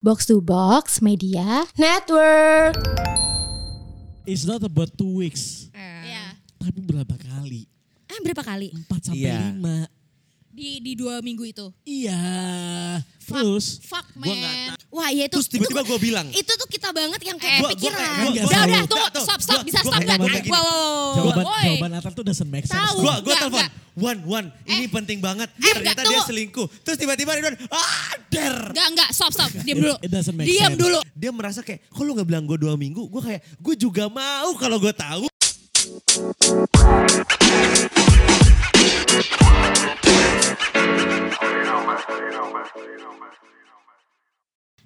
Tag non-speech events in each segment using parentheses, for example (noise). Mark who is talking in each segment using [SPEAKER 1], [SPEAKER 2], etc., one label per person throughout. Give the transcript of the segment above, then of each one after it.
[SPEAKER 1] Box to Box Media Network.
[SPEAKER 2] It's not about two weeks,
[SPEAKER 3] Iya.
[SPEAKER 2] tapi berapa kali?
[SPEAKER 3] Ah berapa kali?
[SPEAKER 2] Empat sampai
[SPEAKER 4] Iya.
[SPEAKER 2] lima.
[SPEAKER 3] Di di dua minggu itu.
[SPEAKER 2] Iya.
[SPEAKER 3] Fuck,
[SPEAKER 2] Terus
[SPEAKER 3] fuck
[SPEAKER 4] gua nggak
[SPEAKER 3] man. Wah iya itu.
[SPEAKER 4] Terus tiba-tiba
[SPEAKER 3] itu-
[SPEAKER 4] gue bilang.
[SPEAKER 3] itu tuh kita banget yang kayak
[SPEAKER 4] Gua- gua
[SPEAKER 3] pikiran.
[SPEAKER 4] kayak- gua-
[SPEAKER 2] gua-
[SPEAKER 3] udah
[SPEAKER 2] gua-
[SPEAKER 3] udah
[SPEAKER 2] gua-
[SPEAKER 3] tunggu
[SPEAKER 4] gua-
[SPEAKER 3] stop stop
[SPEAKER 4] gua-
[SPEAKER 3] bisa
[SPEAKER 4] gua
[SPEAKER 3] stop
[SPEAKER 2] kayak
[SPEAKER 3] nggak?
[SPEAKER 2] banget gini.
[SPEAKER 3] Wow wow wow.
[SPEAKER 2] jawaban
[SPEAKER 3] Oh, Woi.
[SPEAKER 2] jawaban Natal tuh doesn't make sense.
[SPEAKER 3] Tahu.
[SPEAKER 4] Gue gue
[SPEAKER 3] Nggak,
[SPEAKER 4] telepon.
[SPEAKER 3] nggak.
[SPEAKER 4] Wan, Wan, ini penting banget.
[SPEAKER 3] Eh,
[SPEAKER 4] Ternyata
[SPEAKER 3] nggak,
[SPEAKER 4] dia
[SPEAKER 3] tunggu.
[SPEAKER 4] selingkuh. Terus
[SPEAKER 2] (laughs)
[SPEAKER 4] tiba-tiba Ridwan, ah, der.
[SPEAKER 3] Enggak enggak stop stop diam dulu.
[SPEAKER 2] It doesn't make
[SPEAKER 3] Eh, Diam
[SPEAKER 2] sense.
[SPEAKER 3] dulu.
[SPEAKER 4] Dia merasa kayak, kok lu gak bilang gue dua minggu? Gue kayak, gue juga mau kalau gue tahu.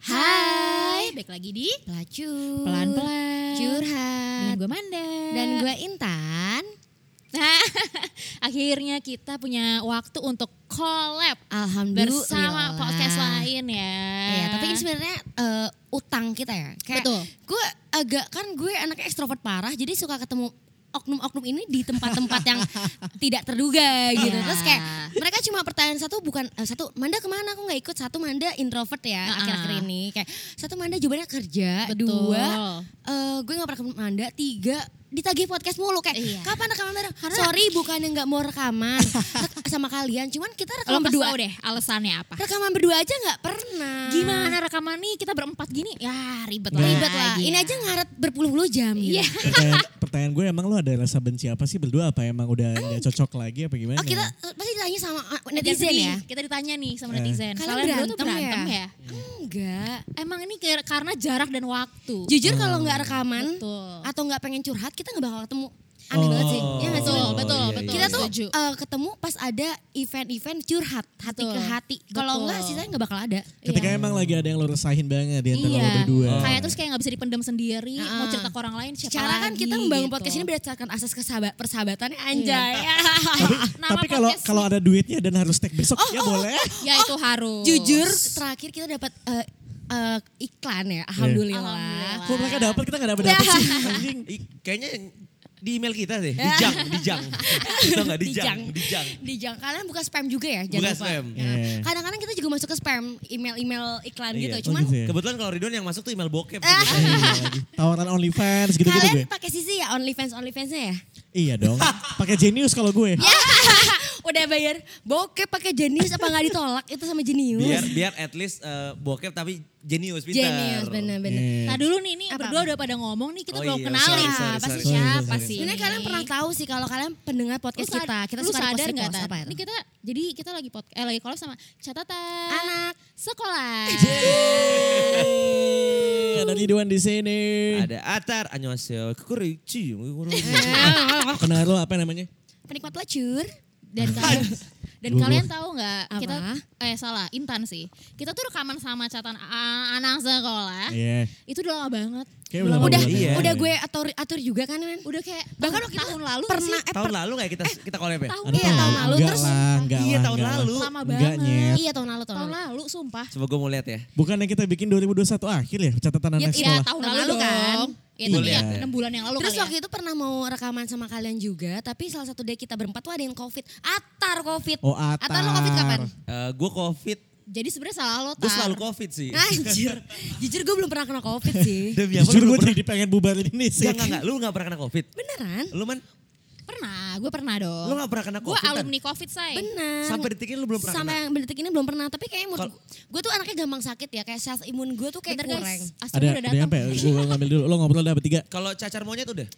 [SPEAKER 3] Hai, balik lagi di
[SPEAKER 5] pelacur
[SPEAKER 3] pelan-pelan.
[SPEAKER 5] curhat
[SPEAKER 3] Dan gue Manda.
[SPEAKER 5] dan gue Intan
[SPEAKER 3] Nah, (laughs) akhirnya kita punya waktu untuk collab
[SPEAKER 5] alhamdulillah
[SPEAKER 3] bersama podcast lain ya.
[SPEAKER 5] Iya, tapi ini sebenarnya eh, utang kita ya kayak
[SPEAKER 3] Betul.
[SPEAKER 5] gue agak kan gue anak ekstrovert parah jadi suka ketemu oknum-oknum ini di tempat-tempat
[SPEAKER 3] (laughs)
[SPEAKER 5] yang tidak terduga gitu
[SPEAKER 3] Iya.
[SPEAKER 5] terus kayak mereka cuma pertanyaan satu bukan eh, satu Manda kemana aku nggak ikut satu Manda introvert ya
[SPEAKER 3] Nah,
[SPEAKER 5] akhir-akhir
[SPEAKER 3] ah.
[SPEAKER 5] ini kayak satu Manda jawabannya kerja
[SPEAKER 3] Betul.
[SPEAKER 5] dua Eh, gue gak pernah ke Manda tiga ditagih podcast mulu kayak
[SPEAKER 3] Iya.
[SPEAKER 5] kapan rekaman bareng sorry bukannya nggak mau rekaman Rek- sama kalian cuman kita
[SPEAKER 3] Lo
[SPEAKER 5] rekaman
[SPEAKER 3] berdua
[SPEAKER 5] berdua
[SPEAKER 3] deh alasannya apa?
[SPEAKER 5] rekaman berdua aja nggak pernah
[SPEAKER 3] Gimana rekaman nih kita berempat gini? Ya ribet lah.
[SPEAKER 5] ribet lah ini aja ngaret berpuluh-puluh jam gitu.
[SPEAKER 3] ya. Iya.
[SPEAKER 2] (laughs) pertanyaan, pertanyaan gue emang lo ada rasa benci apa sih berdua apa emang udah nggak cocok lagi apa gimana?
[SPEAKER 5] oh kita eh, pasti ditanya sama eh,
[SPEAKER 3] netizen
[SPEAKER 5] netizen ya
[SPEAKER 3] Kita ditanya nih sama
[SPEAKER 2] Eh.
[SPEAKER 3] netizen.
[SPEAKER 5] Kalian
[SPEAKER 3] Kalian berdua tuh
[SPEAKER 5] berantem
[SPEAKER 3] berantem ya?
[SPEAKER 5] ya? enggak
[SPEAKER 3] Emang ini ke- karena jarak dan waktu.
[SPEAKER 5] jujur kalau nggak rekaman
[SPEAKER 3] Betul.
[SPEAKER 5] atau nggak pengen curhat kita nggak bakal ketemu aneh banget sih Iya nggak sih
[SPEAKER 3] Betul,
[SPEAKER 2] Oh,
[SPEAKER 3] betul,
[SPEAKER 2] iya,
[SPEAKER 3] betul.
[SPEAKER 5] kita tuh
[SPEAKER 3] Setuju.
[SPEAKER 5] eh, ketemu pas ada event-event curhat hati
[SPEAKER 3] Betul.
[SPEAKER 5] ke hati kalau
[SPEAKER 3] Betul.
[SPEAKER 5] enggak sih saya nggak bakal ada
[SPEAKER 2] Ketika emang lagi ada yang lo resahin banget di antara lo
[SPEAKER 3] Iya.
[SPEAKER 2] berdua.
[SPEAKER 3] Kayak terus kayak nggak bisa dipendam sendiri, mau
[SPEAKER 5] Ah.
[SPEAKER 3] cerita ke orang lain siapa
[SPEAKER 5] Secara kan
[SPEAKER 3] lagi,
[SPEAKER 5] kita membangun
[SPEAKER 3] gitu. Iya.
[SPEAKER 5] podcast ini berdasarkan asas kesaba- persahabatannya anjay.
[SPEAKER 2] tapi
[SPEAKER 3] Nama
[SPEAKER 2] tapi kalau
[SPEAKER 3] podcast
[SPEAKER 2] kalau ada duitnya dan harus tag besok ya boleh.
[SPEAKER 3] Ya itu harus.
[SPEAKER 5] Oh, Jujur terakhir kita dapat eh, eh, iklan ya, alhamdulillah.
[SPEAKER 3] Alhamdulillah.
[SPEAKER 2] Kok mereka dapat kita nggak dapat
[SPEAKER 5] Ya.
[SPEAKER 2] dapat sih anjing.
[SPEAKER 4] Ih, Kayaknya di email kita sih, dijang, dijang. Kita gak dijang,
[SPEAKER 5] Dijang.
[SPEAKER 4] dijang.
[SPEAKER 5] Dijang kalian buka spam juga ya,
[SPEAKER 4] Bukan
[SPEAKER 5] jangan lupa.
[SPEAKER 4] spam.
[SPEAKER 2] Iya.
[SPEAKER 5] Kadang-kadang kita juga masuk ke spam email-email iklan
[SPEAKER 4] Iya.
[SPEAKER 5] gitu, cuman
[SPEAKER 2] gitu ya?
[SPEAKER 4] Kebetulan kalau Ridwan yang masuk tuh email bokep. gitu.
[SPEAKER 2] Eh, iya lagi. Tawaran OnlyFans gitu-gitu gue.
[SPEAKER 5] kalian pakai sisi ya OnlyFans OnlyFansnya ya.
[SPEAKER 2] Iya dong. Pakai Genius kalau gue.
[SPEAKER 5] Udah bayar bokep pakai jenius apa nggak ditolak itu sama jenius.
[SPEAKER 4] Biar biar at least eh, bokep tapi jenius, pintar.
[SPEAKER 5] Jenius benar-benar.
[SPEAKER 2] Iya.
[SPEAKER 3] Nah dulu nih, ini
[SPEAKER 5] Apa-apa?
[SPEAKER 3] berdua udah pada ngomong nih, kita
[SPEAKER 4] Oh
[SPEAKER 3] belum
[SPEAKER 4] iya,
[SPEAKER 3] kenalin.
[SPEAKER 4] sorry, sorry,
[SPEAKER 3] apa sih
[SPEAKER 4] sorry,
[SPEAKER 3] siapa
[SPEAKER 2] sorry, sorry.
[SPEAKER 3] sih?
[SPEAKER 5] Sebenarnya kalian pernah tahu sih kalau kalian pendengar
[SPEAKER 3] Lu
[SPEAKER 5] podcast
[SPEAKER 3] sad-
[SPEAKER 5] kita, kita
[SPEAKER 3] lu
[SPEAKER 5] suka
[SPEAKER 3] Iya, sadar nggak
[SPEAKER 5] repost-repost.
[SPEAKER 3] Tan?
[SPEAKER 5] apa ya?
[SPEAKER 3] Ini kita jadi kita lagi podcast, eh, lagi kalau sama catatan
[SPEAKER 5] Anak.
[SPEAKER 3] sekolah.
[SPEAKER 2] Yeay, Ada Ridwan di sini.
[SPEAKER 4] Ada Atar, Annyeonghaseyo, Kukurici.
[SPEAKER 2] Kenal lo apa namanya?
[SPEAKER 5] (laughs) Penikmat pelacur. (laughs)
[SPEAKER 3] Dan kalian dan
[SPEAKER 2] Dulu.
[SPEAKER 3] kalian tahu nggak kita
[SPEAKER 5] Apa?
[SPEAKER 3] eh salah Intan sih. Kita tuh rekaman sama catatan a- anak sekolah.
[SPEAKER 2] Iya.
[SPEAKER 3] Itu udah lama banget.
[SPEAKER 2] Kayak
[SPEAKER 3] Udah
[SPEAKER 2] lama
[SPEAKER 5] Ah? Udah,
[SPEAKER 2] banget ya.
[SPEAKER 4] Iya.
[SPEAKER 5] udah gue atur atur juga kan, men.
[SPEAKER 3] Udah kayak tahun,
[SPEAKER 5] Bahkan waktu itu
[SPEAKER 3] tahun lalu sih.
[SPEAKER 5] pernah eh,
[SPEAKER 4] Tahun
[SPEAKER 5] per-
[SPEAKER 4] lalu gak kita kita collab ya?
[SPEAKER 3] tahun
[SPEAKER 2] Aduh,
[SPEAKER 5] Iya, tahun lalu,
[SPEAKER 2] enggak
[SPEAKER 5] terus-
[SPEAKER 2] lah, enggak
[SPEAKER 4] Iya,
[SPEAKER 2] lah,
[SPEAKER 4] tahun
[SPEAKER 2] enggak lah.
[SPEAKER 4] lalu.
[SPEAKER 3] lama
[SPEAKER 2] Enggak,
[SPEAKER 3] banget.
[SPEAKER 2] Nyet.
[SPEAKER 5] Iya tahun lalu tahun,
[SPEAKER 3] Tahun
[SPEAKER 5] lalu.
[SPEAKER 3] lalu sumpah.
[SPEAKER 4] Coba gue mau lihat ya.
[SPEAKER 2] Bukan yang kita bikin 2021 akhir ya, catatan anak sekolah.
[SPEAKER 3] Iya, tahun
[SPEAKER 5] Tahun
[SPEAKER 3] lalu,
[SPEAKER 5] lalu kan.
[SPEAKER 3] dong. Ya, tapi
[SPEAKER 4] Iya.
[SPEAKER 3] ya, 6 bulan yang lalu
[SPEAKER 5] Terus
[SPEAKER 3] kali ya.
[SPEAKER 5] waktu itu pernah mau rekaman sama kalian juga, tapi salah satu day kita berempat tuh ada yang covid. Atar covid.
[SPEAKER 2] Oh, Atar.
[SPEAKER 5] lo covid kapan?
[SPEAKER 4] Eh, gue covid,
[SPEAKER 3] Jadi sebenarnya salah lo
[SPEAKER 4] gue
[SPEAKER 3] Tar.
[SPEAKER 4] selalu covid sih.
[SPEAKER 5] Anjir, jujur gue belum pernah kena covid
[SPEAKER 2] (laughs)
[SPEAKER 5] sih.
[SPEAKER 4] Demi apa
[SPEAKER 2] Jujur
[SPEAKER 4] lu
[SPEAKER 2] gue
[SPEAKER 4] gak pernah?
[SPEAKER 2] jadi pengen bubarin ini sih.
[SPEAKER 4] Enggak, enggak, enggak. Lu gak pernah kena covid?
[SPEAKER 5] Beneran?
[SPEAKER 4] Lu man,
[SPEAKER 3] Pernah, gue pernah dong.
[SPEAKER 4] lu gak pernah kena
[SPEAKER 3] Gue
[SPEAKER 4] covid? Tan?
[SPEAKER 3] alumni COVID, say.
[SPEAKER 5] Benar.
[SPEAKER 4] Sampai detik ini lu belum pernah
[SPEAKER 5] Sampai
[SPEAKER 4] kena?
[SPEAKER 5] yang detik ini belum pernah, tapi kayak
[SPEAKER 4] Kalau-
[SPEAKER 5] gue tuh anaknya gampang sakit ya, kayak self imun gue tuh kayak
[SPEAKER 3] Bentar
[SPEAKER 5] kurang.
[SPEAKER 3] guys,
[SPEAKER 2] Ada,
[SPEAKER 3] Astrid udah
[SPEAKER 2] ada
[SPEAKER 3] datang.
[SPEAKER 2] apa ya? Gue ngambil dulu. Lo ngobrol ada bertiga.
[SPEAKER 4] Kalau cacar monyet udah?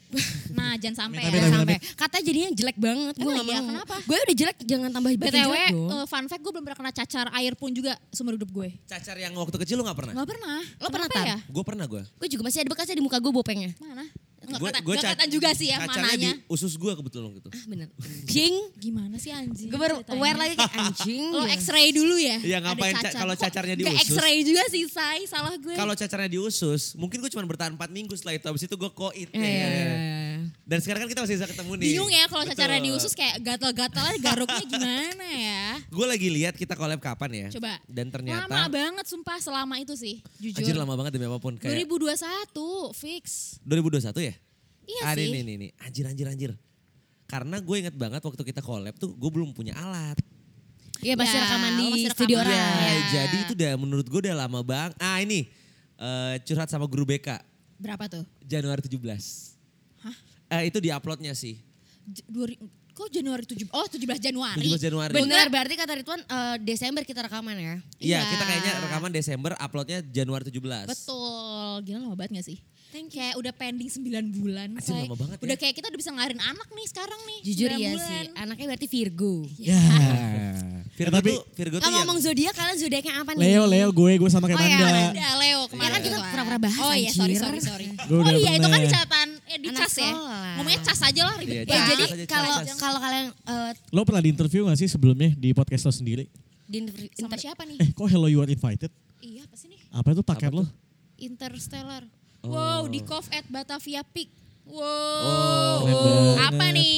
[SPEAKER 3] Nah, jangan sampai
[SPEAKER 2] Tapi-
[SPEAKER 3] ya.
[SPEAKER 2] tapi-
[SPEAKER 5] sampai katanya jadinya jelek banget gue
[SPEAKER 3] Emang
[SPEAKER 5] nggak
[SPEAKER 3] iya?
[SPEAKER 5] mau.
[SPEAKER 3] Kenapa?
[SPEAKER 5] gue udah jelek jangan tambah bikin
[SPEAKER 3] BTW,
[SPEAKER 5] jelek dong.
[SPEAKER 3] eh, fun fact gue belum pernah kena cacar air pun juga seumur hidup gue.
[SPEAKER 4] Cacar yang waktu kecil lu gak pernah?
[SPEAKER 3] Gak pernah.
[SPEAKER 5] Lo pernah,
[SPEAKER 3] Kenapa
[SPEAKER 5] Tan?
[SPEAKER 3] ya?
[SPEAKER 4] Gue pernah gue.
[SPEAKER 5] gue juga masih ada bekasnya di muka gue bopengnya
[SPEAKER 3] Mana? Enggak
[SPEAKER 4] Gua-
[SPEAKER 3] kata,
[SPEAKER 4] gua
[SPEAKER 3] nggak
[SPEAKER 4] ca-
[SPEAKER 3] kata juga sih ya
[SPEAKER 4] cacarnya
[SPEAKER 3] mananya.
[SPEAKER 4] di usus gue kebetulan gitu.
[SPEAKER 5] ah bener jing
[SPEAKER 3] Gimana sih anjing?
[SPEAKER 5] gue baru
[SPEAKER 3] ceritanya?
[SPEAKER 5] aware lagi kayak anjing
[SPEAKER 3] Lo
[SPEAKER 5] ya.
[SPEAKER 3] x-ray dulu ya?
[SPEAKER 4] Iya,
[SPEAKER 3] Ada
[SPEAKER 4] ngapain ca- kalau
[SPEAKER 3] Kok
[SPEAKER 4] cacarnya di
[SPEAKER 3] nggak
[SPEAKER 4] usus?
[SPEAKER 3] x-ray juga sih, say. Salah gue.
[SPEAKER 4] Kalau cacarnya di usus, mungkin gue cuma bertahan 4 minggu setelah itu. Habis itu gue koit.
[SPEAKER 5] Iya, iya, iya,
[SPEAKER 4] Dan sekarang kan kita masih bisa ketemu nih.
[SPEAKER 3] Bingung ya kalau cacarnya di
[SPEAKER 4] Betul.
[SPEAKER 3] usus kayak gatal-gatal garuknya gimana ya?
[SPEAKER 4] Gue lagi lihat kita collab kapan ya.
[SPEAKER 3] Coba.
[SPEAKER 4] Dan ternyata.
[SPEAKER 3] Lama banget sumpah selama itu sih. Jujur.
[SPEAKER 4] Anjir lama banget demi apapun. Kayak
[SPEAKER 3] 2021 fix.
[SPEAKER 4] 2021 ya?
[SPEAKER 3] Iya
[SPEAKER 4] Ada
[SPEAKER 3] sih.
[SPEAKER 4] Ini, ini, ini. Anjir, anjir, anjir. Karena gue inget banget waktu kita collab tuh gue belum punya alat.
[SPEAKER 5] Iya pasti
[SPEAKER 3] Ya,
[SPEAKER 5] rekaman di
[SPEAKER 3] lo pasti rekaman.
[SPEAKER 5] studio
[SPEAKER 3] Iya.
[SPEAKER 5] orang.
[SPEAKER 4] Iya,
[SPEAKER 3] Ya.
[SPEAKER 4] jadi itu udah menurut gue udah lama bang. Ah ini eh, curhat sama guru BK
[SPEAKER 3] Berapa tuh?
[SPEAKER 4] Januari 17. Hah? Eh, itu di uploadnya sih.
[SPEAKER 3] J- dua ri- kok Januari 17? Oh 17 Januari.
[SPEAKER 4] 17 Januari.
[SPEAKER 5] Benar berarti kata Ridwan eh, Desember kita rekaman ya.
[SPEAKER 4] Iya,
[SPEAKER 3] Iya.
[SPEAKER 4] kita kayaknya rekaman Desember, uploadnya Januari 17.
[SPEAKER 3] Betul. Gila lama banget gak sih? Kayak udah pending 9 bulan.
[SPEAKER 4] Anjir,
[SPEAKER 3] Shay.
[SPEAKER 4] lama banget ya.
[SPEAKER 3] Udah kayak kita udah bisa ngelahirin anak nih sekarang nih.
[SPEAKER 5] Jujur
[SPEAKER 3] 9
[SPEAKER 5] ya
[SPEAKER 3] bulan. Iya.
[SPEAKER 5] sih, anaknya berarti Virgo.
[SPEAKER 2] Ya. Eh,
[SPEAKER 4] Virgo
[SPEAKER 2] tapi
[SPEAKER 4] tuh, Virgo tuh iya.
[SPEAKER 5] Kalau
[SPEAKER 4] yang
[SPEAKER 5] ngomong zodiak kalian zodiaknya apa nih?
[SPEAKER 2] Leo, Leo gue, gue sama kayak
[SPEAKER 3] Oh ya,
[SPEAKER 2] Nanda.
[SPEAKER 3] ada
[SPEAKER 4] Iya.
[SPEAKER 3] Leo kemarin
[SPEAKER 5] kan kita
[SPEAKER 3] ketua.
[SPEAKER 5] pernah-pernah bahas,
[SPEAKER 3] Oh iya, sorry,
[SPEAKER 5] anjir.
[SPEAKER 3] sorry, sorry.
[SPEAKER 2] Gua
[SPEAKER 3] oh
[SPEAKER 2] udah
[SPEAKER 3] iya, itu kan
[SPEAKER 2] pernah.
[SPEAKER 3] di catatan, eh, di
[SPEAKER 5] Anak
[SPEAKER 3] cas ya.
[SPEAKER 5] sekolah.
[SPEAKER 3] Ngomongnya cas aja lah, ribet
[SPEAKER 4] Iya,
[SPEAKER 5] Ya,
[SPEAKER 4] Cas
[SPEAKER 3] banget.
[SPEAKER 5] jadi
[SPEAKER 4] aja, cas,
[SPEAKER 5] kalau
[SPEAKER 4] cas.
[SPEAKER 5] kalau kalian eh,
[SPEAKER 2] Lo pernah di interview gak sih sebelumnya di podcast lo sendiri?
[SPEAKER 5] di inter-
[SPEAKER 3] sama
[SPEAKER 5] inter-
[SPEAKER 3] siapa nih?
[SPEAKER 2] Eh kok Hello You Are Invited?
[SPEAKER 3] Iya, apa sih nih?
[SPEAKER 2] Apa itu paket lo?
[SPEAKER 3] Interstellar.
[SPEAKER 4] Oh.
[SPEAKER 3] Wow, di Cove at Batavia Peak.
[SPEAKER 4] Oh,
[SPEAKER 3] Wow.
[SPEAKER 2] keren banget.
[SPEAKER 3] apa nih?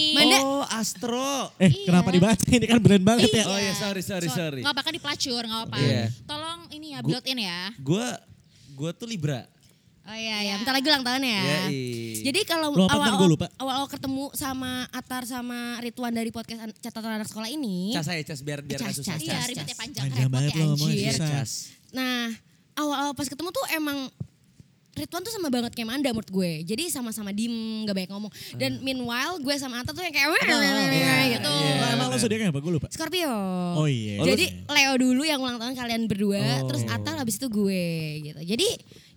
[SPEAKER 4] Oh, Astro.
[SPEAKER 2] Eh
[SPEAKER 3] Iya.
[SPEAKER 2] kenapa dibaca? (laughs) Ini kan brand banget ya.
[SPEAKER 4] Oh ya, sorry, sorry, sorry.
[SPEAKER 3] Gak bakal di pelacur, gak apa-apa.
[SPEAKER 4] Iya.
[SPEAKER 3] Tolong ini ya,
[SPEAKER 4] Gua-
[SPEAKER 3] built in ya.
[SPEAKER 4] Gue gue tuh Libra.
[SPEAKER 5] Oh iya, iya. Bentar lagi ulang tahun ya.
[SPEAKER 4] Yai.
[SPEAKER 5] Jadi kalau
[SPEAKER 2] Lu apaan, gua
[SPEAKER 5] awal
[SPEAKER 2] lupa.
[SPEAKER 5] awal ketemu sama Atar sama Rituan dari podcast an- catatan anak sekolah ini,
[SPEAKER 4] Cas aja, cas biar biar
[SPEAKER 5] Iya. Cas,
[SPEAKER 4] nggak susah.
[SPEAKER 5] cas,
[SPEAKER 3] Iya,
[SPEAKER 4] Cas,
[SPEAKER 3] ribetnya
[SPEAKER 4] cas.
[SPEAKER 3] panjang, ya,
[SPEAKER 2] Panjang banget lo ngomongnya
[SPEAKER 4] Iya,
[SPEAKER 2] susah.
[SPEAKER 4] cas.
[SPEAKER 5] nah awal-awal pas ketemu tuh emang Ridwan tuh sama banget kayak Manda menurut gue. Jadi sama-sama diem, gak banyak ngomong. Dan meanwhile gue sama Atar tuh yang kayak gitu.
[SPEAKER 4] Iya,
[SPEAKER 2] Lah, Emang lo
[SPEAKER 4] benar.
[SPEAKER 2] zodiaknya apa? Gue lupa.
[SPEAKER 5] Scorpio.
[SPEAKER 2] Oh iya.
[SPEAKER 5] Jadi Leo dulu yang ulang tahun kalian berdua, terus Atar habis itu gue gitu. Jadi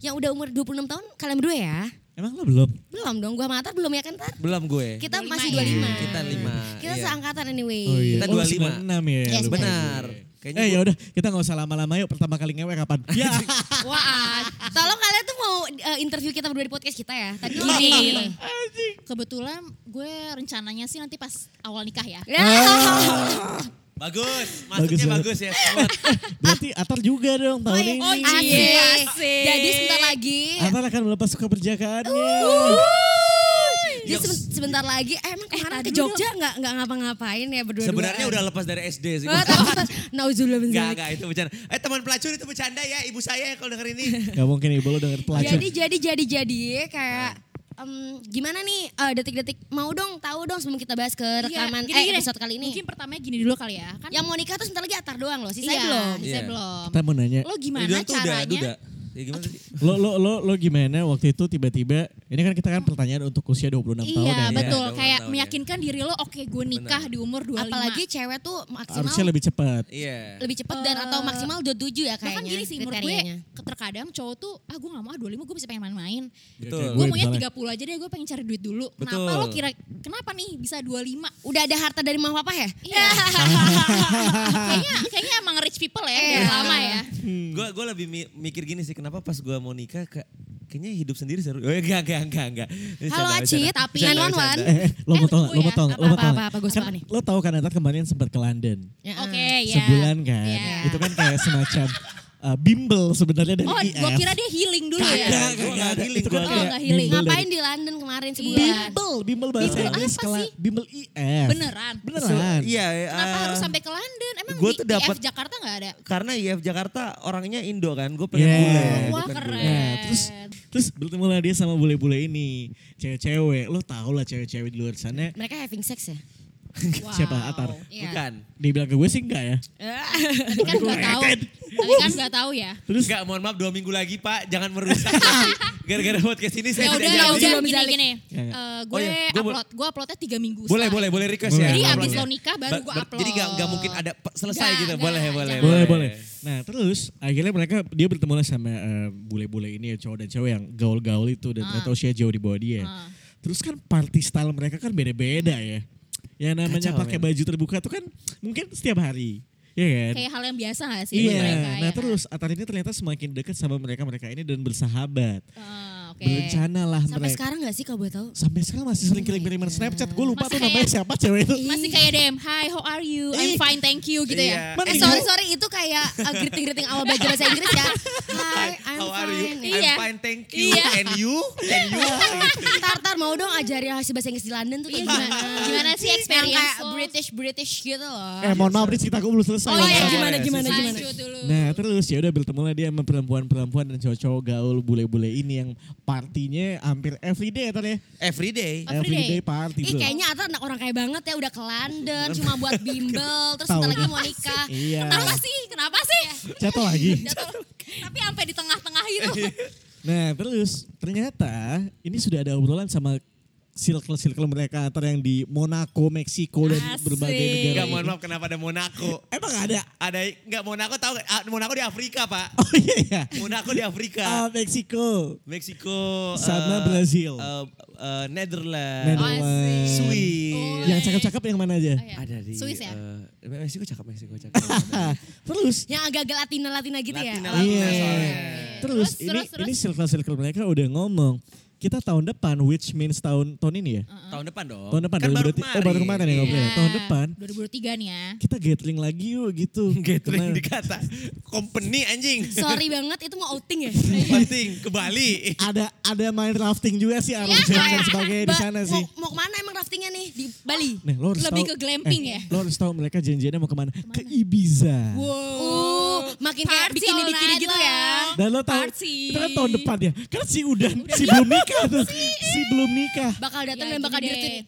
[SPEAKER 5] yang udah umur 26 tahun kalian berdua ya?
[SPEAKER 2] Emang lo belum?
[SPEAKER 5] Belum dong, gue sama Atar belum ya kan Tar?
[SPEAKER 4] Belum gue.
[SPEAKER 5] Kita
[SPEAKER 3] 25
[SPEAKER 5] masih
[SPEAKER 3] ya.
[SPEAKER 5] 25.
[SPEAKER 4] Kita lima.
[SPEAKER 5] Kita
[SPEAKER 4] iya.
[SPEAKER 5] seangkatan anyway.
[SPEAKER 2] Oh iya.
[SPEAKER 4] Kita
[SPEAKER 2] Oh,
[SPEAKER 4] 25.
[SPEAKER 2] 96 ya.
[SPEAKER 5] Yes,
[SPEAKER 2] lupa
[SPEAKER 4] benar.
[SPEAKER 2] gue.
[SPEAKER 4] Kayaknya
[SPEAKER 2] eh
[SPEAKER 4] gua-
[SPEAKER 2] ya udah kita nggak usah lama-lama yuk pertama kali ngewe
[SPEAKER 4] (laughs)
[SPEAKER 2] kapan? Ya.
[SPEAKER 5] Wah, Nah, tolong kalian tuh mau eh, interview kita berdua di podcast kita ya. Tadi
[SPEAKER 3] Gini. Kebetulan gue rencananya sih nanti pas awal nikah ya.
[SPEAKER 5] Ya.
[SPEAKER 4] Bagus,
[SPEAKER 2] banget.
[SPEAKER 4] masuknya bagus, ya. Selamat.
[SPEAKER 2] Berarti Atar juga dong tahun
[SPEAKER 5] iya.
[SPEAKER 2] ini.
[SPEAKER 3] Oh iya.
[SPEAKER 5] Asik.
[SPEAKER 3] Asik.
[SPEAKER 5] Jadi sebentar lagi.
[SPEAKER 2] Atar akan melepas sukaperjakaannya.
[SPEAKER 3] Uh.
[SPEAKER 5] Jadi seben- sebentar lagi. Eh, emang kemarin ke Jogja nggak nggak ngapa-ngapain ya berdua.
[SPEAKER 4] Sebenarnya
[SPEAKER 5] (laughs)
[SPEAKER 4] udah lepas dari SD sih.
[SPEAKER 5] Oh, tahu. Nauzubillah min
[SPEAKER 4] Enggak,
[SPEAKER 5] dzalik.
[SPEAKER 4] enggak itu bercanda. Eh teman pelacur itu bercanda ya, ibu saya kalau denger ini.
[SPEAKER 2] Gak mungkin ibu lo denger pelacur.
[SPEAKER 5] Jadi jadi jadi jadi kayak em, gimana nih eh, detik-detik mau dong tahu dong sebelum kita bahas ke rekaman
[SPEAKER 3] Iya, gini,
[SPEAKER 5] eh,
[SPEAKER 3] gini.
[SPEAKER 5] episode kali ini.
[SPEAKER 3] Mungkin pertamanya gini dulu kali ya. Kan
[SPEAKER 5] Yang mau nikah tuh sebentar lagi Atar doang loh, sih saya
[SPEAKER 3] Iya,
[SPEAKER 5] belum.
[SPEAKER 3] Saya
[SPEAKER 4] Iya.
[SPEAKER 3] belum.
[SPEAKER 2] Kita mau nanya,
[SPEAKER 3] Lo gimana
[SPEAKER 4] Ridwan tuh udah,
[SPEAKER 3] caranya? Iya,
[SPEAKER 4] duda. Ya gimana sih?
[SPEAKER 2] lo, lo, lo, lo gimana waktu itu tiba-tiba, ini kan kita kan pertanyaan untuk usia 26 tahun
[SPEAKER 3] Iya
[SPEAKER 2] ya.
[SPEAKER 4] Iya,
[SPEAKER 3] betul,
[SPEAKER 4] udah
[SPEAKER 3] kayak
[SPEAKER 4] ulang tahun
[SPEAKER 3] meyakinkan diri lo oke gue nikah di umur 25.
[SPEAKER 5] Apalagi cewek tuh maksimal
[SPEAKER 2] Harusnya lebih cepat.
[SPEAKER 4] Iya.
[SPEAKER 5] lebih cepat dan atau
[SPEAKER 3] Eh.
[SPEAKER 5] maksimal 27 ya kayaknya.
[SPEAKER 3] Bahkan gini sih menurut gue
[SPEAKER 5] kriterianya.
[SPEAKER 3] ke- terkadang cowok tuh ah gue gak mau ah 25 gue masih pengen main-main.
[SPEAKER 4] Betul.
[SPEAKER 2] Kayak
[SPEAKER 3] Gue
[SPEAKER 2] gue
[SPEAKER 3] maunya
[SPEAKER 2] misalnya.
[SPEAKER 3] 30 aja deh gue pengen cari duit dulu. Kenapa
[SPEAKER 4] Betul.
[SPEAKER 3] lo kira kenapa nih bisa 25?
[SPEAKER 5] Udah ada harta dari mama papa ya?
[SPEAKER 3] Iya.
[SPEAKER 4] (laughs)
[SPEAKER 3] kayaknya kayaknya emang rich people ya
[SPEAKER 5] Iya.
[SPEAKER 3] dari lama ya.
[SPEAKER 4] Gue gue lebih mi- mikir gini sih, kenapa pas gue mau nikah kayak kayaknya hidup sendiri seru. Oh, enggak, enggak, enggak, enggak. Bercanda,
[SPEAKER 5] Halo,
[SPEAKER 4] bercanda.
[SPEAKER 5] Acit, tapi
[SPEAKER 4] Bercanda, (laughs)
[SPEAKER 5] 911.
[SPEAKER 4] bercanda.
[SPEAKER 2] Eh, eh, lo mau
[SPEAKER 3] Eh,
[SPEAKER 2] tau,
[SPEAKER 3] tunggu
[SPEAKER 2] lo mau
[SPEAKER 3] ya.
[SPEAKER 2] tau, lo
[SPEAKER 5] Apa,
[SPEAKER 2] mau tau.
[SPEAKER 5] apa, apa, gue suka
[SPEAKER 2] Kan
[SPEAKER 5] nih.
[SPEAKER 2] Lo tau kan Atar kemarin sempat ke London.
[SPEAKER 5] Ya,
[SPEAKER 3] Oke ya.
[SPEAKER 2] Sebulan kan.
[SPEAKER 3] Iya.
[SPEAKER 2] Itu kan kayak semacam eh, bimbel sebenarnya dari
[SPEAKER 3] Oh
[SPEAKER 2] IF.
[SPEAKER 3] gue kira dia healing dulu
[SPEAKER 2] Kagak,
[SPEAKER 3] ya.
[SPEAKER 2] E kagak
[SPEAKER 4] Gua nggak
[SPEAKER 2] ada.
[SPEAKER 4] healing,
[SPEAKER 2] Itu kan
[SPEAKER 4] gua
[SPEAKER 2] kayak
[SPEAKER 3] nggak healing.
[SPEAKER 2] bimbel
[SPEAKER 5] Ngapain
[SPEAKER 2] dari-
[SPEAKER 5] di London kemarin
[SPEAKER 3] Iya.
[SPEAKER 5] sebulan?
[SPEAKER 2] Bimbel, bimbel bahasa
[SPEAKER 3] Bimbel
[SPEAKER 2] Inggris.
[SPEAKER 3] apa
[SPEAKER 2] kela-
[SPEAKER 3] sih?
[SPEAKER 2] Bimbel IF.
[SPEAKER 3] Beneran.
[SPEAKER 2] Beneran.
[SPEAKER 4] Iya,
[SPEAKER 3] Kenapa
[SPEAKER 4] eh,
[SPEAKER 3] harus sampai ke London? Emang
[SPEAKER 4] gua
[SPEAKER 3] di
[SPEAKER 4] tuh dapet-
[SPEAKER 3] IF Jakarta gak ada?
[SPEAKER 4] karena IF Jakarta orangnya Indo kan, gue pengen
[SPEAKER 2] Yeah.
[SPEAKER 4] bule. gua
[SPEAKER 3] Wah
[SPEAKER 4] pengen
[SPEAKER 3] keren.
[SPEAKER 4] (laughs) bule.
[SPEAKER 2] Nah, Iya. terus terus bertemulah dia sama bule-bule ini, cewek-cewek. Lo tau lah cewek-cewek di luar sana.
[SPEAKER 5] Mereka having sex ya?
[SPEAKER 3] Wow.
[SPEAKER 2] Siapa Atar?
[SPEAKER 3] Iya.
[SPEAKER 4] Bukan.
[SPEAKER 2] Dibilang ke gue sih enggak ya.
[SPEAKER 3] Tapi kan gak tahu. Tapi kan gak tahu ya.
[SPEAKER 2] Terus
[SPEAKER 4] Enggak, mohon maaf dua minggu lagi Pak, jangan (laughs) merusak. nanti. Gara-gara podcast ini
[SPEAKER 3] Ya udah,
[SPEAKER 4] saya tidak
[SPEAKER 3] ya
[SPEAKER 4] jadi.
[SPEAKER 3] udah
[SPEAKER 5] Belum
[SPEAKER 3] gini
[SPEAKER 5] balik.
[SPEAKER 3] gini.
[SPEAKER 2] Ya, ya.
[SPEAKER 3] Eh,
[SPEAKER 4] Oh,
[SPEAKER 3] gue
[SPEAKER 4] iya. Gua bo-
[SPEAKER 3] upload, gue uploadnya tiga minggu.
[SPEAKER 4] Boleh,
[SPEAKER 3] setelah.
[SPEAKER 4] boleh, boleh request
[SPEAKER 2] Boleh.
[SPEAKER 4] ya.
[SPEAKER 2] Jadi
[SPEAKER 3] abis
[SPEAKER 4] uploadnya.
[SPEAKER 3] lo nikah baru
[SPEAKER 4] Ba-
[SPEAKER 3] gua
[SPEAKER 4] ba- Jadi gak,
[SPEAKER 3] upload.
[SPEAKER 4] mungkin ada pe- selesai
[SPEAKER 3] Nggak,
[SPEAKER 4] gitu.
[SPEAKER 3] nggak,
[SPEAKER 4] Boleh, boleh,
[SPEAKER 3] jangan.
[SPEAKER 2] boleh boleh. Nah terus akhirnya mereka dia bertemu lah sama eh, bule-bule ini ya cowok dan cewek yang gaul-gaul itu dan ternyata usia jauh di bawah dia. Terus kan party style mereka kan beda-beda ya. Yang namanya
[SPEAKER 4] Kacau,
[SPEAKER 2] pakai
[SPEAKER 4] men.
[SPEAKER 2] baju terbuka tuh kan mungkin setiap hari. Iya kan?
[SPEAKER 3] Kayak hal yang biasa gak sih?
[SPEAKER 2] Iya,
[SPEAKER 3] mereka,
[SPEAKER 2] nah
[SPEAKER 3] ya?
[SPEAKER 2] terus Atar ini ternyata semakin dekat sama mereka-mereka ini dan bersahabat.
[SPEAKER 3] Ah, Oke.
[SPEAKER 2] Berencana lah
[SPEAKER 5] Sampai
[SPEAKER 2] mereka.
[SPEAKER 5] sekarang gak sih kalau boleh tahu?
[SPEAKER 2] Sampai sekarang masih sering kirim-kiriman Snapchat. Gue lupa
[SPEAKER 3] Masih
[SPEAKER 2] tuh
[SPEAKER 3] kayak-
[SPEAKER 2] namanya siapa cewek itu.
[SPEAKER 3] Masih kayak DM, hi how are you? I'm
[SPEAKER 2] Ih. Iya.
[SPEAKER 3] fine thank you gitu ya.
[SPEAKER 5] Eh
[SPEAKER 2] Mending
[SPEAKER 5] sorry
[SPEAKER 2] gua-
[SPEAKER 5] sorry itu kayak
[SPEAKER 3] eh,
[SPEAKER 5] uh, greeting-greeting awal belajar bahasa Inggris ya. Hi, I'm
[SPEAKER 4] How are you?
[SPEAKER 5] fine.
[SPEAKER 3] Iya.
[SPEAKER 4] I'm fine, thank you.
[SPEAKER 3] Iya.
[SPEAKER 4] And you? And you?
[SPEAKER 5] Tar, tar Iya. mau dong ajarin hasil bahasa Inggris di London tuh kayak
[SPEAKER 3] Iya.
[SPEAKER 5] gimana?
[SPEAKER 3] Gimana sih experience
[SPEAKER 5] Yang kayak
[SPEAKER 3] lo?
[SPEAKER 5] British British gitu loh.
[SPEAKER 2] Eh mohon maaf Riz, kita aku belum selesai.
[SPEAKER 5] Oh iya
[SPEAKER 4] Sorry,
[SPEAKER 5] gimana
[SPEAKER 4] sorry,
[SPEAKER 5] gimana
[SPEAKER 4] sorry.
[SPEAKER 5] gimana?
[SPEAKER 3] Lanjut dulu.
[SPEAKER 2] Nah terus ya udah bertemu lah dia sama perempuan-perempuan dan cowok-cowok gaul bule-bule ini yang partinya hampir everyday ya Tan ya.
[SPEAKER 4] Every day.
[SPEAKER 3] Every
[SPEAKER 2] Everyday
[SPEAKER 3] day.
[SPEAKER 2] party
[SPEAKER 5] Ih
[SPEAKER 2] bro.
[SPEAKER 5] kayaknya Ata anak orang kaya banget ya udah ke London cuma buat bimbel terus
[SPEAKER 2] Tahu
[SPEAKER 5] kita lagi
[SPEAKER 2] dia.
[SPEAKER 5] mau nikah.
[SPEAKER 2] Iya.
[SPEAKER 3] Kenapa sih? Kenapa sih?
[SPEAKER 2] Jatuh lagi.
[SPEAKER 3] (laughs) Jatuh. Tapi sampai di tengah-tengah gitu. itu.
[SPEAKER 2] Nah terus ternyata ini sudah ada obrolan sama circle-circle mereka antara yang di Monaco, Meksiko dan
[SPEAKER 3] Asik.
[SPEAKER 2] berbagai negara.
[SPEAKER 4] Enggak mohon
[SPEAKER 2] ini.
[SPEAKER 4] maaf kenapa ada Monaco.
[SPEAKER 2] Emang ada?
[SPEAKER 4] Ada enggak Monaco tahu nggak? Ah, Monaco di Afrika, Pak.
[SPEAKER 2] (laughs) Oh iya ya.
[SPEAKER 4] Monaco di
[SPEAKER 2] Ah, (laughs)
[SPEAKER 4] Afrika.
[SPEAKER 2] Meksiko.
[SPEAKER 4] Meksiko
[SPEAKER 2] Sama
[SPEAKER 4] eh,
[SPEAKER 2] Brazil.
[SPEAKER 4] eh, eh, Netherlands. Oh, iya.
[SPEAKER 2] Netherlands.
[SPEAKER 4] Swiss.
[SPEAKER 2] Nah, Yang cakep-cakep yang mana
[SPEAKER 3] Oh,
[SPEAKER 2] aja?
[SPEAKER 4] Ada di
[SPEAKER 3] Swiss ya?
[SPEAKER 4] eh, Meksiko cakep, Meksiko
[SPEAKER 2] Eh.
[SPEAKER 4] cakep. Ada.
[SPEAKER 2] (laughs) Terus
[SPEAKER 5] Yang agak-agak Latina-Latina gitu ya.
[SPEAKER 4] Latina, Latina
[SPEAKER 2] Iya.
[SPEAKER 4] soalnya.
[SPEAKER 2] Terus,
[SPEAKER 3] Terus,
[SPEAKER 2] ini
[SPEAKER 3] terus, terus.
[SPEAKER 2] ini circle-circle mereka udah ngomong kita tahun depan which means tahun tahun ini ya.
[SPEAKER 4] Tahun depan dong.
[SPEAKER 2] Tahun depan
[SPEAKER 4] Oh. kan
[SPEAKER 2] dong,
[SPEAKER 4] baru
[SPEAKER 2] berarti-
[SPEAKER 4] kemarin.
[SPEAKER 2] Oh, baru kemarin ya ngobrolnya.
[SPEAKER 3] Nah, Iya.
[SPEAKER 2] Tahun depan
[SPEAKER 3] 2023 nih ya.
[SPEAKER 2] kita gathering lagi yuk gitu.
[SPEAKER 4] (laughs) Gathering
[SPEAKER 2] Karena
[SPEAKER 4] dikata company
[SPEAKER 5] (laughs)
[SPEAKER 4] anjing.
[SPEAKER 5] Sorry banget itu mau outing ya.
[SPEAKER 4] Penting ke Bali.
[SPEAKER 2] ada ada main rafting juga sih
[SPEAKER 3] Iya,
[SPEAKER 2] arus dan sebagainya di
[SPEAKER 5] Ba-
[SPEAKER 2] sana sih.
[SPEAKER 5] Mau, mau kemana emang raftingnya nih di Bali?
[SPEAKER 2] Nah, lo harus
[SPEAKER 3] Lebih
[SPEAKER 2] tahu-
[SPEAKER 3] ke glamping ya?
[SPEAKER 2] Lo harus tahu mereka janjiannya mau kemana? Ke Ibiza.
[SPEAKER 5] Uh, makin
[SPEAKER 3] Oh, Party all
[SPEAKER 5] kayak bikini-bikini
[SPEAKER 3] night
[SPEAKER 5] gitu ya.
[SPEAKER 3] long.
[SPEAKER 2] Dan lo tahu
[SPEAKER 3] Party. Iya,
[SPEAKER 2] itu kan tahun depan ya. Karena si udah si belum nikah tuh. si belum nikah.
[SPEAKER 5] Bakal datang
[SPEAKER 3] Ya,
[SPEAKER 5] dan bakal
[SPEAKER 3] gini deh.
[SPEAKER 5] diretuin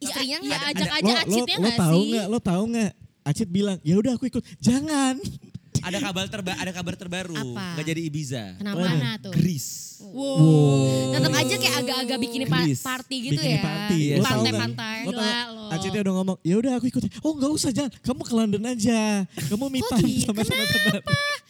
[SPEAKER 5] istrinya
[SPEAKER 3] Ya
[SPEAKER 5] nggak?
[SPEAKER 3] ajak
[SPEAKER 2] Lo
[SPEAKER 3] aja
[SPEAKER 2] lo
[SPEAKER 3] Acitnya
[SPEAKER 2] lo
[SPEAKER 3] gak
[SPEAKER 2] tahu
[SPEAKER 3] sih?
[SPEAKER 2] nggak? Lo tahu nggak? Acit bilang, "Ya udah aku ikut." Jangan.
[SPEAKER 4] Ada kabar terba ada kabar terbaru.
[SPEAKER 5] Apa?
[SPEAKER 4] Nggak jadi Ibiza.
[SPEAKER 5] Kenapa?
[SPEAKER 3] Mana tuh?
[SPEAKER 4] Greece.
[SPEAKER 2] Wow.
[SPEAKER 5] Tetap aja kayak agak-agak
[SPEAKER 3] Eh,
[SPEAKER 5] bikini pa-
[SPEAKER 4] Greece.
[SPEAKER 5] party gitu
[SPEAKER 2] Bikini
[SPEAKER 5] ya.
[SPEAKER 2] party. Lo
[SPEAKER 4] Iya, sih.
[SPEAKER 2] tahu nggak?
[SPEAKER 5] Pantai-pantai.
[SPEAKER 2] Lo tahu
[SPEAKER 3] Gila
[SPEAKER 2] nggak?
[SPEAKER 3] lo.
[SPEAKER 2] Acitnya udah ngomong, "Ya udah aku ikut." Oh, nggak usah, jangan. Kamu ke London aja. Kamu minta
[SPEAKER 5] gitu?
[SPEAKER 2] sama teman-teman.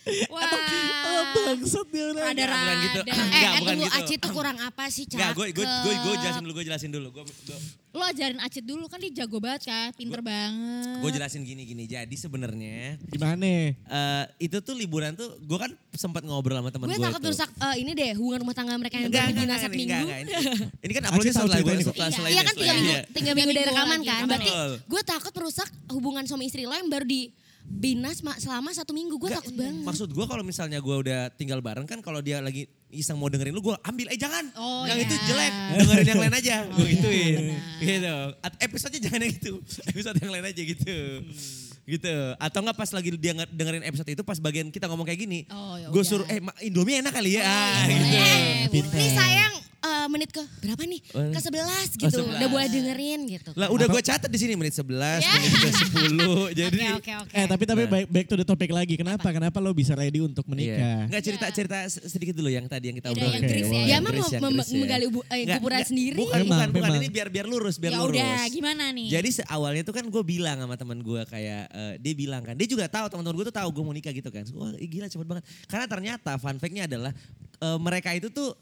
[SPEAKER 2] (laughs)
[SPEAKER 3] Wah.
[SPEAKER 2] Oh, bangsat dia orang.
[SPEAKER 3] Ada
[SPEAKER 4] Bukan gitu.
[SPEAKER 3] rada.
[SPEAKER 5] Eh,
[SPEAKER 4] Enggak,
[SPEAKER 5] eh,
[SPEAKER 4] bukan
[SPEAKER 5] tunggu
[SPEAKER 4] gitu.
[SPEAKER 5] Aci tuh kurang apa sih
[SPEAKER 4] Enggak,
[SPEAKER 5] cakep?
[SPEAKER 4] gue gue gue gue jelasin dulu, gue jelasin dulu. Gue gue
[SPEAKER 3] Lo ajarin Acit dulu kan dia jago banget kan, pinter banget.
[SPEAKER 5] Eh.
[SPEAKER 4] gue jelasin gini gini. Jadi sebenarnya
[SPEAKER 2] Gimana?
[SPEAKER 4] eh, itu tuh liburan tuh gue kan sempat ngobrol sama teman
[SPEAKER 5] Gue
[SPEAKER 4] gue.
[SPEAKER 5] takut
[SPEAKER 4] tuh.
[SPEAKER 5] rusak eh, ini deh hubungan rumah tangga mereka yang
[SPEAKER 4] Enggak, enggak,
[SPEAKER 5] berhubungan
[SPEAKER 4] enggak,
[SPEAKER 5] satu
[SPEAKER 4] enggak,
[SPEAKER 5] minggu.
[SPEAKER 4] enggak, ini. Ini kan
[SPEAKER 2] Acil
[SPEAKER 4] uploadnya
[SPEAKER 2] tahu
[SPEAKER 4] setelah gue
[SPEAKER 2] ceritanya kok.
[SPEAKER 4] setelah setelah
[SPEAKER 5] Iya
[SPEAKER 4] ini,
[SPEAKER 5] kan tiga
[SPEAKER 4] setelah ini.
[SPEAKER 5] minggu,
[SPEAKER 4] Iya.
[SPEAKER 5] tiga
[SPEAKER 3] Tiga
[SPEAKER 5] minggu dari
[SPEAKER 3] minggu
[SPEAKER 5] rekaman
[SPEAKER 3] lagi,
[SPEAKER 5] kan.
[SPEAKER 3] rekaman.
[SPEAKER 5] Berarti
[SPEAKER 4] Betul.
[SPEAKER 5] gue takut merusak hubungan suami istri lo yang baru di binas ma- selama satu minggu. Gue
[SPEAKER 4] Enggak,
[SPEAKER 5] takut banget.
[SPEAKER 4] Maksud gue kalau misalnya gue udah tinggal bareng kan kalau dia lagi iseng mau dengerin lu gue ambil eh jangan
[SPEAKER 3] Oh,
[SPEAKER 4] yang
[SPEAKER 3] iya. Oh,
[SPEAKER 4] itu jelek dengerin yang lain aja gue gituin
[SPEAKER 3] benar.
[SPEAKER 4] gitu At- episodenya jangan yang itu (laughs) episode yang lain aja gitu
[SPEAKER 3] Hmm.
[SPEAKER 4] gitu atau enggak pas lagi dia nge- dengerin episode itu pas bagian kita ngomong kayak gini
[SPEAKER 3] Oh, ya
[SPEAKER 4] gue
[SPEAKER 3] udah.
[SPEAKER 4] suruh eh Ma- Indomie enak kali ya ah,
[SPEAKER 3] iya,
[SPEAKER 4] gitu
[SPEAKER 3] boleh.
[SPEAKER 2] Pintar.
[SPEAKER 5] Nih sayang eh, menit ke berapa nih?
[SPEAKER 4] Oh.
[SPEAKER 5] Ke sebelas gitu.
[SPEAKER 4] Oh, 11.
[SPEAKER 5] Udah boleh dengerin gitu.
[SPEAKER 4] lah udah gue catat di sini menit 11
[SPEAKER 3] Ya.
[SPEAKER 4] menit
[SPEAKER 3] (laughs)
[SPEAKER 4] 10 jadi
[SPEAKER 5] Oke oke oke.
[SPEAKER 2] Eh tapi tapi back, back to the topic lagi. Kenapa? Kenapa lo bisa ready untuk menikah?
[SPEAKER 4] Enggak Iya. cerita cerita se- sedikit dulu yang tadi yang
[SPEAKER 3] Ya.
[SPEAKER 4] kita
[SPEAKER 3] Iya,
[SPEAKER 4] obrolin.
[SPEAKER 3] yang Greece ya.
[SPEAKER 4] Yang
[SPEAKER 5] Ya, mah
[SPEAKER 4] Greece,
[SPEAKER 5] mem-
[SPEAKER 4] yang
[SPEAKER 5] mem-
[SPEAKER 4] Greece ya.
[SPEAKER 5] menggali ubu- eh,
[SPEAKER 4] Enggak,
[SPEAKER 5] kuburan
[SPEAKER 4] enggak,
[SPEAKER 5] sendiri.
[SPEAKER 4] Bukan,
[SPEAKER 2] Memang,
[SPEAKER 4] bukan, bukan.
[SPEAKER 2] memang.
[SPEAKER 4] Ini biar biar lurus, biar
[SPEAKER 3] Ya
[SPEAKER 4] lurus.
[SPEAKER 3] udah gimana nih? Ya
[SPEAKER 4] Jadi se- awalnya tuh kan gue bilang sama teman gue kayak eh, dia bilang kan dia juga tahu teman-teman gue tuh tahu gue mau nikah gitu kan. Wah ih, gila cepet banget. Karena ternyata fun fact-nya adalah eh, mereka itu tuh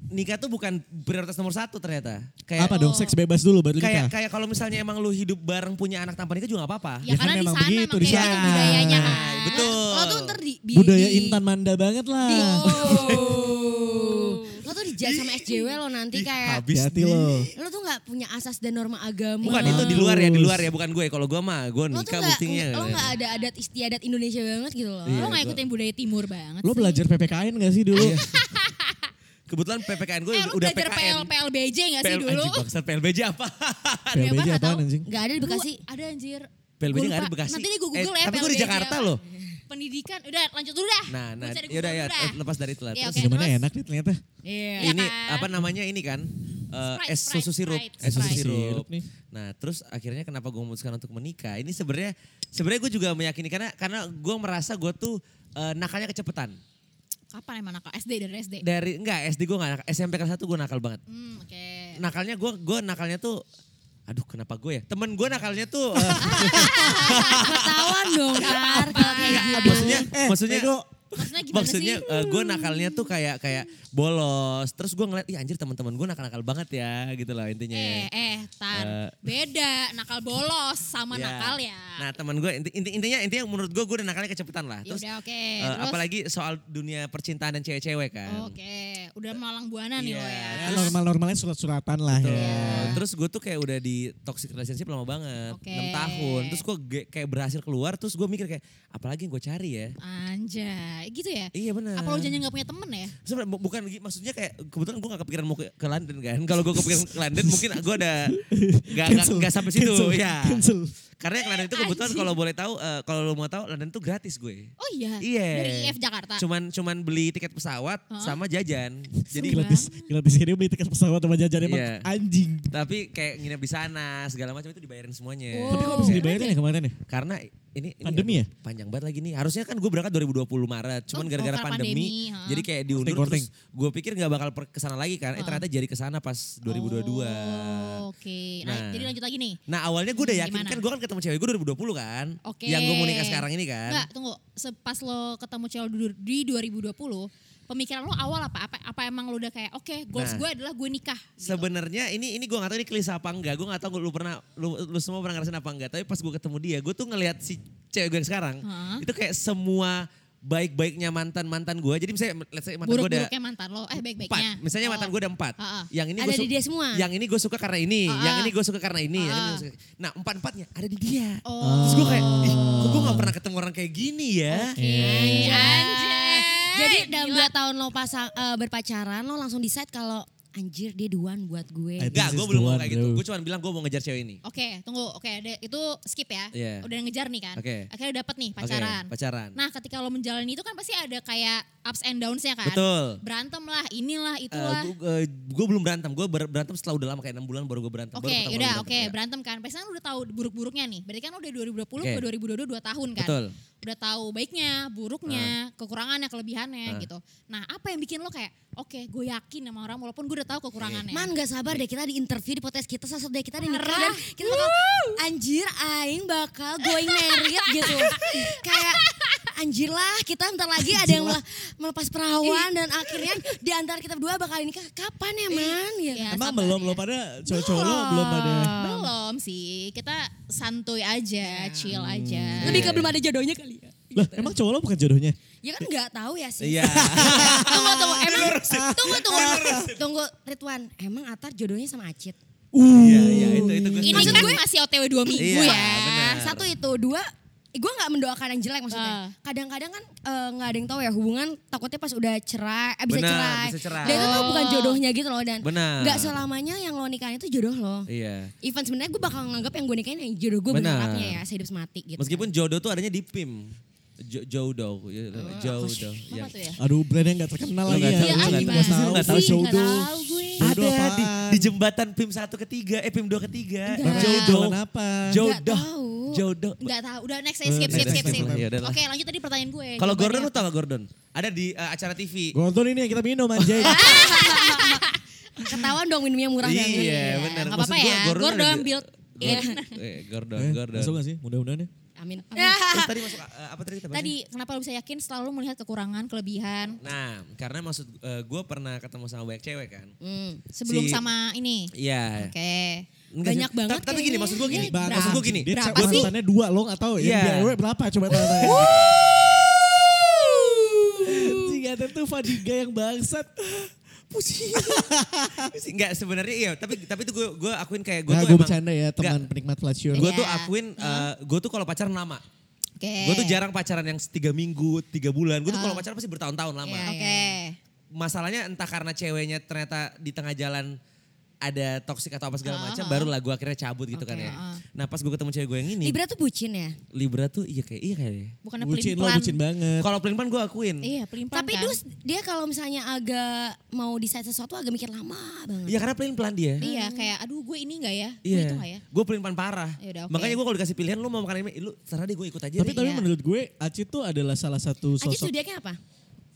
[SPEAKER 4] nikah tuh bukan prioritas nomor satu ternyata. Kayak
[SPEAKER 2] Apa dong? Seks bebas dulu baru
[SPEAKER 4] Iya. kayak
[SPEAKER 2] nikah.
[SPEAKER 4] kayak kalau misalnya emang lu hidup bareng punya anak tanpa nikah juga gak apa-apa.
[SPEAKER 3] ya,
[SPEAKER 2] Ya kan
[SPEAKER 3] karena di
[SPEAKER 2] memang
[SPEAKER 3] sana
[SPEAKER 2] begitu, di
[SPEAKER 3] emang kayak gitu
[SPEAKER 2] sana.
[SPEAKER 3] budayanya kan.
[SPEAKER 4] Betul.
[SPEAKER 5] ya Lo tuh ntar di, di-
[SPEAKER 2] Budaya
[SPEAKER 5] di-
[SPEAKER 2] Intan Manda banget lah.
[SPEAKER 4] (laughs)
[SPEAKER 3] oh.
[SPEAKER 5] oh. Lo tuh dijat sama SJW lo nanti kayak
[SPEAKER 4] Habis
[SPEAKER 2] Hati-hati
[SPEAKER 4] nih.
[SPEAKER 2] lo.
[SPEAKER 5] lo tuh nggak punya asas dan norma agama.
[SPEAKER 4] Bukan itu di luar ya, di luar ya bukan gue. Kalau gue mah gue
[SPEAKER 5] Lo tuh
[SPEAKER 4] nikah
[SPEAKER 5] nggak
[SPEAKER 4] buktinya.
[SPEAKER 5] lo nggak ada adat istiadat Indonesia banget gitu loh.
[SPEAKER 3] Lo
[SPEAKER 4] Iya,
[SPEAKER 3] gak
[SPEAKER 4] gua-
[SPEAKER 3] ikutin budaya timur banget
[SPEAKER 2] Lo
[SPEAKER 3] sih.
[SPEAKER 2] belajar PPKN gak sih (laughs)
[SPEAKER 4] Iya.
[SPEAKER 2] dulu?
[SPEAKER 4] Kebetulan PPKN gue
[SPEAKER 3] Eh, lo
[SPEAKER 4] udah
[SPEAKER 3] belajar
[SPEAKER 4] PKN.
[SPEAKER 3] PL, PLBJ gak sih
[SPEAKER 4] PL
[SPEAKER 3] dulu?
[SPEAKER 4] Anjing bangsat PLBJ apa?
[SPEAKER 3] Iya,
[SPEAKER 2] PLBJ
[SPEAKER 5] Nggak
[SPEAKER 2] apaan
[SPEAKER 5] tahu.
[SPEAKER 2] anjing?
[SPEAKER 5] Nggak ada di Bekasi.
[SPEAKER 3] Dua, ada anjir.
[SPEAKER 4] PLBJ
[SPEAKER 3] Gua
[SPEAKER 4] nggak ada di
[SPEAKER 3] lupa.
[SPEAKER 4] Bekasi.
[SPEAKER 3] Nanti nih gue google
[SPEAKER 4] Eh,
[SPEAKER 3] ya
[SPEAKER 4] tapi gue di
[SPEAKER 3] PLBJ
[SPEAKER 4] Jakarta
[SPEAKER 3] apa.
[SPEAKER 4] loh.
[SPEAKER 3] Pendidikan, udah lanjut dulu dah.
[SPEAKER 4] Nah, nah,
[SPEAKER 3] Gua cari
[SPEAKER 4] yaudah ya
[SPEAKER 3] Google dulu dah.
[SPEAKER 4] lepas dari itu lah.
[SPEAKER 3] Iya,
[SPEAKER 4] Terus
[SPEAKER 3] oke.
[SPEAKER 2] Gimana
[SPEAKER 3] terus?
[SPEAKER 2] enak nih ternyata.
[SPEAKER 5] Iya.
[SPEAKER 3] Iya
[SPEAKER 4] ini
[SPEAKER 3] kan?
[SPEAKER 4] apa namanya ini kan? eh,
[SPEAKER 3] Sprite,
[SPEAKER 4] es susu
[SPEAKER 3] Sprite,
[SPEAKER 4] sirup,
[SPEAKER 3] Sprite,
[SPEAKER 4] es susu
[SPEAKER 3] Sprite.
[SPEAKER 4] sirup.
[SPEAKER 2] Sirup nih.
[SPEAKER 4] Nah, terus akhirnya kenapa gue memutuskan untuk menikah? Ini sebenarnya sebenarnya gue juga meyakini karena karena gue merasa gue tuh eh, nakalnya kecepetan.
[SPEAKER 3] Kapan emang nakal? SD dari SD?
[SPEAKER 4] Dari enggak SD gue nggak nakal, SMP kelas 1 gue nakal banget.
[SPEAKER 3] Hmm, oke.
[SPEAKER 4] nakalnya gue gue nakalnya tuh aduh kenapa gue ya temen gue nakalnya tuh eh,
[SPEAKER 5] Ketahuan dong Ar. kalau
[SPEAKER 4] Iya.
[SPEAKER 5] kayak gitu.
[SPEAKER 4] maksudnya maksudnya
[SPEAKER 3] Eh, Maksudnya gimana
[SPEAKER 4] maksudnya
[SPEAKER 3] sih?
[SPEAKER 4] gue nakalnya tuh kayak kayak bolos terus gue ngeliat ih anjir teman-teman gue nakal-nakal banget ya gitu loh intinya
[SPEAKER 3] Eh, eh, Tan.
[SPEAKER 4] Eh.
[SPEAKER 3] Beda, nakal bolos sama
[SPEAKER 4] Ya.
[SPEAKER 3] nakal ya.
[SPEAKER 4] nah teman gue inti, inti- intinya intinya menurut gue gue udah nakalnya kecepetan lah terus
[SPEAKER 3] Yaudah, oke.
[SPEAKER 4] eh,
[SPEAKER 3] Terus? Oh, gitu
[SPEAKER 4] apalagi soal dunia percintaan dan cewek-cewek kan
[SPEAKER 3] Oke, udah malang buana nih lo
[SPEAKER 4] Iya.
[SPEAKER 3] ya.
[SPEAKER 2] Ya, normal-normalnya surat-suratan lah
[SPEAKER 4] Tuh.
[SPEAKER 2] ya.
[SPEAKER 4] Terus gue tuh kayak udah di toxic relationship lama banget.
[SPEAKER 3] Oke.
[SPEAKER 4] 6 tahun. Terus gue kayak berhasil keluar. Terus gue mikir kayak apalagi yang gue cari ya.
[SPEAKER 3] Anjay. ya, gitu ya.
[SPEAKER 4] Iya benar.
[SPEAKER 3] Apa lo janjian gak punya temen ya?
[SPEAKER 4] Sebenarnya bu- bukan gi- maksudnya kayak kebetulan gue gak kepikiran mau ke, ke London kan. Kalau gue kepikiran ke
[SPEAKER 2] (laughs)
[SPEAKER 4] London mungkin gue ada gak, gak,
[SPEAKER 2] Cancel.
[SPEAKER 4] gak sampai situ.
[SPEAKER 2] Cancel.
[SPEAKER 4] Ya.
[SPEAKER 2] Cancel.
[SPEAKER 4] Karena ke London itu kebetulan
[SPEAKER 3] Anjing.
[SPEAKER 4] kalau boleh tahu eh, kalau lo mau tahu London tuh gratis gue.
[SPEAKER 3] Oh iya.
[SPEAKER 4] Iya.
[SPEAKER 3] Dari IF Jakarta.
[SPEAKER 4] Cuman cuman beli tiket pesawat
[SPEAKER 3] Hah?
[SPEAKER 4] sama jajan. Jadi
[SPEAKER 2] gratis, gratis ini beli tiket pesawat sama jajan emang
[SPEAKER 4] Iya.
[SPEAKER 2] anjing.
[SPEAKER 4] tapi kayak nginep di sana segala macam itu dibayarin
[SPEAKER 3] Oh.
[SPEAKER 4] semuanya.
[SPEAKER 3] Iya,
[SPEAKER 2] Tapi kok bisa dibayarin ya kemarin ya?
[SPEAKER 4] Karena ini, ini
[SPEAKER 2] Pandemi ya?
[SPEAKER 4] Panjang banget lagi nih. Harusnya kan gue berangkat 2020 Maret, cuman
[SPEAKER 3] Oh,
[SPEAKER 4] gara-gara
[SPEAKER 3] karena
[SPEAKER 4] pandemi,
[SPEAKER 3] pandemi, ha.
[SPEAKER 4] jadi kayak diundur
[SPEAKER 2] Korting-korting.
[SPEAKER 4] terus gue pikir nggak bakal per- kesana lagi kan. Eh
[SPEAKER 3] Ha.
[SPEAKER 4] ternyata jadi kesana pas 2022.
[SPEAKER 3] Oh, Oke. Nah,
[SPEAKER 4] Nah.
[SPEAKER 3] jadi lanjut lagi nih.
[SPEAKER 4] Nah awalnya gue udah yakin
[SPEAKER 3] Gimana?
[SPEAKER 4] kan gue kan ketemu cewek gue 2020 kan.
[SPEAKER 3] Oke.
[SPEAKER 4] Yang gue mau nikah sekarang ini kan.
[SPEAKER 3] Enggak, tunggu. Se- Pas lo ketemu cewek du- di 2020, pemikiran lo awal apa? Apa, apa emang lo udah kayak, oke goals
[SPEAKER 4] Nah.
[SPEAKER 3] gue adalah gue nikah. gitu?
[SPEAKER 4] Sebenarnya ini ini gue gak tahu ini klise apa enggak. Gue gak tahu lu pernah lu, lu semua pernah ngerasain apa enggak. Tapi pas gue ketemu dia, gue tuh ngelihat si cewek gue yang sekarang
[SPEAKER 3] Hah?
[SPEAKER 4] itu kayak semua baik-baiknya mantan-mantan gue. Jadi misalnya let's say mantan gue ada
[SPEAKER 3] Buruk-buruknya mantan lo, eh
[SPEAKER 4] empat.
[SPEAKER 3] baik-baiknya.
[SPEAKER 4] Misalnya mantan gue ada empat.
[SPEAKER 3] Ha-ha.
[SPEAKER 4] Yang ini
[SPEAKER 5] Ada
[SPEAKER 4] gua
[SPEAKER 5] di
[SPEAKER 4] su-
[SPEAKER 5] dia semua?
[SPEAKER 4] Yang ini gue suka karena ini.
[SPEAKER 3] Ha-ha.
[SPEAKER 4] Yang ini gue suka karena ini. yang ini gua
[SPEAKER 3] Ha-ha.
[SPEAKER 4] suka- Nah empat-empatnya ada di dia.
[SPEAKER 3] Oh.
[SPEAKER 4] Terus gue kayak, ih kok gue gak pernah ketemu orang kayak gini ya.
[SPEAKER 3] iya,
[SPEAKER 2] Eh,
[SPEAKER 3] Anjay.
[SPEAKER 5] Jadi dalam
[SPEAKER 3] Eh, Gila.
[SPEAKER 5] dua tahun lo pasang eh, berpacaran lo langsung decide kalau anjir dia duan buat gue.
[SPEAKER 2] Eh,
[SPEAKER 4] Enggak,
[SPEAKER 2] This
[SPEAKER 4] gue
[SPEAKER 2] is
[SPEAKER 4] belum
[SPEAKER 2] the
[SPEAKER 4] ngomong
[SPEAKER 2] one,
[SPEAKER 4] kayak gitu.
[SPEAKER 2] bro.
[SPEAKER 4] Gue cuma bilang gue mau ngejar cewek ini.
[SPEAKER 3] Oke, tunggu. Oke, de- itu skip ya.
[SPEAKER 4] Iya.
[SPEAKER 3] Udah ngejar nih kan.
[SPEAKER 4] Oke.
[SPEAKER 3] Akhirnya dapat nih
[SPEAKER 4] Oke,
[SPEAKER 3] pacaran.
[SPEAKER 4] pacaran.
[SPEAKER 3] Nah, ketika lo menjalani itu kan pasti ada kayak ups and downs-nya kan.
[SPEAKER 4] Betul. Eh,
[SPEAKER 3] Berantem lah, inilah, itulah.
[SPEAKER 4] gue belum berantem, gue berantem setelah udah lama kayak 6 bulan baru gue berantem.
[SPEAKER 3] Oke,
[SPEAKER 4] baru
[SPEAKER 3] yaudah
[SPEAKER 4] pertama kali
[SPEAKER 3] oke,
[SPEAKER 4] berantem, ya.
[SPEAKER 3] berantem kan. Pasti kan lo udah tahu buruk-buruknya nih. Berarti kan lo dari 2020
[SPEAKER 4] Oke.
[SPEAKER 3] ke 2022 2 tahun kan.
[SPEAKER 4] Betul.
[SPEAKER 3] Udah tahu baiknya, buruknya, kekurangannya, kelebihannya gitu. Nah, apa yang bikin lo kayak oke, gue yakin sama orang walaupun gue udah tahu kekurangannya.
[SPEAKER 5] Man gak sabar deh kita di interview di podcast kita sosok deh kita di nikah
[SPEAKER 3] Parah.
[SPEAKER 5] dan kita bakal anjir aing bakal going married
[SPEAKER 3] (laughs)
[SPEAKER 5] gitu. Kayak anjir lah kita ntar lagi ada yang mele- melepas perawan dan akhirnya di antara kita berdua bakal nikah kapan ya man? Ya.
[SPEAKER 3] Ya,
[SPEAKER 2] Emang
[SPEAKER 3] sabar
[SPEAKER 2] belum
[SPEAKER 3] ya.
[SPEAKER 2] lo pada cowok-cowok lo belum ada.
[SPEAKER 3] Belum sih, kita santuy aja, chill aja.
[SPEAKER 5] Iya. Lebih ke belum ada jodohnya kali ya.
[SPEAKER 2] Lah
[SPEAKER 3] Gitu.
[SPEAKER 2] emang cowok lo bukan jodohnya?
[SPEAKER 5] Eh. Ya kan nggak tahu ya sih.
[SPEAKER 4] Iya.
[SPEAKER 5] (laughs) tunggu tunggu emang tunggu tunggu tunggu Ridwan emang Atar jodohnya sama Acit
[SPEAKER 4] Iya, iya itu itu gue.
[SPEAKER 3] Ini
[SPEAKER 5] Maksud
[SPEAKER 3] kan
[SPEAKER 5] gue-
[SPEAKER 3] masih OTW dua minggu
[SPEAKER 4] Iya,
[SPEAKER 3] ya.
[SPEAKER 4] benar.
[SPEAKER 5] satu itu dua gue nggak mendoakan yang jelek
[SPEAKER 3] Ah.
[SPEAKER 5] maksudnya kadang-kadang kan eh, nggak ada yang tahu ya hubungan takutnya pas udah cerai eh, bisa,
[SPEAKER 4] Benar,
[SPEAKER 5] cerai.
[SPEAKER 4] bisa cerai.
[SPEAKER 5] dan itu tuh
[SPEAKER 3] Oh.
[SPEAKER 5] bukan jodohnya gitu loh dan
[SPEAKER 4] Benar.
[SPEAKER 5] nggak selamanya yang lo nikahin itu jodoh lo
[SPEAKER 4] Iya.
[SPEAKER 5] even sebenarnya gue bakal nganggap yang gue nikahin yang jodoh gue
[SPEAKER 4] Benar.
[SPEAKER 5] berharapnya ya sehidup semati gitu
[SPEAKER 4] Meskipun jodoh tuh adanya di PIM. Jo- Jodoh, ya, jodoh.
[SPEAKER 3] Apa tuh ya?
[SPEAKER 2] Aduh brand yang gak terkenal
[SPEAKER 4] Lo
[SPEAKER 2] lagi
[SPEAKER 4] nggak
[SPEAKER 2] ya.
[SPEAKER 4] tahu,
[SPEAKER 3] Iya,
[SPEAKER 4] lo
[SPEAKER 3] ah,
[SPEAKER 4] nggak
[SPEAKER 3] gimana?
[SPEAKER 4] tahu, lo nggak tahu
[SPEAKER 3] Ih,
[SPEAKER 2] Jodoh.
[SPEAKER 3] nggak tahu gue.
[SPEAKER 2] Jodoh
[SPEAKER 4] Ada di,
[SPEAKER 2] apaan?
[SPEAKER 4] di jembatan PIM 1 ke 3, eh PIM 2 ke 3.
[SPEAKER 2] Bang Joe jualan apa?
[SPEAKER 4] Jodoh.
[SPEAKER 5] tahu.
[SPEAKER 4] Jodoh.
[SPEAKER 3] Nggak tahu. Udah next aja, skip,
[SPEAKER 4] Next,
[SPEAKER 3] skip, skip,
[SPEAKER 4] next,
[SPEAKER 3] skip.
[SPEAKER 4] next. Ya, udah lah.
[SPEAKER 3] Oke lanjut tadi pertanyaan gue.
[SPEAKER 4] Kalau
[SPEAKER 3] Jawabannya
[SPEAKER 4] Gordon lu
[SPEAKER 3] apa?
[SPEAKER 4] tau gak Gordon? Ada di eh, acara TV.
[SPEAKER 2] Gonton ini yang kita minum
[SPEAKER 4] (laughs)
[SPEAKER 2] anjay.
[SPEAKER 5] ketahuan dong minumnya murah
[SPEAKER 4] Iya,
[SPEAKER 5] banget Ya. iya.
[SPEAKER 4] benar.
[SPEAKER 3] nggak
[SPEAKER 4] Maksud
[SPEAKER 3] apa-apa
[SPEAKER 4] gua,
[SPEAKER 3] ya.
[SPEAKER 4] Gordon
[SPEAKER 3] Gordon
[SPEAKER 4] ada di-
[SPEAKER 3] build-
[SPEAKER 4] Gordon. Eh, Gordon,
[SPEAKER 2] Eh,
[SPEAKER 4] Gordon.
[SPEAKER 2] Masuk gak sih? Mudah-mudahan ya.
[SPEAKER 5] amin, Iya. amin.
[SPEAKER 4] Terus tadi masuk eh, apa tadi kita bahasnya?
[SPEAKER 3] Tadi kenapa lo bisa yakin selalu melihat kekurangan, kelebihan
[SPEAKER 4] Nah, karena maksud gue pernah ketemu sama banyak cewek kan.
[SPEAKER 5] Hmm.
[SPEAKER 3] sebelum
[SPEAKER 4] Si-
[SPEAKER 3] sama ini?
[SPEAKER 4] Iya.
[SPEAKER 3] Oke.
[SPEAKER 4] Enggak
[SPEAKER 5] Banyak
[SPEAKER 4] sih.
[SPEAKER 5] banget
[SPEAKER 4] Tapi, tapi gini,
[SPEAKER 5] kayaknya.
[SPEAKER 4] maksud gue gini.
[SPEAKER 5] Iya,
[SPEAKER 2] Bang,
[SPEAKER 4] Maksud gue
[SPEAKER 2] Bang,
[SPEAKER 4] gini.
[SPEAKER 2] Dia
[SPEAKER 5] Berapa
[SPEAKER 2] gua
[SPEAKER 5] sih?
[SPEAKER 2] mantannya dua lo gak tau
[SPEAKER 4] Iya.
[SPEAKER 2] ya. Dia awet berapa coba tanya. Jika ada tuh Fadiga yang bangsat. Pusing.
[SPEAKER 4] Enggak sebenarnya iya, tapi tapi itu gue gue akuin kayak gue
[SPEAKER 2] Nah
[SPEAKER 4] tuh
[SPEAKER 2] gue
[SPEAKER 4] emang-
[SPEAKER 2] bercanda ya teman
[SPEAKER 4] Enggak,
[SPEAKER 2] penikmat Flatshow.
[SPEAKER 4] Gue tuh
[SPEAKER 3] Iya.
[SPEAKER 4] akuin, gue tuh kalau pacaran lama.
[SPEAKER 3] Oke.
[SPEAKER 4] Gue tuh jarang pacaran yang tiga minggu, tiga bulan.
[SPEAKER 3] Ah.
[SPEAKER 4] Gue tuh kalau pacaran pasti bertahun-tahun lama.
[SPEAKER 3] Oke.
[SPEAKER 4] Masalahnya entah karena ceweknya ternyata di tengah jalan ada toksik atau apa segala
[SPEAKER 3] Ah,
[SPEAKER 4] macam, barulah gue akhirnya cabut gitu kan
[SPEAKER 5] Oke,
[SPEAKER 4] ya. Nah pas gue ketemu cewek gue yang ini, Libra,
[SPEAKER 5] Libra tuh bucin ya
[SPEAKER 4] tuh iya kayak iya kayaknya.
[SPEAKER 3] Bukannya
[SPEAKER 2] Bucin lo,
[SPEAKER 3] pelin-pelan.
[SPEAKER 2] bucin banget.
[SPEAKER 4] Kalau pelin gue akuin.
[SPEAKER 3] Iya, pelin
[SPEAKER 5] Tapi dus dia kalau misalnya agak mau decide sesuatu agak mikir lama banget.
[SPEAKER 4] Iya karena pelin pelan dia.
[SPEAKER 3] Iya, kayak aduh gue ini enggak ya? Gue itu
[SPEAKER 4] Hmm. Iya.
[SPEAKER 3] enggak ya?
[SPEAKER 4] Gue pelin pelan parah.
[SPEAKER 3] Yaudah, oke.
[SPEAKER 4] Makanya gue kalau dikasih pilihan lu mau makan ini, lu terserah deh gue ikut aja
[SPEAKER 2] Tapi
[SPEAKER 4] deh.
[SPEAKER 2] tapi
[SPEAKER 3] Iya.
[SPEAKER 2] menurut gue Aci tuh adalah salah satu
[SPEAKER 5] Aja
[SPEAKER 2] sosok.
[SPEAKER 5] zodiaknya apa?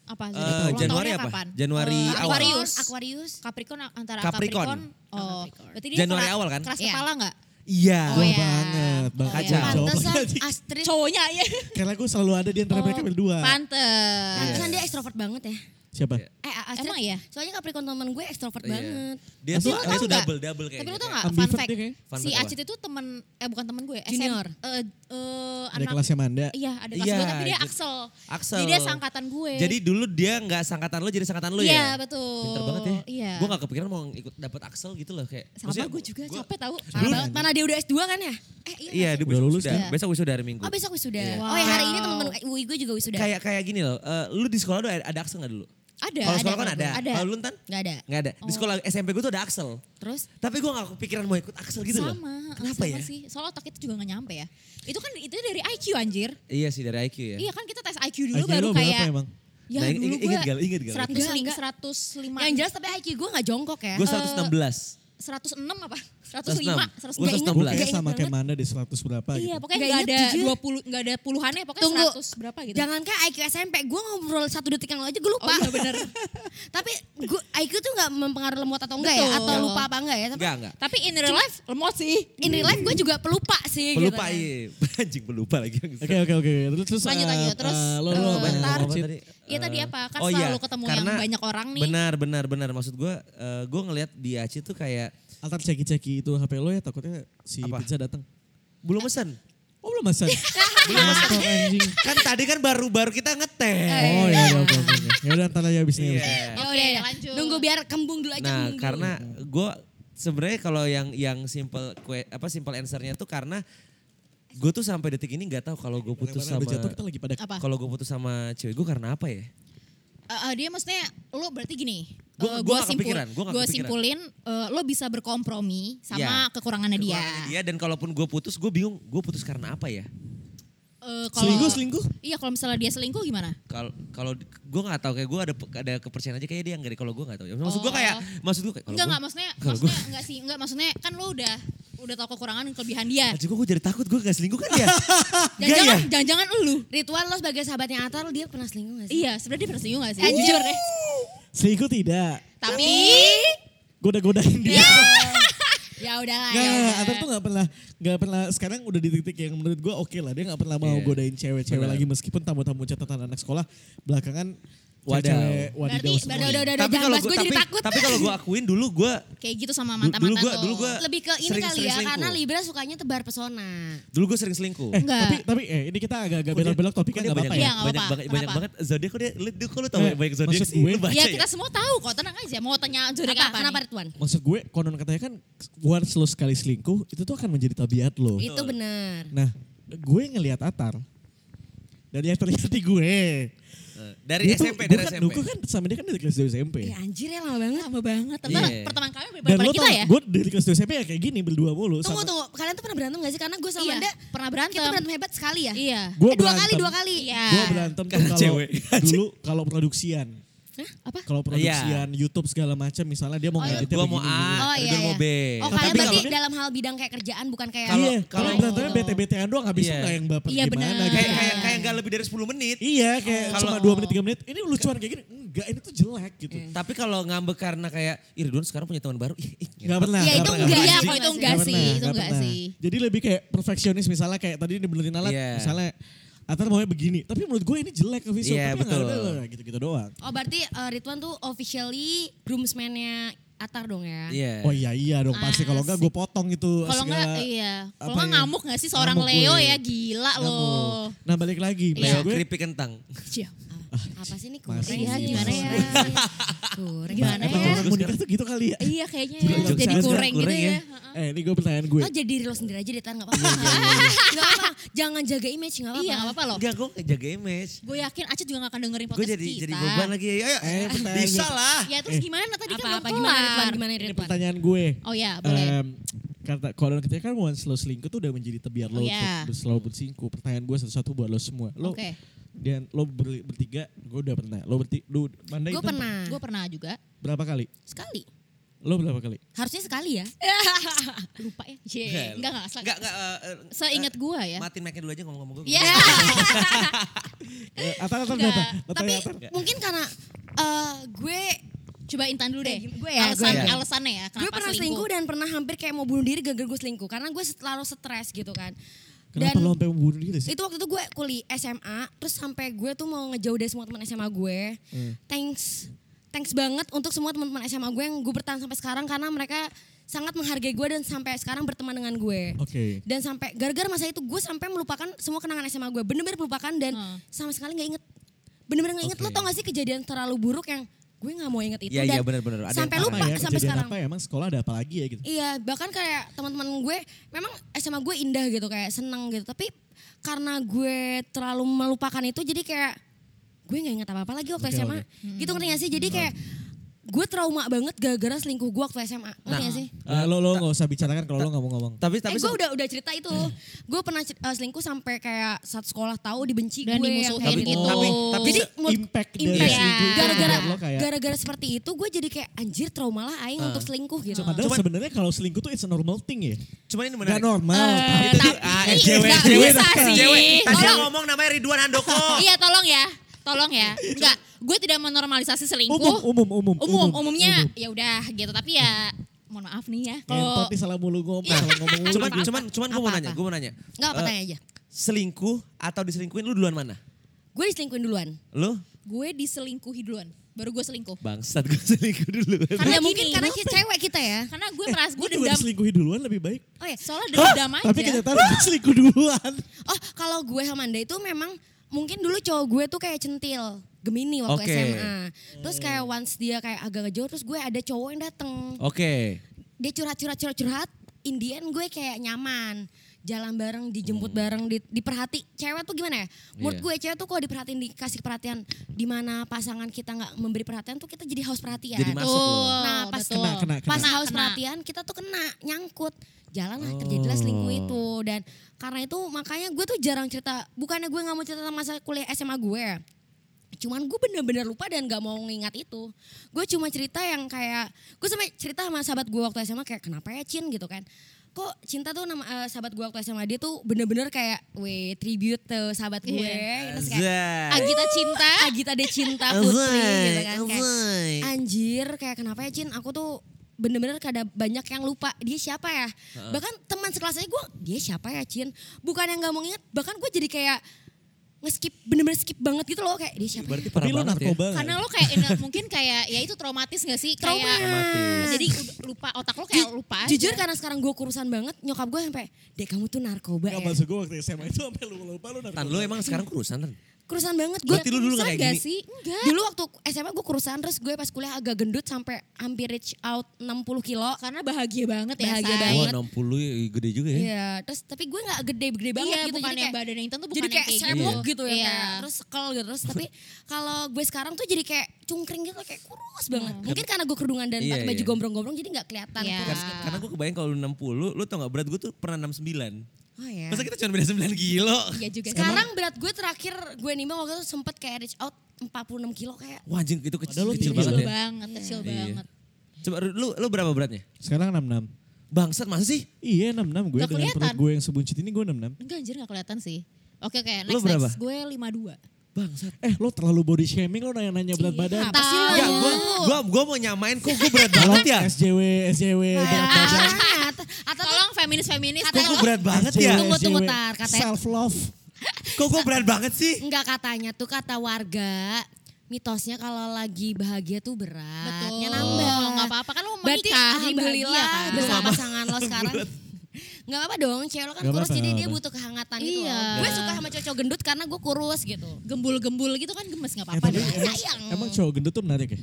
[SPEAKER 3] Apa?
[SPEAKER 4] Eh,
[SPEAKER 3] Zodiac? Ulang
[SPEAKER 4] Januari
[SPEAKER 3] tahunnya
[SPEAKER 4] apa?
[SPEAKER 3] kapan?
[SPEAKER 4] Januari
[SPEAKER 3] Eh,
[SPEAKER 4] awal.
[SPEAKER 3] Aquarius.
[SPEAKER 5] Aquarius.
[SPEAKER 3] Capricorn antara
[SPEAKER 4] Capricorn.
[SPEAKER 3] Capricorn. Oh,
[SPEAKER 5] Capricorn.
[SPEAKER 3] berarti dia
[SPEAKER 4] Januari
[SPEAKER 3] keras-
[SPEAKER 4] awal kan?
[SPEAKER 3] Keras
[SPEAKER 5] Iya.
[SPEAKER 3] kepala enggak?
[SPEAKER 4] Iya.
[SPEAKER 2] Wah,
[SPEAKER 3] Oh, iya.
[SPEAKER 2] banget. Bang.
[SPEAKER 4] Oh, iya.
[SPEAKER 2] Jangan jawab lagi, (laughs)
[SPEAKER 5] Pantesan
[SPEAKER 2] Aci.
[SPEAKER 5] Astrid
[SPEAKER 3] Cowoknya ya. Oh,
[SPEAKER 2] Karena gue selalu ada di antara mereka berdua.
[SPEAKER 3] Pantes.
[SPEAKER 5] Pantesan dia Kan ekstrovert banget ya.
[SPEAKER 2] Siapa?
[SPEAKER 4] Iya.
[SPEAKER 5] Eh, Astrid,
[SPEAKER 3] Emang iya?
[SPEAKER 5] Soalnya Capricorn teman gue ekstrovert
[SPEAKER 4] Iya.
[SPEAKER 5] banget.
[SPEAKER 4] Dia
[SPEAKER 3] Tapi
[SPEAKER 4] tuh,
[SPEAKER 3] lu
[SPEAKER 4] dia
[SPEAKER 3] tau
[SPEAKER 4] tuh
[SPEAKER 3] nggak?
[SPEAKER 4] double double kayaknya.
[SPEAKER 3] Tapi lu tau
[SPEAKER 4] kayak. gitu kan.
[SPEAKER 3] gak fun
[SPEAKER 2] Ambivert
[SPEAKER 3] fact,
[SPEAKER 2] dia kayaknya.
[SPEAKER 4] Iya. Fun
[SPEAKER 3] si
[SPEAKER 4] fact apa?
[SPEAKER 3] Acit itu temen, eh bukan temen gue,
[SPEAKER 5] Junior.
[SPEAKER 3] SM, eh, eh,
[SPEAKER 2] Ada
[SPEAKER 3] anak,
[SPEAKER 2] kelasnya Manda.
[SPEAKER 3] iya ada kelas
[SPEAKER 4] Iya,
[SPEAKER 3] gue tapi dia
[SPEAKER 4] jadi-
[SPEAKER 3] Axel.
[SPEAKER 4] Axel.
[SPEAKER 3] Jadi dia seangkatan gue.
[SPEAKER 4] Jadi dulu dia nggak sangkatan lu jadi sangkatan lu
[SPEAKER 3] Iya,
[SPEAKER 4] ya?
[SPEAKER 3] betul.
[SPEAKER 4] Pinter banget ya.
[SPEAKER 3] Iya.
[SPEAKER 4] Gue gak kepikiran mau ikut dapat Axel gitu loh kayak.
[SPEAKER 3] sama
[SPEAKER 4] maksudnya
[SPEAKER 3] gue juga
[SPEAKER 4] gua-
[SPEAKER 3] capek tau.
[SPEAKER 5] Parah banget. Mana dia udah S2 kan ya?
[SPEAKER 3] Eh, iya.
[SPEAKER 4] Iya, dia
[SPEAKER 2] Udah lulus
[SPEAKER 4] wisuda.
[SPEAKER 2] dia.
[SPEAKER 4] Besok wisuda hari Minggu.
[SPEAKER 5] Oh besok wisuda.
[SPEAKER 4] Iya.
[SPEAKER 5] Oh ya hari
[SPEAKER 3] Wow.
[SPEAKER 5] ini teman-teman UI gue juga wisuda.
[SPEAKER 4] Kayak kayak gini loh, eh, lu di sekolah tuh ada, ada Axel gak dulu?
[SPEAKER 3] Ada.
[SPEAKER 4] Kalau sekolah kan
[SPEAKER 3] kalau
[SPEAKER 4] ada.
[SPEAKER 3] gue.
[SPEAKER 4] Kalau lu Tan?
[SPEAKER 5] Gak ada.
[SPEAKER 4] Nggak ada. Di sekolah SMP gue tuh ada Axel.
[SPEAKER 3] Terus
[SPEAKER 4] Tapi gue gak kepikiran mau ikut Axel gitu loh.
[SPEAKER 3] sama.
[SPEAKER 4] Kenapa
[SPEAKER 3] sama
[SPEAKER 4] ya?
[SPEAKER 3] sih. Soal otak itu juga gak nyampe ya. Itu kan itu dari IQ anjir.
[SPEAKER 4] Iya sih dari IQ ya.
[SPEAKER 3] Iya kan kita tes IQ dulu
[SPEAKER 2] IQ
[SPEAKER 3] baru
[SPEAKER 2] lu berapa
[SPEAKER 3] kayak.
[SPEAKER 2] emang?
[SPEAKER 3] Ya
[SPEAKER 4] Nah,
[SPEAKER 3] dulu
[SPEAKER 4] inget-
[SPEAKER 3] gue
[SPEAKER 4] inget gak lu? Inget gak lu?
[SPEAKER 3] 100
[SPEAKER 5] Enggak,
[SPEAKER 3] li-
[SPEAKER 5] enggak.
[SPEAKER 3] 105.
[SPEAKER 5] Yang jelas tapi IQ gue gak jongkok ya.
[SPEAKER 4] Gue
[SPEAKER 5] Eh,
[SPEAKER 4] 116.
[SPEAKER 3] 106 apa? 105, 106. Gak
[SPEAKER 4] 106. Gua
[SPEAKER 3] inget.
[SPEAKER 4] 116.
[SPEAKER 2] Gue
[SPEAKER 4] Nggak
[SPEAKER 2] kayaknya
[SPEAKER 5] inget
[SPEAKER 2] sama kayak
[SPEAKER 5] banget.
[SPEAKER 2] Manda di 100 berapa
[SPEAKER 3] gitu. Iya,
[SPEAKER 2] gitu.
[SPEAKER 3] pokoknya
[SPEAKER 5] Nggak
[SPEAKER 3] gak ada
[SPEAKER 5] inget, jujur.
[SPEAKER 3] 20, gak ada puluhannya, pokoknya
[SPEAKER 5] Tunggu.
[SPEAKER 3] 100 berapa gitu.
[SPEAKER 5] Jangankan IQ SMP, gue ngobrol satu detik yang lo aja gue lupa.
[SPEAKER 3] Oh iya bener.
[SPEAKER 5] (laughs) tapi gue IQ tuh gak mempengaruhi lemot atau enggak ya?
[SPEAKER 3] Betul.
[SPEAKER 5] Atau lupa apa enggak ya? Tapi
[SPEAKER 4] Enggak, enggak.
[SPEAKER 3] Tapi in real life lemot sih.
[SPEAKER 5] in real life gue juga pelupa sih. gitu
[SPEAKER 4] Pelupa
[SPEAKER 5] kan.
[SPEAKER 4] iya. (laughs) Anjing pelupa lagi.
[SPEAKER 2] Oke oke oke. Terus terus
[SPEAKER 3] Lanjut,
[SPEAKER 2] eh,
[SPEAKER 3] lanjut. Terus,
[SPEAKER 2] eh, lo lo
[SPEAKER 3] eh,
[SPEAKER 2] apa yang
[SPEAKER 3] bentar.
[SPEAKER 2] ngomong tadi?
[SPEAKER 3] Iya tadi apa? Kan
[SPEAKER 4] Oh iya,
[SPEAKER 3] selalu ketemu yang
[SPEAKER 4] karena-
[SPEAKER 3] banyak orang nih.
[SPEAKER 4] Benar, benar, benar. Maksud gue, gue ngelihat di Aci tuh kayak
[SPEAKER 2] Altar ceki-ceki itu HP lo ya takutnya si
[SPEAKER 4] Apa?
[SPEAKER 2] pizza datang.
[SPEAKER 4] belum pesan.
[SPEAKER 2] Oh belum pesan. belum pesan anjing.
[SPEAKER 4] Kan tadi kan baru-baru kita ngetes.
[SPEAKER 3] Eh,
[SPEAKER 2] Oh iya iya, oke oke. oke. Ya udah ntar aja abisnya. abisnya.
[SPEAKER 4] Iya.
[SPEAKER 5] Ya
[SPEAKER 3] Oke,
[SPEAKER 5] udah, ya.
[SPEAKER 3] lanjut.
[SPEAKER 5] nunggu biar kembung dulu aja.
[SPEAKER 4] Nah,
[SPEAKER 5] kembung dulu.
[SPEAKER 4] karena gue sebenarnya kalau yang yang simple kue- apa simple answernya tuh karena gue tuh sampai detik ini nggak tahu kalau gue
[SPEAKER 2] Barang-barang
[SPEAKER 4] putus sama
[SPEAKER 2] udah jatuh kita lagi pada
[SPEAKER 3] Apa?
[SPEAKER 4] kalau gue putus sama cewek gue karena apa ya?
[SPEAKER 3] Eh, eh, dia maksudnya lo berarti gini. eh,
[SPEAKER 4] Gua- gua
[SPEAKER 3] gua
[SPEAKER 4] gak kepikiran, gua gak
[SPEAKER 3] gua
[SPEAKER 4] kepikiran.
[SPEAKER 3] simpulin eh, lo bisa berkompromi sama
[SPEAKER 4] Ya.
[SPEAKER 3] kekurangannya dia.
[SPEAKER 4] Kekurangannya dia dan kalaupun gue putus gue bingung gue putus karena apa ya?
[SPEAKER 3] Eh, kalau-
[SPEAKER 2] selingkuh selingkuh.
[SPEAKER 3] Iya kalau misalnya dia selingkuh gimana?
[SPEAKER 4] kalau kalau gue nggak tahu kayak gue ada ada kepercayaan aja kayak dia nggak deh kalau gue nggak tahu ya maksud gue kayak maksud gue kayak
[SPEAKER 3] Oh. Enggak enggak maksudnya
[SPEAKER 4] kalau
[SPEAKER 3] maksudnya enggak sih enggak maksudnya kan lo udah udah tahu kekurangan dan kelebihan dia.
[SPEAKER 4] aja gue jadi takut gue nggak selingkuh kan
[SPEAKER 3] (laughs)
[SPEAKER 4] ya nggak ya
[SPEAKER 3] Jangan-jangan jangan-jangan lo.
[SPEAKER 5] Ritual lo sebagai sahabatnya Atar, dia pernah selingkuh gak sih?
[SPEAKER 3] Iya sebenarnya dia pernah selingkuh gak sih? Eh, jujur deh.
[SPEAKER 2] Selingkuh tidak.
[SPEAKER 3] Tapi
[SPEAKER 2] Goda-godain dia. Nggak,
[SPEAKER 3] ya udahlah. ya
[SPEAKER 2] nggak, nggak.
[SPEAKER 3] udah.
[SPEAKER 2] Atar tuh gak pernah, gak pernah, sekarang udah di titik yang menurut gue oke lah. Dia gak pernah mau
[SPEAKER 4] Iya.
[SPEAKER 2] godain cewek-cewek
[SPEAKER 4] Benar.
[SPEAKER 2] lagi meskipun tamu-tamu catatan anak sekolah. Belakangan
[SPEAKER 4] Wadaw.
[SPEAKER 2] cewek-cewek
[SPEAKER 3] Berarti
[SPEAKER 2] wadidaw semua.
[SPEAKER 3] berarti udah udah udah
[SPEAKER 4] tapi
[SPEAKER 3] jangan
[SPEAKER 4] kalau
[SPEAKER 3] bahas
[SPEAKER 4] gue
[SPEAKER 3] gue
[SPEAKER 4] tapi,
[SPEAKER 3] jadi takut.
[SPEAKER 4] tapi kalau gue akuin dulu gue
[SPEAKER 3] Kayak gitu sama
[SPEAKER 4] dulu
[SPEAKER 3] mantan-mantan
[SPEAKER 4] gua-
[SPEAKER 3] lo.
[SPEAKER 4] dulu gua-
[SPEAKER 5] Lebih ke
[SPEAKER 4] Sering-
[SPEAKER 5] ini kali
[SPEAKER 4] sering
[SPEAKER 5] ya,
[SPEAKER 4] selingkuh.
[SPEAKER 5] karena Libra sukanya tebar pesona.
[SPEAKER 4] dulu gue sering selingkuh
[SPEAKER 2] Eh,
[SPEAKER 3] Enggak.
[SPEAKER 2] tapi, tapi eh, ini kita agak-agak belok-belok topiknya gak apa-apa ya.
[SPEAKER 3] Iya, nggak
[SPEAKER 4] banyak
[SPEAKER 3] apa-apa.
[SPEAKER 4] banget banyak
[SPEAKER 3] Kenapa?
[SPEAKER 4] banget zodiak kok dia lu dia- kok lu
[SPEAKER 2] Eh,
[SPEAKER 4] tau banyak banyak zodiak
[SPEAKER 2] maksud
[SPEAKER 4] sih
[SPEAKER 2] gue-
[SPEAKER 4] lu baca
[SPEAKER 3] Ya
[SPEAKER 4] ya,
[SPEAKER 3] kita semua tahu kok tenang aja mau tanya zodiak
[SPEAKER 5] Kenapa?
[SPEAKER 3] apa.
[SPEAKER 5] Kenapa
[SPEAKER 3] nih.
[SPEAKER 5] Ridwan?
[SPEAKER 2] Maksud gue konon katanya kan once lo sekali selingkuh itu tuh akan menjadi tabiat lo.
[SPEAKER 5] Itu benar.
[SPEAKER 2] Nah gue ngelihat Atar dari yang terlihat di gue.
[SPEAKER 4] Eh, dari
[SPEAKER 2] Dia tuh-
[SPEAKER 4] SMP
[SPEAKER 2] gue
[SPEAKER 4] dari
[SPEAKER 2] kan-
[SPEAKER 4] SMP
[SPEAKER 2] Gue kan sama dia kan dari kelas 2 SMP.
[SPEAKER 5] Ya anjir ya lama banget.
[SPEAKER 3] Lama banget. Tentang
[SPEAKER 4] Iya.
[SPEAKER 3] pertemanan kami
[SPEAKER 2] Dan
[SPEAKER 3] berbeda
[SPEAKER 2] lo
[SPEAKER 3] kita
[SPEAKER 2] tau
[SPEAKER 3] ya.
[SPEAKER 2] gue dari kelas 2 SMP ya kayak gini berdua mulu.
[SPEAKER 5] Tunggu
[SPEAKER 2] sama-
[SPEAKER 5] tunggu, kalian tuh pernah berantem gak sih? Karena gue sama
[SPEAKER 3] Iya,
[SPEAKER 5] Anda
[SPEAKER 3] pernah berantem.
[SPEAKER 5] Kita berantem hebat sekali ya.
[SPEAKER 3] Iya.
[SPEAKER 2] Gua
[SPEAKER 5] Eh, dua
[SPEAKER 2] berantem.
[SPEAKER 5] kali, dua kali.
[SPEAKER 3] Iya.
[SPEAKER 2] Gue berantem tuh
[SPEAKER 4] Karena
[SPEAKER 2] kalau
[SPEAKER 4] cewek.
[SPEAKER 2] (laughs) dulu kalau produksian.
[SPEAKER 5] Hah? Apa?
[SPEAKER 2] Kalau produksian YouTube segala macam misalnya dia mau
[SPEAKER 3] Oh, iya.
[SPEAKER 2] ngeditnya
[SPEAKER 4] gue mau
[SPEAKER 2] begini, begini.
[SPEAKER 4] A
[SPEAKER 5] Oh iya.
[SPEAKER 4] Ridwan mau
[SPEAKER 5] iya.
[SPEAKER 4] B
[SPEAKER 5] Oh
[SPEAKER 2] Tapi
[SPEAKER 5] kalian berarti
[SPEAKER 2] kalau-
[SPEAKER 5] dalam hal bidang kayak kerjaan bukan kayak
[SPEAKER 2] Iya,
[SPEAKER 4] Kalau-
[SPEAKER 2] kalau
[SPEAKER 4] kalau-
[SPEAKER 2] berantemnya bete-betean doang habis itu
[SPEAKER 4] Iya.
[SPEAKER 2] kayak yang baper
[SPEAKER 3] Iya,
[SPEAKER 2] gimana
[SPEAKER 3] benar.
[SPEAKER 2] gitu.
[SPEAKER 4] kayak kayak kayak nggak lebih dari 10 menit
[SPEAKER 2] Iya kayak
[SPEAKER 3] Oh.
[SPEAKER 4] Kalau-
[SPEAKER 2] cuma 2 menit 3 menit. Ini lucuan kayak gini. Enggak, ini tuh jelek gitu.
[SPEAKER 3] Iya.
[SPEAKER 4] tapi kalau ngambek karena kayak "Ih, Ridwan sekarang punya teman baru ih, ih,
[SPEAKER 2] Enggak pernah.
[SPEAKER 5] Iya,
[SPEAKER 2] nggak
[SPEAKER 5] itu
[SPEAKER 2] pernah.
[SPEAKER 5] enggak
[SPEAKER 3] Iya,
[SPEAKER 5] sih.
[SPEAKER 3] kok itu enggak
[SPEAKER 2] Nggak
[SPEAKER 3] sih,
[SPEAKER 2] pernah,
[SPEAKER 3] itu
[SPEAKER 2] nggak
[SPEAKER 3] enggak
[SPEAKER 2] pernah.
[SPEAKER 3] sih.
[SPEAKER 2] Jadi lebih kayak perfeksionis misalnya kayak tadi dibenerin alat
[SPEAKER 4] Iya.
[SPEAKER 2] misalnya Atar maunya begini, tapi menurut gue ini jelek ke visual,
[SPEAKER 4] Iya,
[SPEAKER 2] tapi ya nggak
[SPEAKER 4] betul.
[SPEAKER 2] ada lah, gitu-gitu doang.
[SPEAKER 5] Oh berarti eh, Ridwan tuh officially groomsman-nya Atar dong ya?
[SPEAKER 4] Iya.
[SPEAKER 2] Oh iya iya dong pasti kalau enggak gue potong itu
[SPEAKER 3] Ah, Kalau enggak
[SPEAKER 2] segala-
[SPEAKER 3] iya,
[SPEAKER 2] apa
[SPEAKER 3] kalau enggak
[SPEAKER 2] ya?
[SPEAKER 3] ngamuk enggak sih seorang
[SPEAKER 2] Ngamuk
[SPEAKER 3] Leo
[SPEAKER 2] gue.
[SPEAKER 3] ya gila
[SPEAKER 2] Ngamuk.
[SPEAKER 3] loh. Iya.
[SPEAKER 2] Nah balik lagi,
[SPEAKER 4] Leo
[SPEAKER 2] maksud gue
[SPEAKER 4] keripik kentang.
[SPEAKER 5] Apa sih ini
[SPEAKER 2] Masih
[SPEAKER 5] kurang
[SPEAKER 2] sih,
[SPEAKER 5] ya?
[SPEAKER 3] Iya,
[SPEAKER 5] Gimana
[SPEAKER 2] masih. (laughs)
[SPEAKER 5] ya?
[SPEAKER 3] Gimana
[SPEAKER 5] Kurang gimana
[SPEAKER 2] emang
[SPEAKER 5] ya?
[SPEAKER 2] orang mau nikah tuh gitu kali ya.
[SPEAKER 3] Iya kayaknya ya,
[SPEAKER 4] Gila, jokes
[SPEAKER 3] jadi
[SPEAKER 4] banget.
[SPEAKER 3] kurang gitu
[SPEAKER 4] Kurang ya.
[SPEAKER 3] ya. Oh,
[SPEAKER 2] Eh ini gue pertanyaan gue.
[SPEAKER 5] Lo jadi diri lo sendiri aja deh Tar, gak apa-apa.
[SPEAKER 2] Iya,
[SPEAKER 5] Gak apa-apa, jangan jaga image gak apa-apa.
[SPEAKER 3] Iya, enggak apa-apa loh.
[SPEAKER 4] Enggak, gue jaga image.
[SPEAKER 3] Gue yakin Aceh juga gak akan dengerin
[SPEAKER 4] Gue
[SPEAKER 3] podcast
[SPEAKER 4] jadi
[SPEAKER 3] kita.
[SPEAKER 4] jadi Ah, beban lagi. Ayo, ayo.
[SPEAKER 2] Eh, pertanyaan
[SPEAKER 4] bisa
[SPEAKER 2] gue.
[SPEAKER 4] lah.
[SPEAKER 3] Ya terus gimana tadi kan
[SPEAKER 5] Apa-apa,
[SPEAKER 3] belum
[SPEAKER 5] gimana
[SPEAKER 3] kelar.
[SPEAKER 5] Ridwan, gimana
[SPEAKER 2] Ini
[SPEAKER 5] Ridwan?
[SPEAKER 2] pertanyaan gue.
[SPEAKER 3] Oh
[SPEAKER 4] Eh,
[SPEAKER 3] ya, boleh.
[SPEAKER 2] Em, kata kalau katanya kan once lo selingkuh tuh udah menjadi tebiar lo
[SPEAKER 3] Oh, iya.
[SPEAKER 2] untuk selalu berselingkuh. Pertanyaan gue satu-satu buat lo semua. Lo
[SPEAKER 3] Oke.
[SPEAKER 2] dan lo ber- bertiga, gue udah pernah. Lo bertiga, lu Manda
[SPEAKER 5] Gue
[SPEAKER 2] Intan
[SPEAKER 5] pernah.
[SPEAKER 3] Gue pernah juga.
[SPEAKER 2] berapa kali?
[SPEAKER 5] Sekali.
[SPEAKER 2] Lo berapa kali?
[SPEAKER 5] Harusnya sekali ya.
[SPEAKER 3] (laughs) Lupa ya. Yeah. Enggak, enggak. sel-
[SPEAKER 4] Enggak, enggak. eh, eh,
[SPEAKER 3] Seingat gue ya.
[SPEAKER 4] Matiin mic-nya dulu aja ngomong-ngomong gue.
[SPEAKER 3] Ya.
[SPEAKER 2] Eh, Atar, Atar,
[SPEAKER 3] Enggak.
[SPEAKER 2] Atar. Atar,
[SPEAKER 5] Eh, Tapi
[SPEAKER 2] Atar.
[SPEAKER 5] mungkin karena eh, gue
[SPEAKER 3] Coba Intan dulu deh.
[SPEAKER 5] Eh, gue ya,
[SPEAKER 3] Alasan,
[SPEAKER 4] gue ya.
[SPEAKER 3] Alasannya ya.
[SPEAKER 5] gue
[SPEAKER 3] Kenapa
[SPEAKER 5] pernah selingkuh dan pernah hampir kayak mau bunuh diri gara-gara gue selingkuh karena gue selalu stres gitu kan
[SPEAKER 2] Kenapa
[SPEAKER 5] Dan-
[SPEAKER 2] lo sampai membunuh diri sih?
[SPEAKER 5] Itu waktu itu gue kuliah SMA, terus sampai gue tuh mau ngejauh dari semua teman SMA gue.
[SPEAKER 4] Hmm.
[SPEAKER 5] Thanks, thanks banget untuk semua teman-teman SMA gue yang gue bertahan sampai sekarang karena mereka sangat menghargai gue dan sampai sekarang berteman dengan gue.
[SPEAKER 2] Oke.
[SPEAKER 5] Dan sampai gara-gara masa itu gue sampai melupakan semua kenangan SMA gue, bener-bener melupakan dan
[SPEAKER 3] Hmm.
[SPEAKER 5] sama sekali nggak inget. Bener-bener nggak inget.
[SPEAKER 2] Oke.
[SPEAKER 5] Lo tau gak sih kejadian terlalu buruk yang gue nggak mau inget itu
[SPEAKER 4] Iya,
[SPEAKER 5] dan
[SPEAKER 4] iya, bener-bener. Ada
[SPEAKER 5] sampai
[SPEAKER 4] yang
[SPEAKER 5] lupa
[SPEAKER 2] apa ya,
[SPEAKER 5] sampai
[SPEAKER 2] kejadian
[SPEAKER 5] sekarang.
[SPEAKER 2] apa ya? Emang sekolah ada apa lagi ya gitu?
[SPEAKER 5] Iya, bahkan kayak teman-teman gue memang SMA gue indah gitu kayak seneng gitu, tapi karena gue terlalu melupakan itu jadi kayak gue nggak ingat apa-apa lagi waktu
[SPEAKER 2] Oke,
[SPEAKER 5] SMA.
[SPEAKER 2] oke. Hmm.
[SPEAKER 5] Gitu ngerti gak sih? Jadi kayak gue trauma banget gara-gara selingkuh gue waktu SMA. Ngerti
[SPEAKER 4] Nah,
[SPEAKER 5] gak sih?
[SPEAKER 2] Nah, lo lo nggak usah bicarakan kalau lo nggak mau ngomong.
[SPEAKER 4] Tapi tapi
[SPEAKER 5] eh gue udah udah cerita itu.
[SPEAKER 2] Hmm.
[SPEAKER 5] gue pernah cer- eh, selingkuh sampai kayak saat sekolah tahu dibenci
[SPEAKER 3] Dan
[SPEAKER 5] gue
[SPEAKER 3] dimusuhin
[SPEAKER 5] yang kayak
[SPEAKER 4] tapi,
[SPEAKER 5] gitu.
[SPEAKER 4] tapi tapi
[SPEAKER 5] Jadi menurut-
[SPEAKER 2] impact dari ya,
[SPEAKER 5] impact. ya.
[SPEAKER 2] selingkuh itu
[SPEAKER 5] gara-gara
[SPEAKER 2] buat lo kayak-
[SPEAKER 5] gara-gara seperti itu gue jadi kayak anjir trauma lah aing untuk selingkuh gitu.
[SPEAKER 3] Ah.
[SPEAKER 2] Padahal
[SPEAKER 4] Cuman-
[SPEAKER 2] sebenarnya kalau selingkuh tuh it's a normal thing ya.
[SPEAKER 4] cuma ini menarik.
[SPEAKER 2] Gak normal. Gitu.
[SPEAKER 3] Eh,
[SPEAKER 4] Itu tuh,
[SPEAKER 3] tapi
[SPEAKER 4] ah, SJW,
[SPEAKER 3] nggak
[SPEAKER 4] SJW,
[SPEAKER 3] bisa sih. Iya,
[SPEAKER 4] SJW. Tadi yang
[SPEAKER 3] Tolong.
[SPEAKER 4] ngomong namanya Ridwan Handoko.
[SPEAKER 3] Iya tolong ya, tolong ya. Enggak, gue tidak menormalisasi selingkuh.
[SPEAKER 2] Umum, umum, umum,
[SPEAKER 3] Umum,
[SPEAKER 2] umum,
[SPEAKER 3] umumnya
[SPEAKER 2] umum.
[SPEAKER 3] ya udah gitu. Tapi ya mohon maaf nih ya. Kalau
[SPEAKER 2] Tapi salah mulu ngomong,
[SPEAKER 3] Iya.
[SPEAKER 2] salah ngomong mulu.
[SPEAKER 4] Cuman cuman cuman gue mau
[SPEAKER 3] Apa-apa.
[SPEAKER 4] nanya, gue mau nanya.
[SPEAKER 5] Enggak apa
[SPEAKER 4] Eh,
[SPEAKER 5] tanya aja.
[SPEAKER 4] Selingkuh atau diselingkuhin lu duluan mana?
[SPEAKER 5] Gue diselingkuhin duluan.
[SPEAKER 4] Lu?
[SPEAKER 3] gue diselingkuhi duluan, baru gue selingkuh.
[SPEAKER 4] Bangsat gue selingkuh
[SPEAKER 2] Kan
[SPEAKER 4] dulu.
[SPEAKER 5] Karena
[SPEAKER 3] Karena
[SPEAKER 5] mungkin
[SPEAKER 3] gini.
[SPEAKER 5] karena kita cewek kita ya.
[SPEAKER 3] Karena gue merasa gue
[SPEAKER 2] Gue juga
[SPEAKER 3] dendam.
[SPEAKER 2] diselingkuhi duluan lebih baik.
[SPEAKER 5] Oh ya.
[SPEAKER 3] Soalnya dendam aja.
[SPEAKER 2] Tapi kenyataan gue selingkuh duluan.
[SPEAKER 5] Oh kalau gue sama Anda itu memang mungkin dulu cowok gue tuh kayak centil. Gemini waktu
[SPEAKER 4] Oke. Hmm.
[SPEAKER 5] SMA. Terus kayak once dia kayak agak ngejauh terus gue ada cowok yang dateng.
[SPEAKER 4] Oke.
[SPEAKER 5] Dia curhat curhat curhat curhat. In the end gue kayak nyaman. Jalan bareng, dijemput bareng, di, diperhati. Cewek tuh gimana ya? Menurut
[SPEAKER 4] Hmm. Iya.
[SPEAKER 5] gue cewek tuh kalau diperhatiin, dikasih perhatian. Dimana pasangan kita nggak memberi perhatian tuh kita jadi haus perhatian.
[SPEAKER 4] Jadi masuk
[SPEAKER 3] Betul,
[SPEAKER 4] loh.
[SPEAKER 5] Nah, pas
[SPEAKER 3] betul.
[SPEAKER 2] kena, kena, kena.
[SPEAKER 5] pas haus
[SPEAKER 3] kena.
[SPEAKER 5] perhatian kita tuh kena nyangkut jalan lah terjadilah selingkuh itu dan karena itu makanya gue tuh jarang cerita bukannya gue nggak mau cerita tentang masa kuliah SMA gue ya. cuman gue bener-bener lupa dan gak mau ngingat itu gue cuma cerita yang kayak gue sampai cerita sama sahabat gue waktu SMA kayak kenapa ya Cin gitu kan kok cinta tuh nama eh, sahabat gue waktu SMA dia tuh bener-bener kayak we tribute ke sahabat gue
[SPEAKER 4] Iya.
[SPEAKER 5] terus kayak
[SPEAKER 4] Azai.
[SPEAKER 5] Agita Cinta Agita De Cinta Putri gitu kan kayak
[SPEAKER 4] Azai.
[SPEAKER 5] anjir kayak kenapa ya Cin aku tuh bener-bener kada banyak yang lupa dia siapa ya bahkan teman sekelasnya gue dia siapa ya Cin bukan yang nggak mau inget bahkan gue jadi kayak ngeskip bener-bener skip banget gitu loh kayak dia siapa ya?
[SPEAKER 4] Berarti
[SPEAKER 2] Tapi
[SPEAKER 4] parah
[SPEAKER 2] lo
[SPEAKER 4] banget ya.
[SPEAKER 2] narkoba. nggak?
[SPEAKER 3] Karena lo kayak ini- mungkin kayak ya itu traumatis gak sih? Kayak
[SPEAKER 5] Trauma.
[SPEAKER 3] jadi udah lupa otak lo kayak
[SPEAKER 5] Ju-
[SPEAKER 3] lupa. aja.
[SPEAKER 5] jujur kan? karena sekarang gue kurusan banget nyokap gue sampai dek kamu tuh narkoba
[SPEAKER 2] Gak
[SPEAKER 5] ya
[SPEAKER 2] masuk gue waktu SMA itu sampai lu lupa lu narkoba.
[SPEAKER 4] Tan, lu emang sekarang kurusan, Tan?
[SPEAKER 5] kurusan banget gue
[SPEAKER 4] Berarti lu dulu nggak kayak
[SPEAKER 5] Kurusan
[SPEAKER 4] gini?
[SPEAKER 5] sih enggak dulu waktu SMA gue kurusan terus gue pas kuliah agak gendut sampai hampir reach out 60 kilo
[SPEAKER 3] karena bahagia banget ya.
[SPEAKER 5] Bahagia
[SPEAKER 3] say.
[SPEAKER 5] banget.
[SPEAKER 4] Wah, 60 ya, gede juga ya.
[SPEAKER 5] Iya, terus tapi gue nggak gede-gede banget
[SPEAKER 3] Iya,
[SPEAKER 5] gitu.
[SPEAKER 3] bukan
[SPEAKER 5] jadi
[SPEAKER 3] yang
[SPEAKER 5] kayak-
[SPEAKER 3] badan yang tentu, bukan
[SPEAKER 5] jadi
[SPEAKER 3] yang
[SPEAKER 5] kayak
[SPEAKER 3] kayak
[SPEAKER 5] semok
[SPEAKER 3] gitu.
[SPEAKER 5] gitu ya.
[SPEAKER 3] Iya.
[SPEAKER 5] kayak, terus sekel gitu terus. Tapi kalau gue sekarang tuh jadi kayak cungkring gitu kayak kurus banget. Mungkin karena gue kerudungan dan
[SPEAKER 4] Iya,
[SPEAKER 5] pakai baju
[SPEAKER 4] iya.
[SPEAKER 5] gombrong-gombrong jadi nggak kelihatan
[SPEAKER 3] Iya.
[SPEAKER 5] kurus gitu.
[SPEAKER 4] Kan- Karena gue kebayang kalau lu 60, lu tau gak berat gue tuh pernah 69.
[SPEAKER 5] Oh ya.
[SPEAKER 4] Masa kita cuma beda 9 kilo?
[SPEAKER 3] Iya juga. sih.
[SPEAKER 5] Sekarang berat gue terakhir gue nimbang waktu itu sempet kayak reach out 46 kilo kayak.
[SPEAKER 4] Wah anjing itu kecil,
[SPEAKER 2] Padahal lu
[SPEAKER 4] kecil
[SPEAKER 2] tinggi
[SPEAKER 3] kecil
[SPEAKER 4] banget ya.
[SPEAKER 3] banget, kecil
[SPEAKER 4] Iya.
[SPEAKER 3] banget.
[SPEAKER 4] Coba lu, lu berapa beratnya?
[SPEAKER 2] Sekarang 66.
[SPEAKER 4] Bangsat masa sih?
[SPEAKER 2] Iya 66 gue
[SPEAKER 3] Nggak
[SPEAKER 2] dengan perut
[SPEAKER 3] kelihatan.
[SPEAKER 2] gue yang sebuncit ini gue 66.
[SPEAKER 3] Enggak anjir gak kelihatan sih. Oke oke,
[SPEAKER 4] Lo
[SPEAKER 3] next
[SPEAKER 4] berapa?
[SPEAKER 3] next. Gue 52.
[SPEAKER 4] Bangsat.
[SPEAKER 2] Eh lo terlalu body shaming lo nanya-nanya berat badan.
[SPEAKER 3] Apa sih lo?
[SPEAKER 4] Ya, gua, gua, gua mau nyamain kok gue berat banget ya.
[SPEAKER 2] SJW, SJW, berat badan.
[SPEAKER 3] Atau tolong feminis-feminis.
[SPEAKER 4] Kok gue berat banget
[SPEAKER 2] SJW,
[SPEAKER 4] ya?
[SPEAKER 5] Tunggu, tunggu,
[SPEAKER 2] SJW,
[SPEAKER 5] tar, katanya.
[SPEAKER 2] Self love.
[SPEAKER 4] Kok gue berat banget sih?
[SPEAKER 5] Enggak katanya tuh kata warga mitosnya kalau lagi bahagia tuh berat.
[SPEAKER 3] Betul.
[SPEAKER 5] Ya nambah.
[SPEAKER 3] Nggak apa-apa, kan lo mau
[SPEAKER 5] Berarti
[SPEAKER 3] menikah, jadi
[SPEAKER 5] alhamdulillah
[SPEAKER 3] bahagia, kan?
[SPEAKER 5] bersama
[SPEAKER 4] Sama.
[SPEAKER 5] pasangan
[SPEAKER 3] (laughs)
[SPEAKER 5] lo sekarang. Gak apa-apa dong, cewek lo kan
[SPEAKER 2] Nggak
[SPEAKER 5] kurus
[SPEAKER 2] apa-apa,
[SPEAKER 5] jadi
[SPEAKER 2] nggak
[SPEAKER 5] dia
[SPEAKER 2] apa-apa.
[SPEAKER 5] butuh kehangatan gitu
[SPEAKER 3] Iya.
[SPEAKER 5] loh. Gue suka sama cowok gendut karena gue kurus gitu.
[SPEAKER 3] Gembul-gembul gitu kan gemes gak
[SPEAKER 2] Eh,
[SPEAKER 3] apa-apa.
[SPEAKER 2] tapi
[SPEAKER 3] deh.
[SPEAKER 2] emang,
[SPEAKER 5] Sayang.
[SPEAKER 2] emang cowok gendut tuh menarik ya?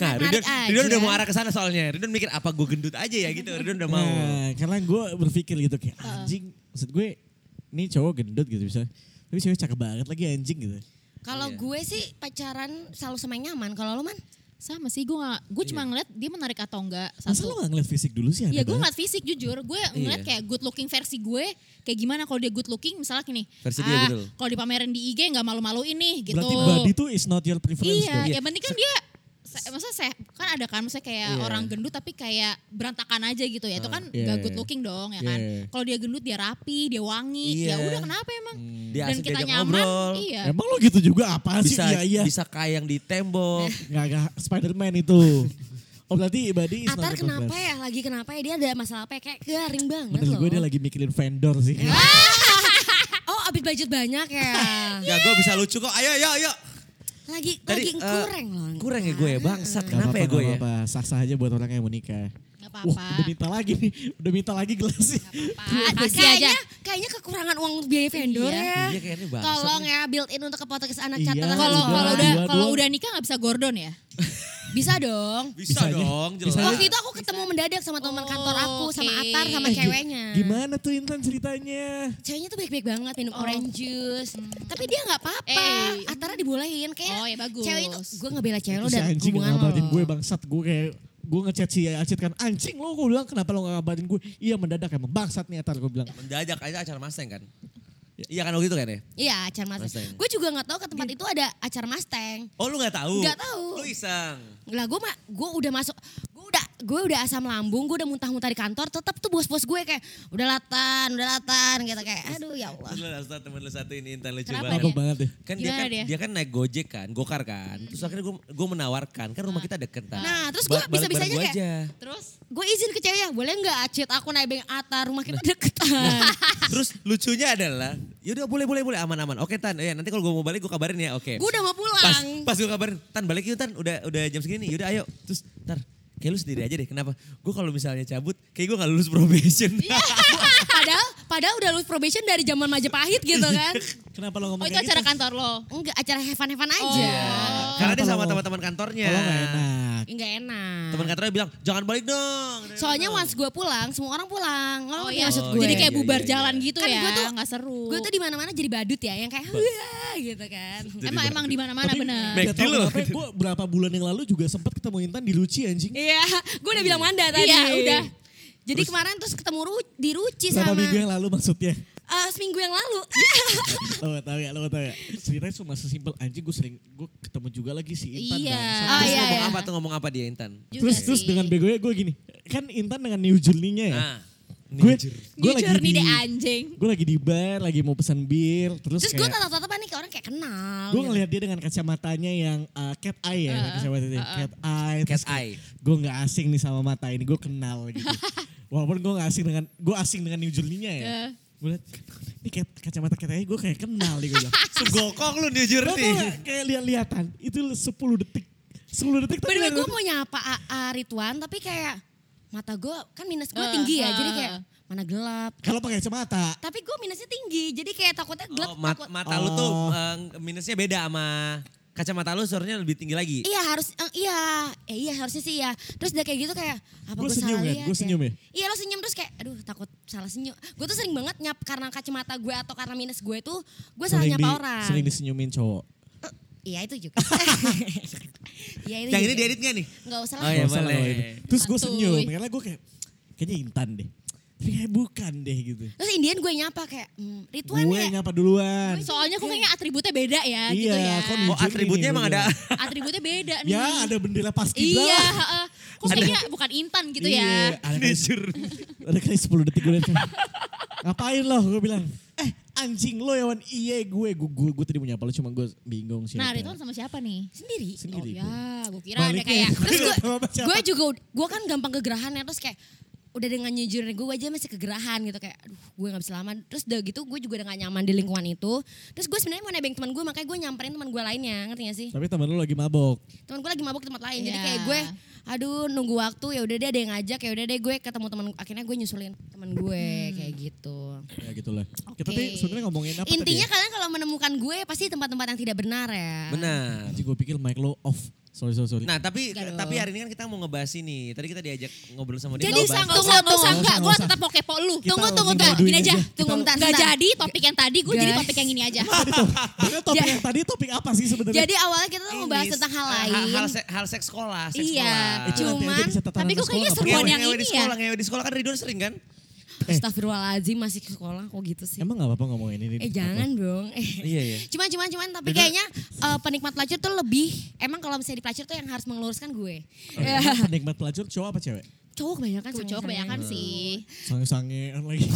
[SPEAKER 4] Nah, Ridwan,
[SPEAKER 5] Menarik aja.
[SPEAKER 4] Ridwan udah mau arah ke sana soalnya. Ridwan mikir apa gue gendut aja ya gitu. Ridwan udah mau.
[SPEAKER 2] Nah, karena gue berpikir gitu kayak anjing. Maksud gue ini cowok gendut gitu bisa. Tapi cewek cakep banget lagi anjing gitu.
[SPEAKER 5] Kalau
[SPEAKER 4] Iya.
[SPEAKER 5] gue sih pacaran selalu sama yang nyaman. Kalau lo man?
[SPEAKER 3] Sama sih, gue nggak- gue cuma ngeliat dia menarik atau enggak.
[SPEAKER 2] Iya. Masa
[SPEAKER 3] Satu.
[SPEAKER 2] lo gak ngeliat fisik dulu sih? kan?
[SPEAKER 3] Ya
[SPEAKER 2] aneh banget.
[SPEAKER 3] gue Gitu. ngeliat fisik jujur, gue ngeliat
[SPEAKER 4] Iya.
[SPEAKER 3] kayak good looking versi gue kayak gimana kalau dia good looking misalnya gini.
[SPEAKER 4] Versi dia,
[SPEAKER 3] ah,
[SPEAKER 4] betul.
[SPEAKER 3] Kalau dipamerin di IG nggak malu-maluin nih gitu.
[SPEAKER 2] Berarti body tuh is not your preference gitu.
[SPEAKER 3] Iya,
[SPEAKER 2] dong.
[SPEAKER 3] ya penting kan dia se- maksudnya saya kan ada kan maksudnya kayak
[SPEAKER 4] Iya.
[SPEAKER 3] orang gendut tapi kayak berantakan aja gitu ya. Itu kan
[SPEAKER 2] Iya,
[SPEAKER 3] gak
[SPEAKER 2] iya.
[SPEAKER 3] good looking dong ya kan.
[SPEAKER 2] Iya.
[SPEAKER 3] Kalau dia gendut dia rapi, dia wangi.
[SPEAKER 4] Iya.
[SPEAKER 3] Ya udah kenapa emang?
[SPEAKER 2] Hmm,
[SPEAKER 4] Dia
[SPEAKER 3] Dan
[SPEAKER 4] asik
[SPEAKER 3] kita
[SPEAKER 4] diajak
[SPEAKER 3] nyaman.
[SPEAKER 4] ngobrol.
[SPEAKER 3] Iya.
[SPEAKER 2] Emang lo gitu juga apa sih?
[SPEAKER 4] Bisa
[SPEAKER 2] Iya, iya.
[SPEAKER 4] bisa kayang di tembok.
[SPEAKER 5] Nah.
[SPEAKER 2] Nggak, nggak. Spider-Man itu. Oh berarti body is not
[SPEAKER 5] Atar
[SPEAKER 2] your
[SPEAKER 5] kenapa
[SPEAKER 2] preference.
[SPEAKER 5] ya? Lagi kenapa ya? Dia ada masalah apa ya? Kayak garing banget
[SPEAKER 2] Menurut
[SPEAKER 5] loh. Ah,
[SPEAKER 2] gue dia lagi mikirin vendor sih.
[SPEAKER 5] budget banyak ya.
[SPEAKER 4] Ya gue bisa lucu kok. Ayo, ayo, ayo.
[SPEAKER 5] Lagi lagi
[SPEAKER 4] Tadi, eh,
[SPEAKER 5] kurang loh.
[SPEAKER 4] Kurang ya gue ya, bangsat. Kenapa
[SPEAKER 2] apa-apa,
[SPEAKER 4] ya gue
[SPEAKER 2] nggak
[SPEAKER 4] ya?
[SPEAKER 2] apa-apa. Sah-sah aja buat orang yang mau nikah.
[SPEAKER 3] Gak
[SPEAKER 2] Wah,
[SPEAKER 3] apa-apa.
[SPEAKER 2] udah minta lagi nih. Udah minta lagi gelasnya.
[SPEAKER 3] Pak, kasih aja.
[SPEAKER 5] Nah, Kayaknya kayaknya kekurangan uang biaya vendor
[SPEAKER 3] Iya.
[SPEAKER 5] ya.
[SPEAKER 4] Iya kayaknya bangsat.
[SPEAKER 5] Tolong ya built in untuk ke podcast anak
[SPEAKER 2] Iya.
[SPEAKER 5] catatan.
[SPEAKER 3] Kalau
[SPEAKER 2] Udah,
[SPEAKER 3] kalau udah
[SPEAKER 2] dua,
[SPEAKER 3] kalau
[SPEAKER 2] dua.
[SPEAKER 3] udah nikah nggak bisa gordon ya?
[SPEAKER 5] bisa dong.
[SPEAKER 4] Bisa,
[SPEAKER 2] Bisa aja.
[SPEAKER 4] dong, jelas.
[SPEAKER 2] Bisa
[SPEAKER 5] Waktu itu aku ketemu mendadak sama teman
[SPEAKER 3] Oh,
[SPEAKER 5] kantor aku sama
[SPEAKER 3] oke.
[SPEAKER 5] Atar sama
[SPEAKER 2] Eh, gi-
[SPEAKER 5] ceweknya.
[SPEAKER 2] Gimana tuh Intan ceritanya?
[SPEAKER 5] Ceweknya tuh baik-baik banget minum
[SPEAKER 3] Oh.
[SPEAKER 5] orange juice. Tapi dia nggak apa-apa.
[SPEAKER 3] Eh.
[SPEAKER 5] Atara dibolehin kayak
[SPEAKER 3] Oh, ya bagus.
[SPEAKER 5] Cewek itu gue ngebela cewek lo
[SPEAKER 2] Terus si
[SPEAKER 5] dan
[SPEAKER 2] anjing
[SPEAKER 5] Ya hubungan
[SPEAKER 2] ngabarin
[SPEAKER 5] lo.
[SPEAKER 2] gue bangsat gue kayak gue ngechat si Acit kan anjing lo gue bilang kenapa lo gak ngabarin gue iya mendadak emang bangsat nih atar gue bilang
[SPEAKER 4] Mendadak aja acara Mustang kan. Iya kan waktu itu kan ya?
[SPEAKER 5] Iya acara
[SPEAKER 4] Mustang.
[SPEAKER 5] Mustang. Gue juga nggak tahu ke tempat itu ada acara Mustang.
[SPEAKER 4] Oh lu gak tahu?
[SPEAKER 5] Nggak tahu.
[SPEAKER 4] Lu iseng.
[SPEAKER 5] Lah gue mah gue udah masuk gue udah gue udah asam lambung gue udah muntah-muntah di kantor tetap tuh bos-bos gue kayak udah latan udah latan gitu kayak aduh ya Allah
[SPEAKER 4] Terus lu satu temen lu satu ini Intan lucu
[SPEAKER 3] Kenapa
[SPEAKER 4] banget.
[SPEAKER 2] apa banget ya
[SPEAKER 4] Kan dia
[SPEAKER 3] Gimana
[SPEAKER 4] kan,
[SPEAKER 3] dia?
[SPEAKER 4] dia? kan naik gojek kan, gokar kan. Terus akhirnya gue gue menawarkan, kan rumah kita deket kan.
[SPEAKER 5] Nah, terus gua
[SPEAKER 4] bareng
[SPEAKER 5] bisa-bisanya
[SPEAKER 4] gua
[SPEAKER 5] (laughs) kayak-
[SPEAKER 4] aja.
[SPEAKER 3] Terus
[SPEAKER 5] gue izin ke ceweknya boleh nggak acit aku naik beng atar rumah
[SPEAKER 4] Nah.
[SPEAKER 5] kita deketan (laughs)
[SPEAKER 4] Terus lucunya adalah, yaudah boleh boleh boleh aman aman. Oke Tan, ya nanti kalau gue mau balik gue kabarin ya. Oke.
[SPEAKER 5] gue udah mau
[SPEAKER 4] Pas
[SPEAKER 5] pulang
[SPEAKER 4] pas gue kabarin, Tan balik yuk Tan, udah udah jam segini. Yaudah ayo. Terus Tan, kayak lu sendiri aja deh. Kenapa? Gue kalau misalnya cabut, kayak gue gak lulus probation.
[SPEAKER 5] Iya. (laughs) padahal padahal udah lulus probation dari zaman Majapahit gitu kan
[SPEAKER 2] kenapa lo
[SPEAKER 3] oh
[SPEAKER 2] ngomong gitu?
[SPEAKER 3] itu acara kantor lo.
[SPEAKER 5] enggak acara hevan hevan aja
[SPEAKER 4] Iya.
[SPEAKER 2] Oh.
[SPEAKER 4] (laughs) Karena dia sama
[SPEAKER 2] Kalau-
[SPEAKER 4] teman-teman kantornya.
[SPEAKER 2] lo gak Oh, enak
[SPEAKER 5] enggak Iya, enak
[SPEAKER 4] Teman kantornya bilang, jangan balik dong.
[SPEAKER 5] soalnya once gue pulang semua orang pulang oh,
[SPEAKER 3] iya.
[SPEAKER 5] maksud
[SPEAKER 4] Oh,
[SPEAKER 5] gue
[SPEAKER 3] Jadi
[SPEAKER 4] iya,
[SPEAKER 3] kayak
[SPEAKER 4] iya,
[SPEAKER 3] bubar
[SPEAKER 4] iya,
[SPEAKER 3] jalan
[SPEAKER 4] iya.
[SPEAKER 3] gitu
[SPEAKER 5] Kan
[SPEAKER 3] ya,
[SPEAKER 5] gua tuh-
[SPEAKER 3] nggak seru.
[SPEAKER 5] gue tuh di mana mana jadi badut ya yang kayak "Wah," gitu kan
[SPEAKER 3] emang emang di mana-mana benar.
[SPEAKER 4] Mac
[SPEAKER 2] Gak tau
[SPEAKER 4] deal lo.
[SPEAKER 2] kenapa gue berapa bulan yang lalu juga sempat ketemu Intan di Luci anjing
[SPEAKER 5] Iya, gue udah bilang Manda tadi.
[SPEAKER 3] Iya, udah.
[SPEAKER 5] Jadi kemarin terus ketemu Ru- di Ruci
[SPEAKER 2] berapa
[SPEAKER 5] sama
[SPEAKER 2] minggu yang lalu maksudnya (laughs)
[SPEAKER 5] eh, seminggu yang lalu.
[SPEAKER 2] lo gak tau ya lo gak tau ya ceritanya cuma sesimpel anjing gue sering gue ketemu juga lagi si Intan
[SPEAKER 3] Iya.
[SPEAKER 2] bangsat.
[SPEAKER 3] Oh,
[SPEAKER 5] Ah,
[SPEAKER 4] Terus
[SPEAKER 3] iya,
[SPEAKER 4] ngomong
[SPEAKER 3] iya.
[SPEAKER 4] apa tuh ngomong apa dia Intan?
[SPEAKER 3] Juga
[SPEAKER 2] terus terus
[SPEAKER 3] sih.
[SPEAKER 2] dengan begonya gue gini kan Intan dengan new journey-nya ya
[SPEAKER 4] Nah,
[SPEAKER 2] gue gue
[SPEAKER 3] New
[SPEAKER 2] lagi
[SPEAKER 3] journey
[SPEAKER 2] di
[SPEAKER 3] deh anjing.
[SPEAKER 2] gue lagi di bar lagi mau pesan bir terus,
[SPEAKER 5] (laughs) Terus gue
[SPEAKER 2] kayak
[SPEAKER 5] tatap-tatapan nih kayak orang kayak kenal.
[SPEAKER 2] gue
[SPEAKER 5] gitu.
[SPEAKER 2] ngelihat dia dengan kacamatanya yang uh, cat eye ya kacamata dia, cat eye
[SPEAKER 4] cat eye.
[SPEAKER 2] gue nggak asing nih sama mata ini gue kenal
[SPEAKER 5] (laughs)
[SPEAKER 2] gitu walaupun gue nggak asing dengan gue asing dengan new journey-nya ya
[SPEAKER 3] Iya.
[SPEAKER 2] gue liat ini cat, kacamata cat eye gue kayak kenal nih gue
[SPEAKER 4] (laughs)
[SPEAKER 2] bilang
[SPEAKER 4] Segokong lu
[SPEAKER 2] Lo
[SPEAKER 4] New
[SPEAKER 2] tau
[SPEAKER 4] Jersey.
[SPEAKER 2] nggak, kayak lihat-lihatan itu 10 detik 10 detik tapi
[SPEAKER 5] Bener-bener gue
[SPEAKER 2] lihat-
[SPEAKER 5] mau nyapa AA Rituan tapi kayak mata gue kan minus gue
[SPEAKER 3] Eh,
[SPEAKER 5] tinggi ya. Jadi
[SPEAKER 3] eh.
[SPEAKER 5] kayak mana gelap.
[SPEAKER 2] kalau pakai kacamata
[SPEAKER 5] Tapi gue minusnya tinggi, jadi kayak takutnya gelap.
[SPEAKER 4] Oh, mat-
[SPEAKER 5] takut-
[SPEAKER 4] mata lu tuh eh, minusnya beda sama kacamata lu suaranya lebih tinggi lagi.
[SPEAKER 5] Iya harus, eh, iya, eh, iya harusnya sih ya. Terus udah kayak gitu kayak apa
[SPEAKER 2] Gua
[SPEAKER 5] gue
[SPEAKER 2] senyum
[SPEAKER 5] salah
[SPEAKER 2] kan?
[SPEAKER 5] lihat
[SPEAKER 2] Gua senyum ya?
[SPEAKER 5] Iya lo senyum terus kayak, aduh takut salah senyum. Gue tuh sering banget nyap karena kacamata gue atau karena minus gue tuh gue salah
[SPEAKER 2] sering,
[SPEAKER 5] nyapa
[SPEAKER 2] di,
[SPEAKER 5] orang.
[SPEAKER 2] sering disenyumin cowok
[SPEAKER 4] Oh,
[SPEAKER 5] Eh, Iya itu
[SPEAKER 2] (laughs)
[SPEAKER 5] juga. Iya itu.
[SPEAKER 4] Yang ini
[SPEAKER 5] juga.
[SPEAKER 4] diedit gak nih?
[SPEAKER 5] Nggak usah lah.
[SPEAKER 4] Oh, iya,
[SPEAKER 2] Nggak usah lah
[SPEAKER 4] boleh.
[SPEAKER 2] kalau itu. Terus gue
[SPEAKER 3] Santuy.
[SPEAKER 2] senyum, karena gue kayak kayaknya Intan deh. Tapi kayak bukan deh gitu.
[SPEAKER 5] Terus Indian gue nyapa kayak, hmm, Rituan
[SPEAKER 2] Gue
[SPEAKER 5] ya.
[SPEAKER 2] nyapa duluan.
[SPEAKER 3] Soalnya kok kayaknya atributnya beda ya gitu ya.
[SPEAKER 2] Iya, kok
[SPEAKER 4] Oh atributnya emang ada.
[SPEAKER 5] Iya.
[SPEAKER 3] Atributnya beda nih.
[SPEAKER 2] Ya ada bendera paskibra.
[SPEAKER 3] Iya,
[SPEAKER 2] lah.
[SPEAKER 3] heeh. kok kayaknya bukan Intan gitu
[SPEAKER 2] Iya,
[SPEAKER 3] ya.
[SPEAKER 2] Ada
[SPEAKER 4] New
[SPEAKER 2] kali,
[SPEAKER 4] Jersey.
[SPEAKER 2] ada kali 10 detik gue (laughs) liat. Ngapain lo? Gue bilang, eh anjing lo ya Wan. Iya gue. Gue, gue, gue tadi mau nyapa lo cuma gue bingung siapa.
[SPEAKER 3] Nah, Ridwan sama siapa nih?
[SPEAKER 5] Sendiri.
[SPEAKER 2] Sendiri
[SPEAKER 3] oh ya, gue kira ada
[SPEAKER 2] Baliknya.
[SPEAKER 3] kayak
[SPEAKER 5] Terus gue,
[SPEAKER 2] (laughs) Sama siapa?
[SPEAKER 5] gue juga, ud- gue kan gampang kegerahan ya. Terus kayak, udah dengan nyujurin gue aja masih kegerahan gitu kayak aduh gue nggak bisa lama terus udah gitu gue juga udah gak nyaman di lingkungan itu terus gue sebenarnya mau nebeng teman gue makanya gue nyamperin teman gue lainnya ngerti gak sih
[SPEAKER 2] Tapi temen lo lagi mabok.
[SPEAKER 5] teman gue lagi mabuk di tempat lain jadi
[SPEAKER 3] Iya.
[SPEAKER 5] kayak gue aduh nunggu waktu ya udah deh ada yang ngajak ya udah deh gue ketemu teman akhirnya gue nyusulin teman gue kayak gitu
[SPEAKER 2] Ya gitu lah. Kita
[SPEAKER 3] Oke.
[SPEAKER 2] tadi sebenarnya ngomongin apa
[SPEAKER 5] intinya
[SPEAKER 2] tadi ya?
[SPEAKER 5] kalian kalau menemukan gue pasti di tempat-tempat yang tidak benar ya
[SPEAKER 4] Benar.
[SPEAKER 2] Anjing gue pikir mic lo off. Sorry, sorry, sorry.
[SPEAKER 4] Nah tapi
[SPEAKER 5] Iya
[SPEAKER 3] Enggak dong.
[SPEAKER 4] tapi hari ini kan kita mau ngebahas ini. Tadi kita diajak ngobrol sama dia. ngebahas
[SPEAKER 5] Jadi sang-
[SPEAKER 3] Tunggu,
[SPEAKER 5] usah,
[SPEAKER 3] tunggu,
[SPEAKER 5] nggak usah,
[SPEAKER 3] enggak,
[SPEAKER 2] nggak
[SPEAKER 3] gue
[SPEAKER 2] usah.
[SPEAKER 3] tetap mau kepo lu.
[SPEAKER 2] Kita
[SPEAKER 5] tunggu
[SPEAKER 2] mingguin
[SPEAKER 5] tunggu bentar
[SPEAKER 2] duit
[SPEAKER 5] gini aja
[SPEAKER 3] Ah,
[SPEAKER 2] aja.
[SPEAKER 5] tunggu
[SPEAKER 2] Kita-
[SPEAKER 5] bentar
[SPEAKER 3] Gak
[SPEAKER 5] bentar.
[SPEAKER 3] jadi topik yang tadi, gue jadi
[SPEAKER 5] Guys.
[SPEAKER 3] topik yang ini aja.
[SPEAKER 2] Tadi tuh, bener topik yang tadi topik apa sih sebenarnya?
[SPEAKER 5] jadi awalnya kita tuh mau
[SPEAKER 4] ini,
[SPEAKER 5] bahas tentang hal
[SPEAKER 4] eh,
[SPEAKER 5] lain
[SPEAKER 4] Hal, hal, se- hal seks sekolah, Eh, seks
[SPEAKER 5] Iya.
[SPEAKER 4] sekolah.
[SPEAKER 2] Itu nanti aja
[SPEAKER 5] cuman-
[SPEAKER 2] bisa tatanan
[SPEAKER 3] tapi
[SPEAKER 2] ke
[SPEAKER 3] kok kayaknya
[SPEAKER 2] sekolah,
[SPEAKER 3] seru
[SPEAKER 2] apa
[SPEAKER 3] Bukan yang
[SPEAKER 4] Ngewe di
[SPEAKER 3] ini ya?
[SPEAKER 4] sekolah, ngewe di sekolah kan Ridwan sering kan?
[SPEAKER 5] Astagfirullahaladzim masih ke sekolah kok gitu sih
[SPEAKER 2] Emang gak apa-apa ngomongin ini?
[SPEAKER 5] eh jangan dong eh.
[SPEAKER 4] Iya, iya.
[SPEAKER 5] Cuman, cuman, cuman. Tapi kayaknya eh, penikmat pelacur tuh lebih, emang kalau misalnya di pelacur tuh yang harus mengeluruskan gue.
[SPEAKER 2] Eh, Penikmat pelacur cowok apa cewek?
[SPEAKER 5] Cowok kebanyakan
[SPEAKER 3] Tuh,
[SPEAKER 5] soalnya,
[SPEAKER 3] cowok
[SPEAKER 5] sayang.
[SPEAKER 3] kebanyakan ya, kan sih.
[SPEAKER 2] Sange-sangean (laughs) lagi.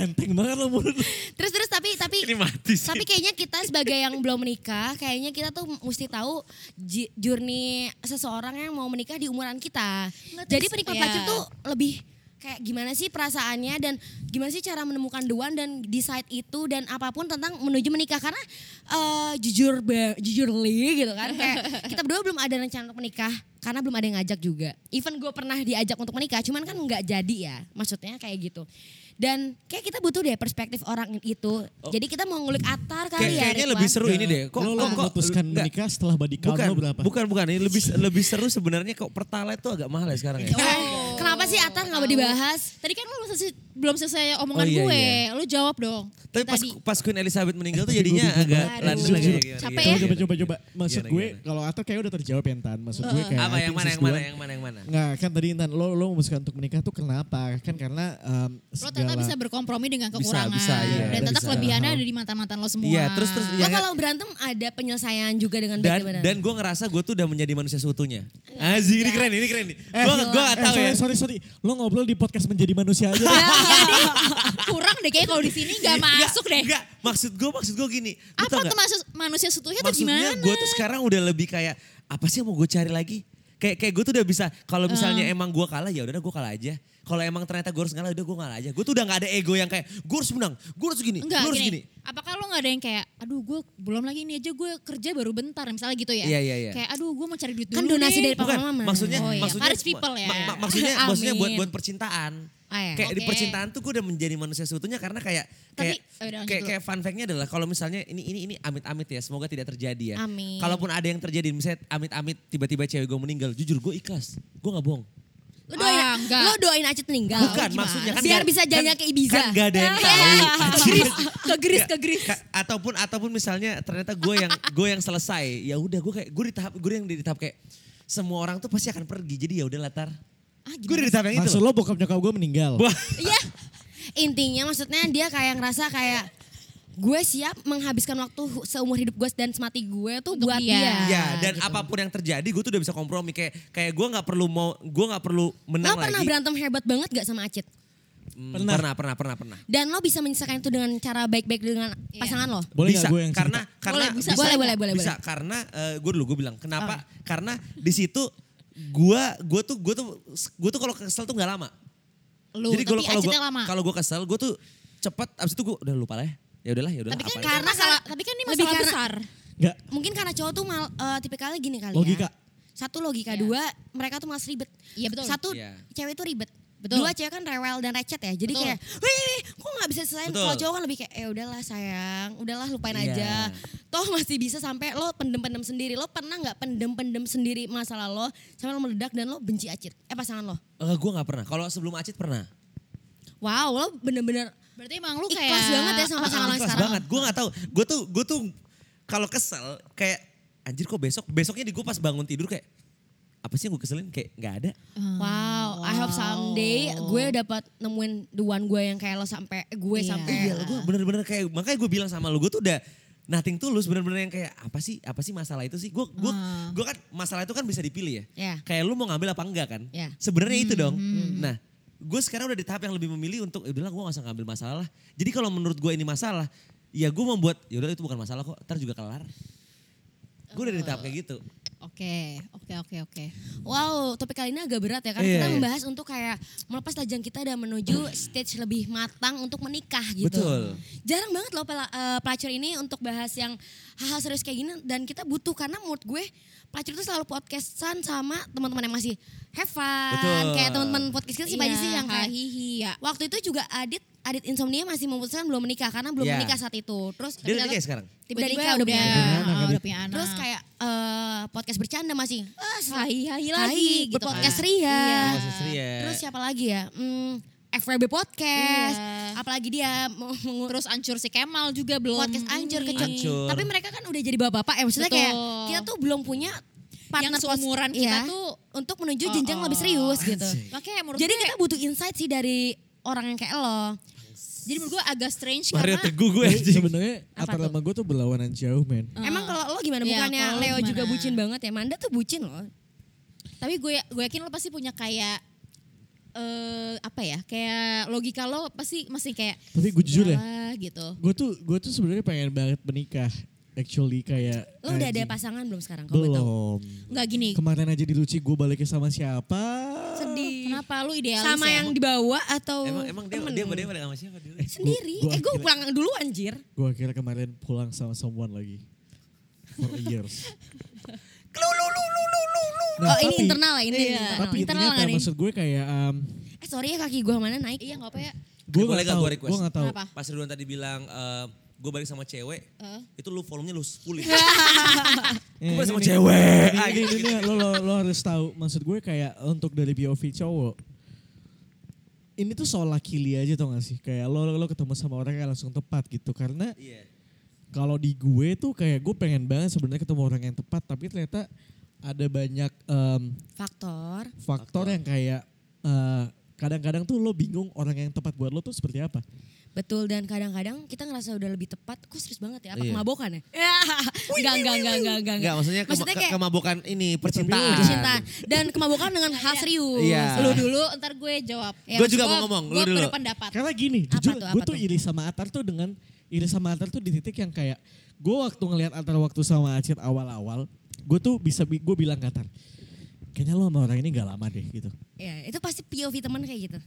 [SPEAKER 2] Enteng banget lo mulut. lo.
[SPEAKER 5] Terus terus tapi tapi
[SPEAKER 4] Ini mati (laughs) sih.
[SPEAKER 5] tapi kayaknya kita sebagai yang belum menikah, kayaknya kita tuh mesti tahu ji- journey seseorang yang mau menikah di umuran kita.
[SPEAKER 3] Nggak,
[SPEAKER 5] Jadi
[SPEAKER 3] terus-
[SPEAKER 5] penikmat
[SPEAKER 3] iya.
[SPEAKER 5] pelacur tuh lebih kayak gimana sih perasaannya dan gimana sih cara menemukan the one dan decide itu dan apapun tentang menuju menikah karena eh, jujur ba- jujurly gitu kan kayak kita berdua belum ada rencana untuk menikah karena belum ada yang ngajak juga. Even gue pernah diajak untuk menikah, cuman kan nggak jadi ya, maksudnya kayak gitu. Dan kayak kita butuh deh perspektif orang itu. Jadi kita mau ngulik atar
[SPEAKER 4] Oh.
[SPEAKER 5] kali
[SPEAKER 4] Kayak-
[SPEAKER 5] ya.
[SPEAKER 4] kayaknya
[SPEAKER 5] Ridwan.
[SPEAKER 4] lebih seru ini deh. Kok,
[SPEAKER 2] Lo
[SPEAKER 4] kok, kok
[SPEAKER 2] memutuskan
[SPEAKER 4] enggak.
[SPEAKER 2] menikah setelah body count
[SPEAKER 4] Bukan,
[SPEAKER 2] lo berapa?
[SPEAKER 4] bukan, bukan. Ini lebih lebih seru sebenarnya kok pertalite tuh agak mahal ya sekarang ya.
[SPEAKER 5] Wah, Kenapa sih atar nggak mau
[SPEAKER 3] tahu.
[SPEAKER 5] dibahas?
[SPEAKER 3] Tadi kan lu masih, belum selesai omongan
[SPEAKER 4] Oh, iya,
[SPEAKER 3] gue.
[SPEAKER 4] iya.
[SPEAKER 3] Lu jawab dong.
[SPEAKER 4] Tapi pas
[SPEAKER 3] Tadi.
[SPEAKER 4] pas Queen Elizabeth meninggal tuh
[SPEAKER 2] Tapi gue
[SPEAKER 4] jadinya
[SPEAKER 2] bingung
[SPEAKER 4] agak
[SPEAKER 2] banget.
[SPEAKER 4] lancung
[SPEAKER 2] Jujur.
[SPEAKER 4] lagi. Gitu. gimana,
[SPEAKER 3] Capek
[SPEAKER 4] gimana,
[SPEAKER 3] ya?
[SPEAKER 2] Coba,
[SPEAKER 4] gimana,
[SPEAKER 2] coba, coba, coba.
[SPEAKER 4] gimana,
[SPEAKER 2] Maksud
[SPEAKER 4] gimana,
[SPEAKER 2] gue
[SPEAKER 4] gimana.
[SPEAKER 2] kalau Atta kayaknya udah terjawab ya Tan. Maksud gue kayak I think
[SPEAKER 4] apa yang mana
[SPEAKER 2] since
[SPEAKER 4] yang mana
[SPEAKER 2] duluan-
[SPEAKER 4] yang mana yang mana?
[SPEAKER 2] Nggak, kan tadi Intan lo lo memutuskan untuk menikah tuh kenapa? Kan karena um,
[SPEAKER 3] Lo ternyata bisa berkompromi dengan kekurangan.
[SPEAKER 4] bisa, iya.
[SPEAKER 3] Dan ternyata
[SPEAKER 4] Bisa.
[SPEAKER 3] kelebihannya ada di mantan-mantan lo semua.
[SPEAKER 4] Iya, terus terus
[SPEAKER 5] Lo
[SPEAKER 4] ya,
[SPEAKER 5] kalau berantem ada penyelesaian juga dengan
[SPEAKER 4] dan
[SPEAKER 5] bagaimana?
[SPEAKER 4] dan gue ngerasa gue tuh udah menjadi manusia seutuhnya. Anjir, ini keren, ini keren. Gue gue gak tahu
[SPEAKER 2] Eh,
[SPEAKER 4] ya.
[SPEAKER 2] sorry, sorry, sorry. Lo ngobrol di podcast menjadi manusia aja. deh.
[SPEAKER 4] (laughs)
[SPEAKER 3] Jadi kurang deh kayaknya kalau di sini gak masuk deh.
[SPEAKER 4] Enggak, maksud gue maksud gue gini. Lu
[SPEAKER 3] Apa
[SPEAKER 4] tau
[SPEAKER 3] tuh
[SPEAKER 4] nggak?
[SPEAKER 3] maksud manusia setuhnya tuh
[SPEAKER 4] Maksudnya
[SPEAKER 3] Iya gimana?
[SPEAKER 4] gue tuh sekarang udah lebih kayak apa sih yang mau gue cari lagi? Kayak kayak gue tuh udah bisa kalau misalnya emang gue kalah ya udah gue kalah aja. Kalau emang ternyata gue harus ngalah udah gue ngalah aja. Gue tuh udah gak ada ego yang kayak gue harus menang, gue harus gini, gue
[SPEAKER 3] Enggak
[SPEAKER 4] harus
[SPEAKER 3] gini.
[SPEAKER 4] gini.
[SPEAKER 3] Apakah lo gak ada yang kayak, aduh gue belum lagi ini aja gue kerja baru bentar misalnya gitu ya.
[SPEAKER 4] Iya, iya, iya.
[SPEAKER 3] Kayak aduh gue mau cari duit dulu
[SPEAKER 5] Kan donasi
[SPEAKER 3] deh.
[SPEAKER 5] dari Papa
[SPEAKER 4] Bukan,
[SPEAKER 5] Mama.
[SPEAKER 4] maksudnya,
[SPEAKER 3] Oh iya,
[SPEAKER 4] maksudnya,
[SPEAKER 3] marriage people ya.
[SPEAKER 4] ma- ma-
[SPEAKER 3] (laughs)
[SPEAKER 4] maksudnya, maksudnya buat
[SPEAKER 3] Amin. iya.
[SPEAKER 4] buat percintaan.
[SPEAKER 5] Ah, ya.
[SPEAKER 4] Kayak di
[SPEAKER 3] Oke.
[SPEAKER 4] percintaan tuh gue udah menjadi manusia seutuhnya karena kayak
[SPEAKER 3] Tapi-
[SPEAKER 4] kayak
[SPEAKER 3] oh, udah lanjut
[SPEAKER 4] kayak,
[SPEAKER 3] dulu.
[SPEAKER 4] kayak fun fact-nya adalah kalau misalnya ini ini ini amit-amit ya, semoga tidak terjadi ya.
[SPEAKER 5] Amin.
[SPEAKER 4] Kalaupun ada yang terjadi misalnya amit-amit tiba-tiba cewek gue meninggal, jujur gue ikhlas. Gue nggak bohong.
[SPEAKER 5] lo doain,
[SPEAKER 3] Ah, enggak.
[SPEAKER 5] lo doain Acit meninggal.
[SPEAKER 4] Bukan
[SPEAKER 5] Gimana?
[SPEAKER 4] maksudnya kan
[SPEAKER 5] Biar
[SPEAKER 4] nggak-
[SPEAKER 5] bisa jadinya
[SPEAKER 4] kan-
[SPEAKER 5] ke Ibiza. Iya.
[SPEAKER 4] Kan gak ada yang tahu. Iya.
[SPEAKER 3] Gris, ke Gris, ke Gris.
[SPEAKER 4] Ka- ataupun ataupun misalnya ternyata gue yang gue yang selesai ya udah gue kayak gue di tahap gue yang di tahap kayak semua orang tuh pasti akan pergi jadi ya udah latar gue udah di tahap yang itu
[SPEAKER 2] Maksud lo
[SPEAKER 4] loh.
[SPEAKER 2] bokap nyokap gue meninggal.
[SPEAKER 4] Wah,
[SPEAKER 5] Iya. Intinya maksudnya dia kayak ngerasa kayak gue siap menghabiskan waktu hu- seumur hidup gue dan semati gue tuh
[SPEAKER 3] Untuk
[SPEAKER 5] buat
[SPEAKER 3] dia.
[SPEAKER 5] dia.
[SPEAKER 4] ya dan
[SPEAKER 5] gitu.
[SPEAKER 4] apapun yang terjadi gue tuh udah bisa kompromi kayak kayak gue nggak perlu mau gue nggak perlu
[SPEAKER 5] Lo
[SPEAKER 4] menang
[SPEAKER 5] pernah
[SPEAKER 4] lagi
[SPEAKER 5] berantem hebat banget gak sama Acit?
[SPEAKER 4] Hmm,
[SPEAKER 2] Pernah.
[SPEAKER 4] pernah pernah pernah pernah
[SPEAKER 5] Dan lo bisa menyelesaikan itu dengan cara baik-baik dengan
[SPEAKER 3] Iya.
[SPEAKER 5] pasangan lo?
[SPEAKER 2] Boleh
[SPEAKER 4] bisa
[SPEAKER 2] nggak gue yang
[SPEAKER 4] karena
[SPEAKER 2] cerita?
[SPEAKER 4] karena
[SPEAKER 3] Boleh, bisa,
[SPEAKER 5] boleh, boleh, boleh,
[SPEAKER 4] bisa karena gue dulu gue bilang kenapa karena di situ gue gue tuh gue tuh gue tuh kalau kesel tuh nggak lama
[SPEAKER 3] Lu,
[SPEAKER 4] jadi kalau
[SPEAKER 3] tapi
[SPEAKER 4] kalau
[SPEAKER 3] acitnya
[SPEAKER 4] gue
[SPEAKER 3] lama.
[SPEAKER 4] kalau gue kesel gue tuh cepet abis itu gue udah lupa lah ya ya udahlah ya udahlah
[SPEAKER 3] tapi kan
[SPEAKER 4] apa
[SPEAKER 3] karena
[SPEAKER 5] Karena
[SPEAKER 3] masalah,
[SPEAKER 5] kalau-
[SPEAKER 3] tapi kan ini
[SPEAKER 5] lebih
[SPEAKER 3] masalah
[SPEAKER 5] karena-
[SPEAKER 3] besar.
[SPEAKER 2] Nggak.
[SPEAKER 5] Mungkin karena cowok tuh mal, eh, tipikalnya gini kali
[SPEAKER 2] Logika.
[SPEAKER 5] ya. Satu logika,
[SPEAKER 3] Iya.
[SPEAKER 5] dua mereka tuh malas ribet.
[SPEAKER 3] Iya, betul.
[SPEAKER 5] Satu
[SPEAKER 4] Iya.
[SPEAKER 5] cewek tuh ribet.
[SPEAKER 3] Betul.
[SPEAKER 5] Dua cewek kan rewel dan recet ya. Jadi
[SPEAKER 3] Betul.
[SPEAKER 5] kayak, wih, wih, kok nggak bisa selain
[SPEAKER 4] Betul.
[SPEAKER 5] kalau cowok kan lebih kayak, eh udahlah sayang, udahlah lupain
[SPEAKER 4] Iya.
[SPEAKER 5] aja. Toh masih bisa sampai lo pendem-pendem sendiri. Lo pernah nggak pendem-pendem sendiri masalah lo sampai lo meledak dan lo benci acit? Eh pasangan lo?
[SPEAKER 4] gue nggak pernah kalau sebelum acit pernah
[SPEAKER 5] Wow, lo bener-bener
[SPEAKER 3] Berarti emang lu kayak
[SPEAKER 5] ikhlas banget ya
[SPEAKER 3] Oh,
[SPEAKER 5] sama pasangan lo yang
[SPEAKER 4] Ikhlas
[SPEAKER 5] sekarang.
[SPEAKER 4] banget gue nggak tahu gue tuh gue tuh kalau kesel kayak anjir kok besok besoknya di gue pas bangun tidur kayak apa sih yang gue keselin kayak nggak ada
[SPEAKER 5] Wow, I hope someday gue dapat nemuin the one gue yang kayak lo sampai gue
[SPEAKER 3] Iya.
[SPEAKER 5] sampai
[SPEAKER 4] Iya, gue bener-bener kayak makanya gue bilang sama lu gue tuh udah nothing tulus bener-bener yang kayak apa sih apa sih masalah itu sih gue gue
[SPEAKER 3] Hmm.
[SPEAKER 4] gue kan masalah itu kan bisa dipilih ya
[SPEAKER 5] Iya.
[SPEAKER 4] kayak lu mau ngambil apa enggak kan
[SPEAKER 5] Iya.
[SPEAKER 4] sebenarnya itu dong
[SPEAKER 5] Hmm.
[SPEAKER 4] nah gue sekarang udah di tahap yang lebih memilih untuk ya udahlah gue gak usah ngambil masalah lah." jadi kalau menurut gue ini masalah ya gue membuat ya udah itu bukan masalah kok ntar juga kelar gue udah di tahap kayak gitu
[SPEAKER 3] Oke, oke, oke, oke.
[SPEAKER 5] Wow, topik kali ini agak berat ya kan
[SPEAKER 4] Iya,
[SPEAKER 5] kita
[SPEAKER 4] iya.
[SPEAKER 5] membahas untuk kayak melepas tajam kita dan menuju stage lebih matang untuk menikah gitu.
[SPEAKER 4] Betul.
[SPEAKER 5] Jarang banget loh pela- eh, pelacur ini untuk bahas yang hal-hal serius kayak gini dan kita butuh karena menurut gue pelacur itu selalu podcastan sama teman-teman yang masih have fun.
[SPEAKER 4] Betul.
[SPEAKER 5] Kayak teman-teman podcast kita sih banyak sih yang kayak
[SPEAKER 3] hihi ya.
[SPEAKER 5] Waktu itu juga Adit Adit insomnia masih memutuskan belum menikah karena belum
[SPEAKER 4] Iya.
[SPEAKER 5] menikah saat itu. Terus
[SPEAKER 4] dia udah
[SPEAKER 5] ternyata-
[SPEAKER 4] nikah ya sekarang
[SPEAKER 5] Tiba-tiba
[SPEAKER 3] Tiba-tiba
[SPEAKER 5] nikah, udah punya anak.
[SPEAKER 2] anak,
[SPEAKER 3] oh,
[SPEAKER 2] kan?
[SPEAKER 3] udah punya anak.
[SPEAKER 5] Terus kayak eh, podcast bercanda masih. Ah,
[SPEAKER 3] hai-hai lagi
[SPEAKER 5] lagi
[SPEAKER 3] gitu
[SPEAKER 5] podcast
[SPEAKER 3] kan.
[SPEAKER 5] Ria.
[SPEAKER 4] Iya. Podcast Ria.
[SPEAKER 5] Ah, Terus siapa lagi ya? Hmm, FWB podcast.
[SPEAKER 3] Iya.
[SPEAKER 5] Apalagi dia mau mengurus
[SPEAKER 3] Terus ancur si Kemal juga belum. Iya.
[SPEAKER 5] podcast ancur
[SPEAKER 3] ini.
[SPEAKER 5] kecil.
[SPEAKER 4] Ancur.
[SPEAKER 5] Tapi mereka kan udah jadi bapak-bapak ya maksudnya
[SPEAKER 3] Betul.
[SPEAKER 5] kayak kita tuh belum punya partner
[SPEAKER 3] Yang seumuran kita
[SPEAKER 5] Iya.
[SPEAKER 3] tuh.
[SPEAKER 5] untuk menuju
[SPEAKER 3] Oh,
[SPEAKER 5] jenjang
[SPEAKER 3] oh.
[SPEAKER 5] lebih serius gitu.
[SPEAKER 3] Makanya menurut
[SPEAKER 5] Jadi
[SPEAKER 3] gue,
[SPEAKER 5] kita butuh insight sih dari orang yang kayak lo.
[SPEAKER 3] jadi menurut gue agak strange
[SPEAKER 4] Mario
[SPEAKER 3] karena
[SPEAKER 4] teguh gue
[SPEAKER 2] Gue
[SPEAKER 4] anjing.
[SPEAKER 2] Sebenarnya
[SPEAKER 5] Apa
[SPEAKER 2] antar
[SPEAKER 5] tuh?
[SPEAKER 2] sama gue tuh berlawanan jauh men.
[SPEAKER 5] Emang kalau lo gimana?
[SPEAKER 3] Iya,
[SPEAKER 5] Bukannya
[SPEAKER 3] kalau lo
[SPEAKER 5] Leo juga
[SPEAKER 3] gimana?
[SPEAKER 5] bucin banget ya. Manda tuh bucin loh.
[SPEAKER 3] tapi gue gue yakin lo pasti punya kayak eh apa ya? Kayak logika lo pasti masih kayak
[SPEAKER 2] Tapi gue jujur ya,
[SPEAKER 3] "Yalah," gitu.
[SPEAKER 2] gue tuh gue tuh sebenarnya pengen banget menikah. Actually kayak
[SPEAKER 5] Lo udah ada
[SPEAKER 2] anjing.
[SPEAKER 5] pasangan belum sekarang? Kalau boleh tahu.
[SPEAKER 2] Belum.
[SPEAKER 3] Enggak gini.
[SPEAKER 2] Kemarin aja di Ruci gue baliknya sama siapa?
[SPEAKER 5] Sedih.
[SPEAKER 3] Kenapa lu idealis
[SPEAKER 5] Sama
[SPEAKER 3] ya?
[SPEAKER 5] yang dibawa atau
[SPEAKER 4] Emang emang dia
[SPEAKER 5] Oh, temen?
[SPEAKER 4] dia dia bareng sama siapa dulu?
[SPEAKER 5] sendiri.
[SPEAKER 2] Gua-
[SPEAKER 5] eh gue
[SPEAKER 2] gua-
[SPEAKER 5] pulang dulu anjir.
[SPEAKER 2] Gue kira kemarin pulang sama someone lagi. For years.
[SPEAKER 5] (laughs)
[SPEAKER 2] Nah,
[SPEAKER 5] oh ini internal lah ini.
[SPEAKER 3] Iya.
[SPEAKER 5] internal.
[SPEAKER 2] Eh,
[SPEAKER 5] kan
[SPEAKER 2] Tapi
[SPEAKER 3] Internal
[SPEAKER 2] intinya apa,
[SPEAKER 3] nggak nih?
[SPEAKER 2] maksud gue kayak... Um,
[SPEAKER 5] Eh sorry ya kaki gue mana naik.
[SPEAKER 3] Iya nggak apa ya.
[SPEAKER 2] gue
[SPEAKER 4] Boleh
[SPEAKER 2] gak
[SPEAKER 4] gak
[SPEAKER 2] tau.
[SPEAKER 4] gue request?
[SPEAKER 2] Gue gak tau.
[SPEAKER 3] Kenapa?
[SPEAKER 4] Pas Ridwan tadi bilang gue balik sama cewek,
[SPEAKER 5] Eh?
[SPEAKER 4] itu lu volumenya lu ya?
[SPEAKER 2] Eh,
[SPEAKER 4] 10.
[SPEAKER 5] (laughs)
[SPEAKER 4] gue balik sama
[SPEAKER 2] ini-
[SPEAKER 4] cewek.
[SPEAKER 2] Ini,
[SPEAKER 4] Ah, gitu,
[SPEAKER 2] ini,
[SPEAKER 4] gitu.
[SPEAKER 2] lo, lo, lo harus tahu. Maksud gue kayak untuk dari POV cowok. Ini tuh soal laki aja tau gak sih? Kayak lo, lo, lo ketemu sama orang yang langsung tepat gitu. Karena
[SPEAKER 4] Iya.
[SPEAKER 2] kalau di gue tuh kayak gue pengen banget sebenarnya ketemu orang yang tepat. Tapi ternyata ada banyak em,
[SPEAKER 5] Faktor.
[SPEAKER 2] faktor yang kayak... eh, Kadang-kadang tuh lo bingung orang yang tepat buat lo tuh seperti apa.
[SPEAKER 5] Betul dan kadang-kadang kita ngerasa udah lebih tepat. Kok serius banget ya? Apa
[SPEAKER 3] (laughs)
[SPEAKER 4] Iya.
[SPEAKER 5] kemabukan ya? Enggak, enggak, enggak, enggak, enggak.
[SPEAKER 4] Enggak, maksudnya, kema-
[SPEAKER 5] Maksudnya kayak-
[SPEAKER 4] kemabukan ini percintaan.
[SPEAKER 5] Percintaan. Dan kemabukan dengan hal serius.
[SPEAKER 4] Iya.
[SPEAKER 3] Lu dulu ntar gue jawab. Ya,
[SPEAKER 4] Gue juga
[SPEAKER 3] maksud
[SPEAKER 4] mau ngomong, lu
[SPEAKER 3] Gue
[SPEAKER 4] dulu.
[SPEAKER 3] berpendapat.
[SPEAKER 2] Karena gini,
[SPEAKER 5] Apa
[SPEAKER 2] jujur
[SPEAKER 5] tuh, apa
[SPEAKER 2] gue tuh
[SPEAKER 5] tuh?
[SPEAKER 2] iri sama Atar tuh dengan iri sama Atar tuh di titik yang kayak gue waktu ngelihat Atar waktu sama Acit awal-awal, gue tuh bisa bi- gue bilang ke Atar, kayaknya lo sama orang ini gak lama deh gitu.
[SPEAKER 5] Iya, itu pasti POV teman kayak gitu.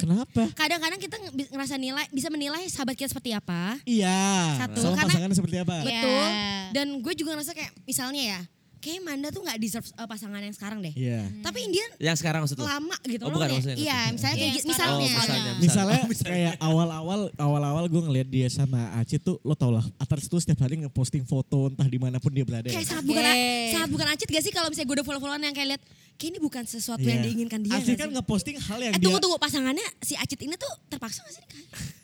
[SPEAKER 2] Kenapa?
[SPEAKER 5] Kadang-kadang kita nge- bi- ngerasa nilai bisa menilai sahabat kita seperti apa.
[SPEAKER 2] Iya.
[SPEAKER 5] Satu,
[SPEAKER 2] sama
[SPEAKER 5] karena-
[SPEAKER 2] pasangannya seperti apa?
[SPEAKER 3] Iya.
[SPEAKER 5] Betul. Dan gue juga ngerasa kayak misalnya ya, kayak Manda tuh nggak deserve uh, pasangan yang sekarang deh.
[SPEAKER 2] Iya.
[SPEAKER 5] Tapi Indian
[SPEAKER 4] Yang sekarang maksud lu?
[SPEAKER 5] lama gitu
[SPEAKER 4] Oh,
[SPEAKER 5] loh.
[SPEAKER 4] bukan
[SPEAKER 5] kayak-
[SPEAKER 4] maksudnya yang
[SPEAKER 5] Iya,
[SPEAKER 4] ketiga.
[SPEAKER 5] misalnya kayak
[SPEAKER 3] Iya,
[SPEAKER 5] gitu.
[SPEAKER 3] sekarang.
[SPEAKER 5] Misalnya.
[SPEAKER 4] Oh, misalnya.
[SPEAKER 2] (laughs) Misalnya kayak awal-awal awal-awal gue ngelihat dia sama Acit tuh lo tau lah Atar tuh setiap hari ngeposting foto entah dimanapun dia berada. ya.
[SPEAKER 5] Kayak saat bukan
[SPEAKER 3] Oke.
[SPEAKER 5] saat bukan acit gak sih kalau misalnya gue udah follow-followan yang kayak lihat kayak ini bukan sesuatu yang
[SPEAKER 2] Iya.
[SPEAKER 5] diinginkan dia.
[SPEAKER 2] Acit kan
[SPEAKER 5] gak sih?
[SPEAKER 2] ngeposting hal yang
[SPEAKER 5] eh
[SPEAKER 2] dia
[SPEAKER 5] tunggu tunggu pasangannya si Acit ini tuh terpaksa gak sih nikah?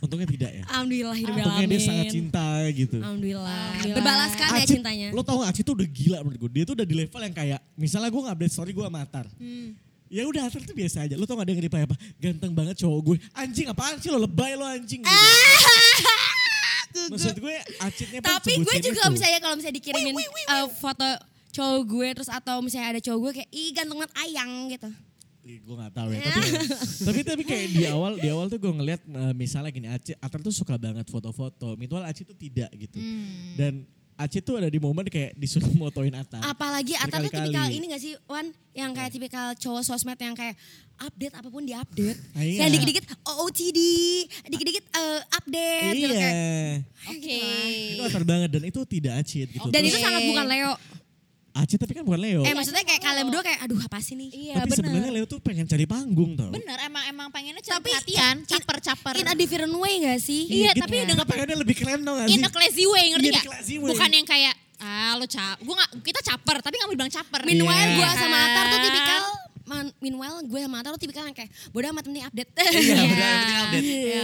[SPEAKER 2] untungnya tidak ya.
[SPEAKER 5] Alhamdulillah hidup
[SPEAKER 2] Untungnya dia
[SPEAKER 5] alamin.
[SPEAKER 2] sangat cinta gitu.
[SPEAKER 5] Alhamdulillah.
[SPEAKER 3] Alhamdulillah.
[SPEAKER 5] Berbalaskan ya
[SPEAKER 2] Acit,
[SPEAKER 5] cintanya.
[SPEAKER 2] Lo tau gak Acit tuh udah gila menurut gue. Dia tuh udah di level yang kayak misalnya gue update story gue sama Atar.
[SPEAKER 5] Hmm.
[SPEAKER 2] Ya udah Atar tuh biasa aja. Lo tau gak dia nge-reply apa? Ganteng banget cowok gue. Anjing apaan sih lo lebay lo anjing.
[SPEAKER 5] Ah! (laughs)
[SPEAKER 2] Gitu. Maksud gue Acitnya pun
[SPEAKER 5] Tapi gue
[SPEAKER 2] sebutin
[SPEAKER 5] juga
[SPEAKER 2] itu.
[SPEAKER 5] misalnya kalau misalnya dikirimin eh, foto cowok gue terus atau misalnya ada cowok gue kayak ih ganteng banget ayang gitu.
[SPEAKER 2] Ih, gue gak tahu ya. Tapi, tapi tapi kayak di awal di awal tuh gue ngeliat eh, misalnya gini Acit, Atar tuh suka banget foto-foto. Mitual Acit tuh tidak gitu. Dan Acit tuh ada di momen kayak disuruh motoin Atar.
[SPEAKER 5] Apalagi Atta
[SPEAKER 2] Ah,
[SPEAKER 5] tuh
[SPEAKER 2] Berkali-kali.
[SPEAKER 5] tipikal ini gak sih Wan? Yang kayak tipikal cowok sosmed yang kayak update apapun di update.
[SPEAKER 2] Ah, iya.
[SPEAKER 5] Yang dikit-dikit OOTD, dikit-dikit eh, update gitu
[SPEAKER 2] Iya.
[SPEAKER 5] kayak. Gitu
[SPEAKER 3] Oke.
[SPEAKER 2] Itu Atar banget dan itu tidak Acit gitu.
[SPEAKER 5] Dan
[SPEAKER 2] Terus-
[SPEAKER 5] itu sangat bukan Leo.
[SPEAKER 2] Acit tapi kan bukan Leo.
[SPEAKER 5] Eh maksudnya kayak kalian berdua kayak aduh apa sih nih?
[SPEAKER 3] Iya
[SPEAKER 2] tapi
[SPEAKER 3] bener.
[SPEAKER 2] sebenarnya Leo tuh pengen cari panggung tau.
[SPEAKER 3] Bener emang emang pengennya cari
[SPEAKER 5] Tapi
[SPEAKER 3] perhatian,
[SPEAKER 5] in-
[SPEAKER 3] caper-caper.
[SPEAKER 5] In a different way gak sih?
[SPEAKER 3] Iya,
[SPEAKER 5] Gitu
[SPEAKER 3] tapi Iya,
[SPEAKER 5] kan.
[SPEAKER 3] dengan-
[SPEAKER 2] Nggak pengennya lebih keren tau gak sih?
[SPEAKER 3] In a classy way ngerti
[SPEAKER 2] Iya,
[SPEAKER 3] gak?
[SPEAKER 2] classy way.
[SPEAKER 3] Bukan yang kayak ah lu cap, gua gak, kita caper tapi gak boleh bilang caper.
[SPEAKER 5] Meanwhile
[SPEAKER 2] Iya.
[SPEAKER 5] gue sama Atar tuh
[SPEAKER 3] Kan?
[SPEAKER 5] tipikal man- Meanwhile gue sama Atar tuh tipikal yang kayak bodoh amat penting update. (laughs)
[SPEAKER 4] Iya,
[SPEAKER 3] Iya.
[SPEAKER 4] benar, penting update.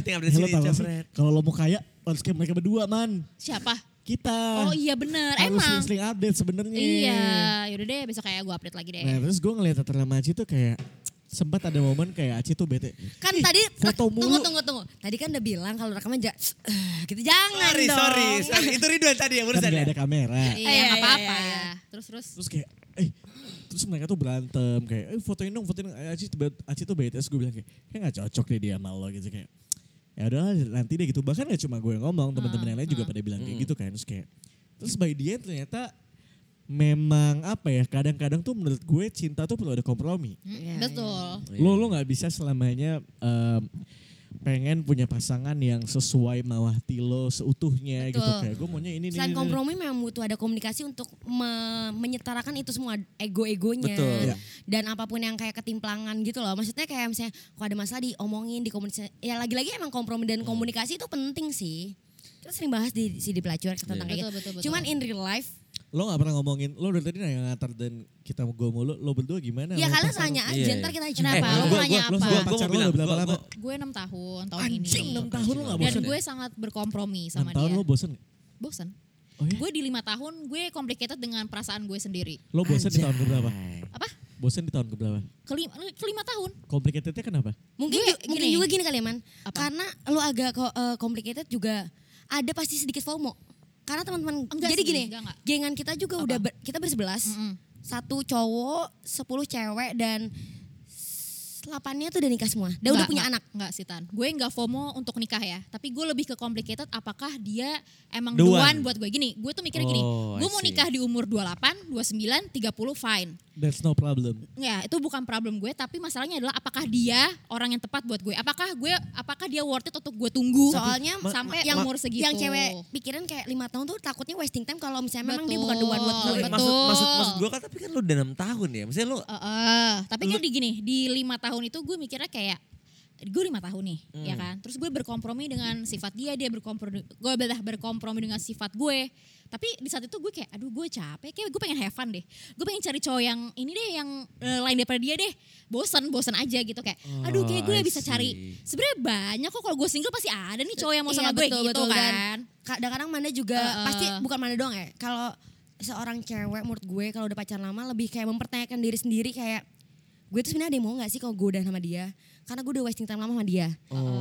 [SPEAKER 4] Penting update
[SPEAKER 2] Ya, lo tau
[SPEAKER 4] sini,
[SPEAKER 2] gak sih?
[SPEAKER 4] Jafret.
[SPEAKER 2] Kalau lo mau kaya harus kayak mereka berdua man.
[SPEAKER 3] Siapa?
[SPEAKER 2] Kita.
[SPEAKER 3] Oh iya bener,
[SPEAKER 2] Ah. Harus
[SPEAKER 3] emang.
[SPEAKER 2] sering update sebenarnya.
[SPEAKER 3] Iya, yaudah deh besok kayak gue update lagi deh. Ya,
[SPEAKER 4] Iya.
[SPEAKER 2] Nah terus gue ngeliat Atar sama Aci tuh kayak sempat ada momen kayak Aci tuh bete.
[SPEAKER 5] Kan
[SPEAKER 2] Ih,
[SPEAKER 5] tadi
[SPEAKER 2] foto
[SPEAKER 5] tunggu
[SPEAKER 2] mulu.
[SPEAKER 5] tunggu tunggu. Tadi kan udah bilang kalau rekaman ja, eh, gitu jangan
[SPEAKER 4] Sorry,
[SPEAKER 5] dong.
[SPEAKER 4] sorry, sorry. Itu Ridwan tadi yang
[SPEAKER 2] Kan
[SPEAKER 4] urusan
[SPEAKER 2] gak
[SPEAKER 4] ya.
[SPEAKER 2] ada kamera.
[SPEAKER 3] Iya,
[SPEAKER 5] Iya,
[SPEAKER 3] nggak
[SPEAKER 5] iya,
[SPEAKER 3] apa-apa
[SPEAKER 5] iya,
[SPEAKER 3] ya. Terus terus.
[SPEAKER 2] Terus kayak eh terus mereka tuh berantem kayak eh fotoin dong fotoin dong. Aci tuh bet- Aci tuh bete terus gue bilang kayak kayak gak cocok deh dia sama lo gitu kayak ya udahlah nanti deh gitu bahkan gak cuma gue yang ngomong teman-teman
[SPEAKER 4] Ah,
[SPEAKER 2] yang lain juga pada bilang kayak gitu kan terus kayak terus by the end ternyata memang apa ya kadang-kadang tuh menurut gue cinta tuh perlu ada kompromi
[SPEAKER 5] Iya,
[SPEAKER 3] Betul.
[SPEAKER 2] lo lo nggak bisa selamanya em, pengen punya pasangan yang sesuai mau hati lo seutuhnya gitu
[SPEAKER 5] Betul.
[SPEAKER 2] kayak gue maunya ini nih, ini,
[SPEAKER 5] Selain
[SPEAKER 2] ini.
[SPEAKER 5] kompromi memang butuh ada komunikasi untuk me- menyetarakan itu semua ego-egonya.
[SPEAKER 4] Betul. Iya.
[SPEAKER 5] Dan apapun yang kayak ketimplangan gitu loh. Maksudnya kayak misalnya kalau ada masalah diomongin, dikomunikasi. Ya lagi-lagi emang kompromi dan komunikasi itu penting sih. Kita sering bahas di si di pelacur tentang kayak
[SPEAKER 3] Betul,
[SPEAKER 5] gitu.
[SPEAKER 3] betul, betul.
[SPEAKER 5] Cuman in real life,
[SPEAKER 2] lo nggak pernah ngomongin lo dari tadi nanya ngatar dan kita gue mulu lo berdua gimana
[SPEAKER 5] ya
[SPEAKER 2] Lo
[SPEAKER 5] kalian
[SPEAKER 2] pacaran?
[SPEAKER 5] tanya aja,
[SPEAKER 4] Iya,
[SPEAKER 5] ntar kita jumpa.
[SPEAKER 3] Kenapa?
[SPEAKER 2] Eh,
[SPEAKER 3] Lo
[SPEAKER 2] gua-
[SPEAKER 3] mau
[SPEAKER 2] gua-
[SPEAKER 3] nanya
[SPEAKER 2] gua-
[SPEAKER 3] apa?
[SPEAKER 2] gua-
[SPEAKER 4] Gua mau
[SPEAKER 2] pacar lo
[SPEAKER 4] bilang,
[SPEAKER 2] udah berapa
[SPEAKER 4] gua-
[SPEAKER 2] lama?
[SPEAKER 4] gua-
[SPEAKER 3] Gue 6 tahun tahun
[SPEAKER 2] Anjing
[SPEAKER 3] ini.
[SPEAKER 2] 6 tahun lo gak
[SPEAKER 3] Dan
[SPEAKER 2] bosan.
[SPEAKER 3] gue sangat berkompromi
[SPEAKER 2] Enam
[SPEAKER 3] sama
[SPEAKER 2] tahun
[SPEAKER 3] dia. iya?
[SPEAKER 2] lo bosen gak?
[SPEAKER 3] Bosan.
[SPEAKER 2] Oh ya?
[SPEAKER 3] Gue di lima tahun gue complicated dengan perasaan gue sendiri.
[SPEAKER 2] Lo bosen di tahun keberapa?
[SPEAKER 3] Apa?
[SPEAKER 2] Bosen di tahun keberapa?
[SPEAKER 3] Kelima, eh, kelima tahun.
[SPEAKER 2] Complicatednya kenapa?
[SPEAKER 5] Mungkin
[SPEAKER 3] Gue
[SPEAKER 5] ju- mungkin
[SPEAKER 3] gini.
[SPEAKER 5] juga gini kali ya, Man.
[SPEAKER 3] Apa?
[SPEAKER 5] Karena lu agak ko- eh, complicated juga ada pasti sedikit FOMO. Karena teman-teman
[SPEAKER 3] Enggak
[SPEAKER 5] jadi
[SPEAKER 3] sih,
[SPEAKER 5] gini,
[SPEAKER 3] enggak, Hmm. enggak.
[SPEAKER 5] gengan kita juga udah ber- kita bersebelas.
[SPEAKER 3] Mm-mm.
[SPEAKER 5] Satu cowok, sepuluh cewek dan s- delapannya tuh udah nikah semua. Dan udah
[SPEAKER 3] Nggak,
[SPEAKER 5] punya
[SPEAKER 3] nggak,
[SPEAKER 5] anak.
[SPEAKER 3] Nggak sih Tan. Gue nggak FOMO untuk nikah ya. Tapi gue lebih ke complicated apakah dia emang
[SPEAKER 4] The
[SPEAKER 3] the one
[SPEAKER 4] one.
[SPEAKER 3] buat gue. Gini, gue tuh mikirnya gini.
[SPEAKER 4] Oh,
[SPEAKER 3] gue
[SPEAKER 4] I
[SPEAKER 3] mau
[SPEAKER 4] see.
[SPEAKER 3] nikah di umur 28, 29, 30 fine.
[SPEAKER 2] That's no problem.
[SPEAKER 3] Ya, itu bukan problem gue, tapi masalahnya adalah apakah dia orang yang tepat buat gue? Apakah gue apakah dia worth it untuk gue tunggu?
[SPEAKER 5] Soalnya
[SPEAKER 4] Ma-
[SPEAKER 3] sampai
[SPEAKER 4] ma-
[SPEAKER 3] yang
[SPEAKER 4] ma-
[SPEAKER 3] umur segitu.
[SPEAKER 5] Yang cewek pikiran kayak lima tahun tuh takutnya wasting time kalau misalnya memang dia bukan the one buat
[SPEAKER 3] Betul.
[SPEAKER 5] gue.
[SPEAKER 4] Maksud, maksud, maksud gue kan tapi kan lu udah 6 tahun ya. Maksudnya lu
[SPEAKER 3] Heeh, tapi kan di gini, di lima tahun itu gue mikirnya kayak gue lima tahun nih, ya
[SPEAKER 5] Hmm.
[SPEAKER 3] kan. Terus gue berkompromi dengan sifat dia, dia berkompromi, gue udah berkompromi dengan sifat gue. Tapi di saat itu gue kayak, aduh gue capek, kayak gue pengen have fun deh. Gue pengen cari cowok yang ini deh, yang eh, lain daripada dia deh. Bosen, bosen aja gitu kayak, aduh kayak
[SPEAKER 5] Oh,
[SPEAKER 3] gue
[SPEAKER 4] I
[SPEAKER 3] bisa
[SPEAKER 4] see.
[SPEAKER 3] cari. Sebenarnya banyak kok kalau gue single pasti ada nih cowok yang mau sama
[SPEAKER 5] Iya,
[SPEAKER 3] gue
[SPEAKER 5] betul,
[SPEAKER 3] gitu
[SPEAKER 5] betul, dan
[SPEAKER 3] kan.
[SPEAKER 5] kadang-kadang Manda juga
[SPEAKER 3] Heeh.
[SPEAKER 5] pasti bukan Manda doang ya. Kalau seorang cewek menurut gue kalau udah pacaran lama lebih kayak mempertanyakan diri sendiri kayak gue tuh sebenarnya ada yang mau nggak sih kalau gue udah sama dia? Karena gue udah wasting time lama sama dia.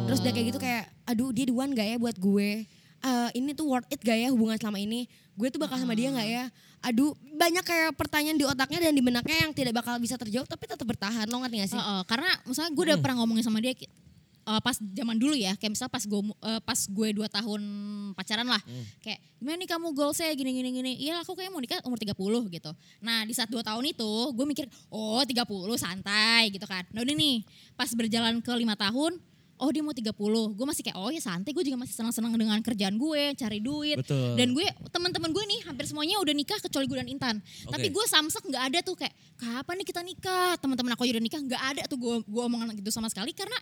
[SPEAKER 5] Terus udah kayak gitu kayak aduh dia the one gak ya buat gue? Eh, ini tuh worth it gak ya hubungan selama ini? Gue tuh bakal sama dia gak ya? Aduh banyak kayak pertanyaan di otaknya dan di benaknya yang tidak bakal bisa terjawab tapi tetap bertahan lo ngerti gak sih? Hmm.
[SPEAKER 3] Heeh, karena misalnya gue udah pernah ngomongin sama dia ki- eh, pas zaman dulu ya, kayak misalnya pas gue pas gue 2 tahun pacaran lah.
[SPEAKER 5] Hmm.
[SPEAKER 3] Kayak gimana nih kamu goal saya gini gini gini. Iya aku kayak mau nikah umur 30 gitu. Nah, di saat 2 tahun itu gue mikir, "Oh, 30 santai" gitu kan. Nah, udah nih, pas berjalan ke lima tahun Oh dia mau 30, gue masih kayak oh ya santai, gue juga masih senang-senang dengan kerjaan gue, cari duit.
[SPEAKER 4] Betul.
[SPEAKER 3] Dan gue teman-teman gue nih hampir semuanya udah nikah kecuali gue dan Intan. Tapi
[SPEAKER 4] Oke.
[SPEAKER 3] gue samsak nggak ada tuh kayak kapan nih kita nikah teman-teman aku aja udah nikah nggak ada tuh gue gue omongan gitu sama sekali karena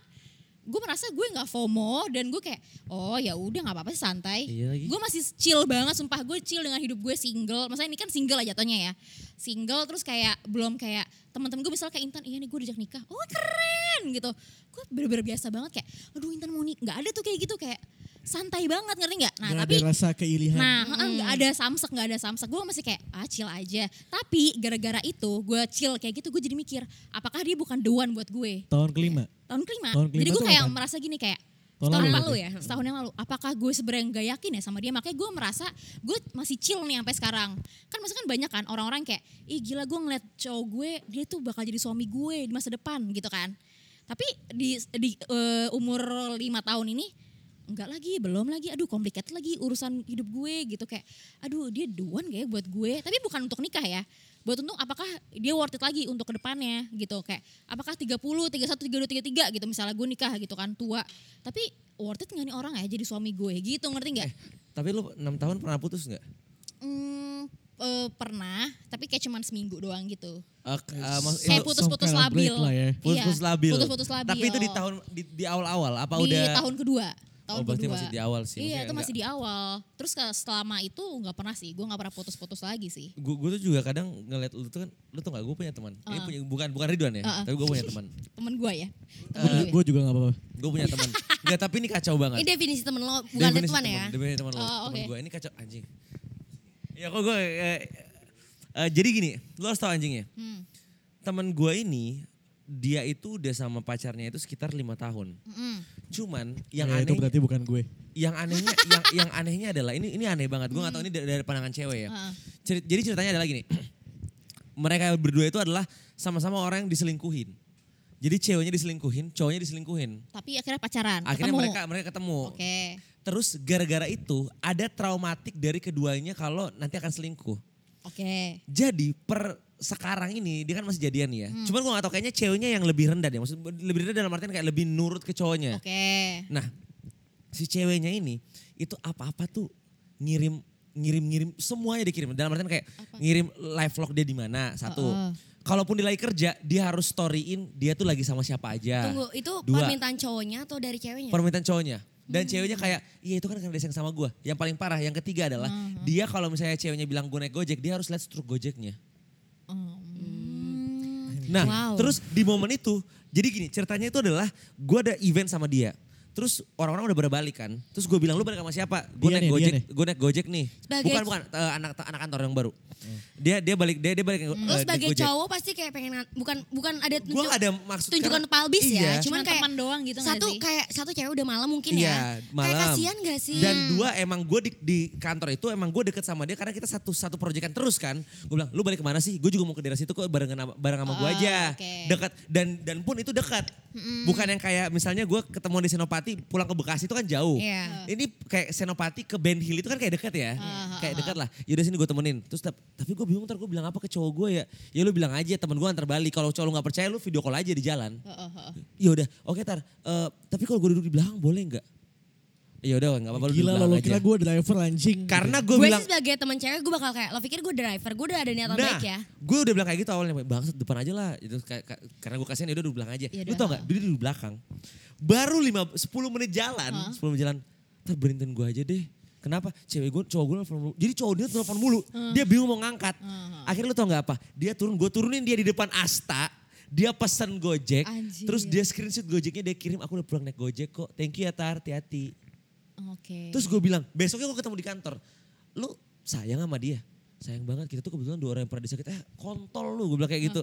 [SPEAKER 3] gue merasa gue nggak FOMO dan gue kayak oh ya udah nggak apa-apa sih, santai
[SPEAKER 4] Iya lagi.
[SPEAKER 3] gue masih chill banget sumpah gue chill dengan hidup gue single maksudnya ini kan single aja jatuhnya ya single terus kayak belum kayak teman-teman gue misalnya kayak Intan iya nih gue diajak nikah oh keren gitu gue bener-bener biasa banget kayak aduh Intan mau nikah nggak ada tuh kayak gitu kayak santai banget ngerti nggak nah
[SPEAKER 2] Nggak
[SPEAKER 3] tapi
[SPEAKER 2] ada rasa keilihan.
[SPEAKER 3] Nah, heeh, nggak ada samsek, nggak ada samsek. Gue masih kayak, ah chill aja. Tapi gara-gara itu, gue chill kayak gitu, gue jadi mikir, apakah dia bukan the one buat gue?
[SPEAKER 2] Tahun kelima.
[SPEAKER 3] Tahun kelima.
[SPEAKER 2] Tahun kelima
[SPEAKER 3] jadi gue
[SPEAKER 2] tuh
[SPEAKER 3] kayak
[SPEAKER 2] kapan?
[SPEAKER 3] merasa gini kayak,
[SPEAKER 2] Tahun
[SPEAKER 3] setahun
[SPEAKER 2] lalu
[SPEAKER 3] lalu
[SPEAKER 2] berarti?
[SPEAKER 3] ya, setahun yang lalu. Apakah gue sebenarnya nggak yakin ya sama dia? Makanya gue merasa gue masih chill nih sampai sekarang. Kan maksudnya kan banyak kan orang-orang kayak, ih gila gue ngeliat cowok gue, dia tuh bakal jadi suami gue di masa depan gitu kan. Tapi di, di eh, umur lima tahun ini, enggak lagi, belum lagi, aduh complicated lagi urusan hidup gue gitu kayak, aduh dia duan kayak ya buat gue, tapi bukan untuk nikah ya, buat untung apakah dia worth it lagi untuk kedepannya gitu kayak, apakah 30, 31, 32, 33 gitu misalnya gue nikah gitu kan tua, tapi worth it gak nih orang ya jadi suami gue gitu ngerti
[SPEAKER 4] Eh.
[SPEAKER 3] nggak?
[SPEAKER 4] tapi lu 6 tahun pernah putus nggak?
[SPEAKER 3] Hmm, eh, pernah, tapi kayak cuman seminggu doang gitu.
[SPEAKER 4] Eh, k- eh, maksud-
[SPEAKER 3] Kayak
[SPEAKER 4] itu-
[SPEAKER 3] putus-putus
[SPEAKER 2] some kind of
[SPEAKER 3] labil.
[SPEAKER 2] break lah ya.
[SPEAKER 4] putus-putus
[SPEAKER 3] Iya,
[SPEAKER 4] labil.
[SPEAKER 3] Putus-putus labil.
[SPEAKER 4] Tapi itu di tahun di, di awal-awal apa
[SPEAKER 3] di
[SPEAKER 4] udah
[SPEAKER 3] tahun kedua. Tahun
[SPEAKER 4] Oh, berarti
[SPEAKER 3] kedua.
[SPEAKER 4] masih di awal sih,
[SPEAKER 3] Iya,
[SPEAKER 4] maksudnya
[SPEAKER 3] itu
[SPEAKER 4] nggak-
[SPEAKER 3] masih di awal. Terus ke- selama itu nggak pernah sih, gue nggak pernah putus-putus lagi sih.
[SPEAKER 4] Gue tuh juga kadang ngeliat lu tuh kan, lu tuh gak gue punya teman. Ini punya bukan bukan Ridwan ya,
[SPEAKER 3] Uh-uh.
[SPEAKER 4] tapi gue punya teman.
[SPEAKER 3] Temen gue
[SPEAKER 4] Eh.
[SPEAKER 3] ya, temen
[SPEAKER 2] Gue
[SPEAKER 3] gue.
[SPEAKER 2] gue juga gak apa-apa.
[SPEAKER 4] Gue punya
[SPEAKER 5] (laughs)
[SPEAKER 4] teman. Enggak, tapi ini kacau banget.
[SPEAKER 5] Ini definisi temen lo bukan
[SPEAKER 4] Definisi
[SPEAKER 5] Ridwan ya.
[SPEAKER 4] teman, Definisi teman lo,
[SPEAKER 3] Oh,
[SPEAKER 4] teman
[SPEAKER 3] oke.
[SPEAKER 4] gue ini kacau anjing. Ya kok gue eh, eh, jadi gini, lo harus tahu anjingnya.
[SPEAKER 5] Hmm.
[SPEAKER 4] Teman gue ini dia itu udah sama pacarnya itu sekitar lima tahun.
[SPEAKER 3] Mm-mm.
[SPEAKER 4] Cuman
[SPEAKER 2] Yang
[SPEAKER 4] yang
[SPEAKER 2] Ya,
[SPEAKER 4] aneh
[SPEAKER 2] Iya, itu berarti bukan gue.
[SPEAKER 4] yang
[SPEAKER 5] (laughs)
[SPEAKER 4] anehnya yang yang anehnya adalah ini ini aneh banget gue nggak tahu ini dari, dari pandangan cewek ya Ceri- jadi ceritanya adalah gini (clears throat) mereka berdua itu adalah sama-sama orang yang diselingkuhin jadi ceweknya diselingkuhin cowoknya diselingkuhin
[SPEAKER 3] Tapi akhirnya pacaran,
[SPEAKER 4] akhirnya
[SPEAKER 3] ketemu.
[SPEAKER 4] mereka mereka ketemu
[SPEAKER 3] Oke.
[SPEAKER 4] terus gara-gara itu ada traumatik dari keduanya kalau nanti akan selingkuh
[SPEAKER 3] Oke.
[SPEAKER 4] jadi per sekarang ini dia kan masih jadian nih ya
[SPEAKER 3] Hmm.
[SPEAKER 4] cuman gue gak tau kayaknya ceweknya yang lebih rendah deh maksud lebih rendah dalam artian kayak lebih nurut ke cowoknya
[SPEAKER 3] Oke.
[SPEAKER 4] Nah, si ceweknya ini itu apa-apa tuh ngirim ngirim-ngirim semuanya dikirim. Dalam artian kayak ngirim live vlog dia di mana satu.
[SPEAKER 3] Heeh.
[SPEAKER 4] Kalaupun dia lagi kerja, dia harus storyin dia tuh lagi sama siapa aja.
[SPEAKER 5] Tunggu, itu
[SPEAKER 4] Dua.
[SPEAKER 5] permintaan cowoknya atau dari ceweknya?
[SPEAKER 4] Permintaan cowoknya. Dan
[SPEAKER 5] Hmm.
[SPEAKER 4] ceweknya kayak, iya itu kan karena dia sayang sama gue. Yang paling parah, yang ketiga adalah
[SPEAKER 5] Hmm.
[SPEAKER 4] dia kalau misalnya ceweknya bilang gue naik gojek, dia harus lihat struk gojeknya. Nah,
[SPEAKER 5] Hmm. Wow.
[SPEAKER 4] terus di momen itu, jadi gini, ceritanya itu adalah gue ada event sama dia. Terus orang-orang udah berbalik kan. Terus gue bilang lu balik sama siapa? Gue
[SPEAKER 2] Dia
[SPEAKER 4] naik
[SPEAKER 2] nih, dia
[SPEAKER 4] gojek,
[SPEAKER 2] nih.
[SPEAKER 4] gue naik gojek nih.
[SPEAKER 5] Sebagai-
[SPEAKER 4] bukan bukan eh, anak anak kantor yang baru.
[SPEAKER 2] Hmm.
[SPEAKER 4] Dia dia balik dia dia balik. eh,
[SPEAKER 5] Lo
[SPEAKER 4] naik
[SPEAKER 5] sebagai
[SPEAKER 4] Gojek.
[SPEAKER 5] cowok pasti kayak pengen bukan bukan ada
[SPEAKER 4] Gua nggak ada maksud
[SPEAKER 5] tunjukkan
[SPEAKER 4] karena-
[SPEAKER 5] palbis
[SPEAKER 4] Iya.
[SPEAKER 5] ya, cuman
[SPEAKER 3] Cuman
[SPEAKER 5] kayak
[SPEAKER 3] teman doang gitu nggak
[SPEAKER 5] satu
[SPEAKER 3] sih?
[SPEAKER 5] kayak satu cewek udah malam mungkin
[SPEAKER 4] Iya,
[SPEAKER 5] ya.
[SPEAKER 4] malam.
[SPEAKER 5] Kayak kasihan gak sih?
[SPEAKER 4] Dan dua emang gue di, di kantor itu emang gue deket sama dia karena kita satu satu proyekan terus kan. Gue bilang lu balik kemana sih? Gue juga mau ke daerah situ kok bareng bareng sama gue
[SPEAKER 3] Oh,
[SPEAKER 4] aja.
[SPEAKER 3] oke.
[SPEAKER 4] Dekat dan dan pun itu dekat. Bukan yang kayak misalnya gue ketemu di Senopati Senopati pulang ke Bekasi itu kan jauh.
[SPEAKER 6] Iya.
[SPEAKER 4] Ini kayak Senopati ke Ben Hill itu kan kayak deket ya.
[SPEAKER 5] Iya.
[SPEAKER 4] kayak deket lah. Yaudah sini gue temenin. Terus tap- tapi gue bingung ntar gue bilang apa ke cowok gue ya. Ya lu bilang aja temen gue antar balik. Kalau cowok lu gak percaya lu video call aja di jalan.
[SPEAKER 6] Heeh, heeh.
[SPEAKER 4] Ya udah, oke tar. Eh, tapi kalau gue duduk di belakang boleh nggak? Ya udah, nggak apa-apa. lu duduk
[SPEAKER 2] Gila lo,
[SPEAKER 4] belakang
[SPEAKER 2] lo
[SPEAKER 4] aja.
[SPEAKER 2] kira gue driver anjing.
[SPEAKER 4] Karena gue
[SPEAKER 5] Gue
[SPEAKER 4] bilang,
[SPEAKER 5] sih sebagai teman cewek gue bakal kayak, lo pikir gue driver, gue udah ada niatan
[SPEAKER 4] nah,
[SPEAKER 5] baik ya.
[SPEAKER 4] gue udah bilang kayak gitu awalnya, bangsat depan aja lah. Itu ka- ka- karena gue kasihan, ya udah duduk belakang aja.
[SPEAKER 6] Ya
[SPEAKER 4] Lu
[SPEAKER 6] udah.
[SPEAKER 4] tau gak, dia duduk belakang. Baru lima, 10 menit jalan, 10 menit jalan, ntar berintin gue aja deh. Kenapa? Cewek gue, cowok gue telepon mulu. Jadi cowok dia telepon mulu. Dia bingung mau ngangkat. Akhirnya lu tau gak apa? Dia turun, gue turunin dia di depan Asta. Dia pesan Gojek.
[SPEAKER 6] Anjir.
[SPEAKER 4] Terus dia screenshot Gojeknya dia kirim. Aku udah pulang naik Gojek kok. Thank you ya Tar, hati-hati.
[SPEAKER 6] Oke.
[SPEAKER 4] Terus gue bilang, besoknya gue ketemu di kantor. Lu sayang sama dia. Sayang banget, kita tuh kebetulan dua orang yang pernah disakit. Eh kontol lu, gue bilang kayak gitu.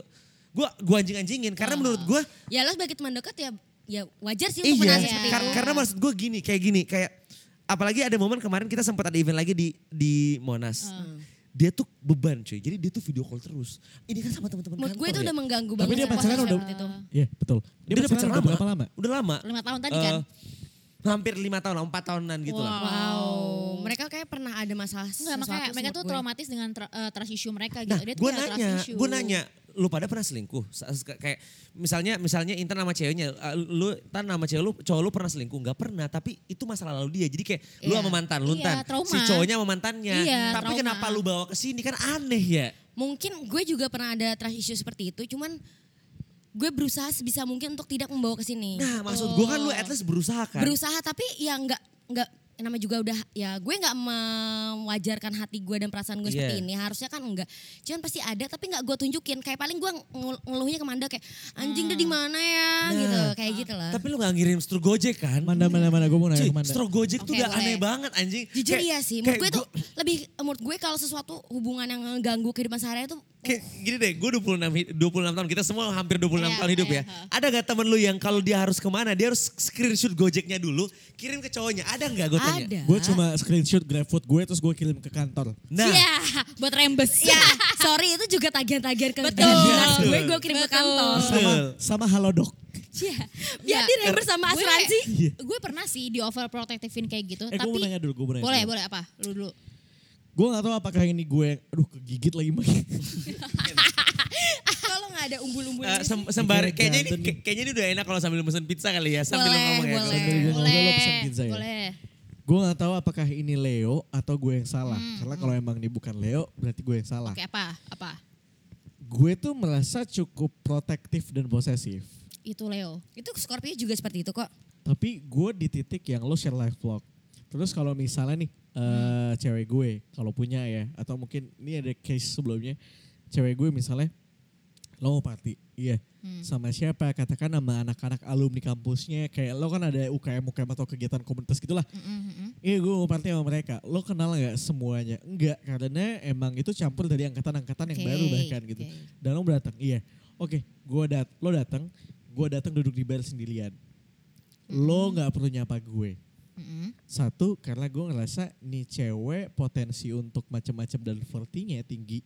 [SPEAKER 4] Gue gua anjing-anjingin, karena menurut gue,
[SPEAKER 5] Ya lo sebagai teman dekat ya, ya wajar sih untuk
[SPEAKER 4] iya.
[SPEAKER 5] menangis seperti
[SPEAKER 4] kar-
[SPEAKER 5] itu.
[SPEAKER 4] karena maksud gue gini, kayak gini. Kayak, apalagi ada momen kemarin kita sempat ada event lagi di di Monas.
[SPEAKER 5] Hmm.
[SPEAKER 4] Dia tuh beban cuy, jadi dia tuh video call terus. Ini kan sama teman-teman
[SPEAKER 5] Menurut
[SPEAKER 4] kantor
[SPEAKER 5] gue itu
[SPEAKER 4] ya.
[SPEAKER 5] udah mengganggu banget.
[SPEAKER 2] Tapi dia
[SPEAKER 5] sama
[SPEAKER 2] pacaran
[SPEAKER 5] proses
[SPEAKER 2] udah,
[SPEAKER 5] seperti
[SPEAKER 3] Oh.
[SPEAKER 5] itu.
[SPEAKER 2] iya betul. Dia,
[SPEAKER 4] udah
[SPEAKER 2] pacaran udah berapa lama?
[SPEAKER 4] Udah lama.
[SPEAKER 3] Lima tahun tadi kan?
[SPEAKER 4] Eh, hampir lima tahun lah, empat tahunan gitu lah.
[SPEAKER 5] Wow. Mereka kayak pernah ada masalah
[SPEAKER 3] Enggak,
[SPEAKER 5] sesuatu
[SPEAKER 3] makanya mereka
[SPEAKER 5] menurut
[SPEAKER 3] tuh
[SPEAKER 5] gue.
[SPEAKER 3] traumatis dengan tra- eh, trust issue mereka gitu.
[SPEAKER 4] Nah,
[SPEAKER 3] Dia tuh
[SPEAKER 4] gue
[SPEAKER 3] punya trust
[SPEAKER 4] nanya,
[SPEAKER 3] issue.
[SPEAKER 4] gue nanya, lu pada pernah selingkuh? Sa- sa- Kayak misalnya, misalnya Intan nama ceweknya, uh, lu Tan nama cewek lu, cowok lu pernah selingkuh? Gak pernah, tapi itu masa lalu dia. Jadi kayak lu
[SPEAKER 6] Iya.
[SPEAKER 4] sama mantan, lu
[SPEAKER 3] Iya,
[SPEAKER 4] Tan.
[SPEAKER 3] trauma.
[SPEAKER 4] Si cowoknya sama mantannya.
[SPEAKER 3] Iya,
[SPEAKER 4] tapi
[SPEAKER 3] trauma.
[SPEAKER 4] kenapa lu bawa ke sini? Kan aneh ya.
[SPEAKER 5] Mungkin gue juga pernah ada trust issue seperti itu, cuman gue berusaha sebisa mungkin untuk tidak membawa ke sini.
[SPEAKER 4] Nah, maksud gue kan lu at least berusaha kan.
[SPEAKER 5] Berusaha tapi ya nggak nggak nama juga udah ya gue nggak mewajarkan hati gue dan perasaan gue seperti
[SPEAKER 4] Iya.
[SPEAKER 5] ini harusnya kan enggak cuman pasti ada tapi nggak gue tunjukin kayak paling gue ngel- ngeluhnya ke Manda kayak anjing dia di mana ya gitu kayak gitu loh
[SPEAKER 4] Tapi lu gak ngirim stru gojek kan?
[SPEAKER 2] Mana mana mana gue mau nanya
[SPEAKER 4] Cuy,
[SPEAKER 2] ke Manda.
[SPEAKER 4] stro gojek tuh
[SPEAKER 6] Oke,
[SPEAKER 4] udah
[SPEAKER 6] boleh.
[SPEAKER 4] aneh banget anjing.
[SPEAKER 5] jujur
[SPEAKER 4] Kayak-
[SPEAKER 5] iya sih
[SPEAKER 4] kayak
[SPEAKER 5] menurut gue tuh lebih menurut gue kalau sesuatu hubungan yang ngeganggu kehidupan sehari itu
[SPEAKER 4] Kayak gini deh, gue 26, hi- 26 tahun, kita semua hampir 26
[SPEAKER 6] Iya,
[SPEAKER 4] tahun hidup
[SPEAKER 6] iya,
[SPEAKER 4] ya. Ada gak temen lu yang kalau dia harus kemana, dia harus screenshot gojeknya dulu, kirim ke cowoknya. Ada gak gue tanya?
[SPEAKER 5] ada
[SPEAKER 2] Gue cuma screenshot GrabFood gue terus gue kirim ke kantor.
[SPEAKER 4] Nah,
[SPEAKER 3] Iya.
[SPEAKER 6] Ya,
[SPEAKER 3] Ah,
[SPEAKER 6] buat rembes.
[SPEAKER 2] Iya,
[SPEAKER 5] ya sorry itu juga tagihan-tagihan ke
[SPEAKER 6] Betul.
[SPEAKER 5] dinas gue gue kirim ke
[SPEAKER 6] Betul.
[SPEAKER 3] Oh.
[SPEAKER 5] kantor
[SPEAKER 2] Sama, sama Halodoc.
[SPEAKER 5] Iya. biar
[SPEAKER 6] Ya.
[SPEAKER 5] di sama
[SPEAKER 3] Gue-
[SPEAKER 5] asuransi
[SPEAKER 3] Gue pernah sih di overprotectivein kayak gitu.
[SPEAKER 2] Iya. Eh gue
[SPEAKER 3] tapi
[SPEAKER 2] mau nanya dulu, gue mau nanya
[SPEAKER 3] boleh,
[SPEAKER 2] dulu.
[SPEAKER 3] boleh apa? Lu dulu.
[SPEAKER 2] Gue gak tau apakah ini gue, aduh kegigit lagi. (laughs) Mak.
[SPEAKER 5] kalau nggak ada umbul-umbul
[SPEAKER 4] eh,
[SPEAKER 5] ini
[SPEAKER 4] sem- sembari,
[SPEAKER 2] Mikirin
[SPEAKER 4] kayaknya ini,
[SPEAKER 2] jantan nih.
[SPEAKER 4] kayak- kayaknya ini udah enak kalau sambil mesen pizza kali ya. Sambil
[SPEAKER 6] Boleh,
[SPEAKER 4] ngomong ya.
[SPEAKER 6] boleh.
[SPEAKER 2] Sambil gue ngobrol, lo pesan pizza ya?
[SPEAKER 3] boleh.
[SPEAKER 2] gue gak tahu apakah ini Leo atau gue yang salah. Karena kalau emang ini bukan Leo, berarti gue yang salah.
[SPEAKER 3] Oke, apa? Apa?
[SPEAKER 2] Gue tuh merasa cukup protektif dan posesif.
[SPEAKER 3] Itu Leo.
[SPEAKER 5] itu Scorpio juga seperti itu kok
[SPEAKER 2] Tapi gue di titik yang lo share live vlog. Terus kalau misalnya nih eh, cewek gue kalau punya ya atau mungkin ini ada case sebelumnya cewek gue misalnya lo mau party, iya
[SPEAKER 3] Hmm.
[SPEAKER 2] sama siapa katakan sama anak-anak alumni kampusnya kayak lo kan ada UKM UKM atau kegiatan komunitas gitulah. Iya gue mau party sama mereka. Lo kenal nggak semuanya? Enggak karena emang itu campur dari angkatan-angkatan yang
[SPEAKER 3] Oke,
[SPEAKER 2] baru bahkan gitu.
[SPEAKER 3] oke.
[SPEAKER 2] Dan lo datang, iya. Oke, gue dat, lo datang, gue datang duduk di bar sendirian lo nggak perlu nyapa gue. Satu, karena gue ngerasa nih cewek potensi untuk macam-macam dan flirtingnya tinggi.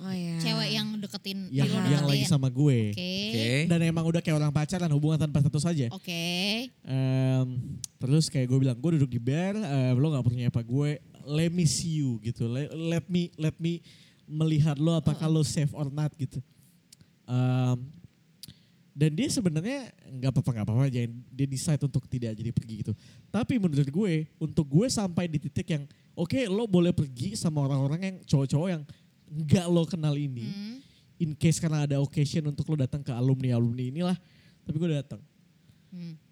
[SPEAKER 5] oh ya
[SPEAKER 3] Cewek yang deketin
[SPEAKER 2] Yang,
[SPEAKER 3] lo
[SPEAKER 2] yang lagi
[SPEAKER 3] deketin.
[SPEAKER 2] sama gue.
[SPEAKER 3] ya. Oke.
[SPEAKER 2] Dan emang udah kayak orang pacaran, hubungan tanpa status aja.
[SPEAKER 3] Oke.
[SPEAKER 2] Em, terus kayak gue bilang, gue duduk di bar, em, lo gak perlu nyapa gue, let me see you gitu. Le- Let, me let me melihat lo apakah lo safe or not gitu. Em, dan dia sebenarnya nggak apa-apa nggak apa-apa jangan dia decide untuk tidak jadi pergi gitu. Tapi menurut gue untuk gue sampai di titik yang oke lo boleh pergi sama orang-orang yang cowok-cowok yang nggak lo kenal ini. In case karena ada occasion untuk lo datang ke alumni alumni inilah. Tapi gue datang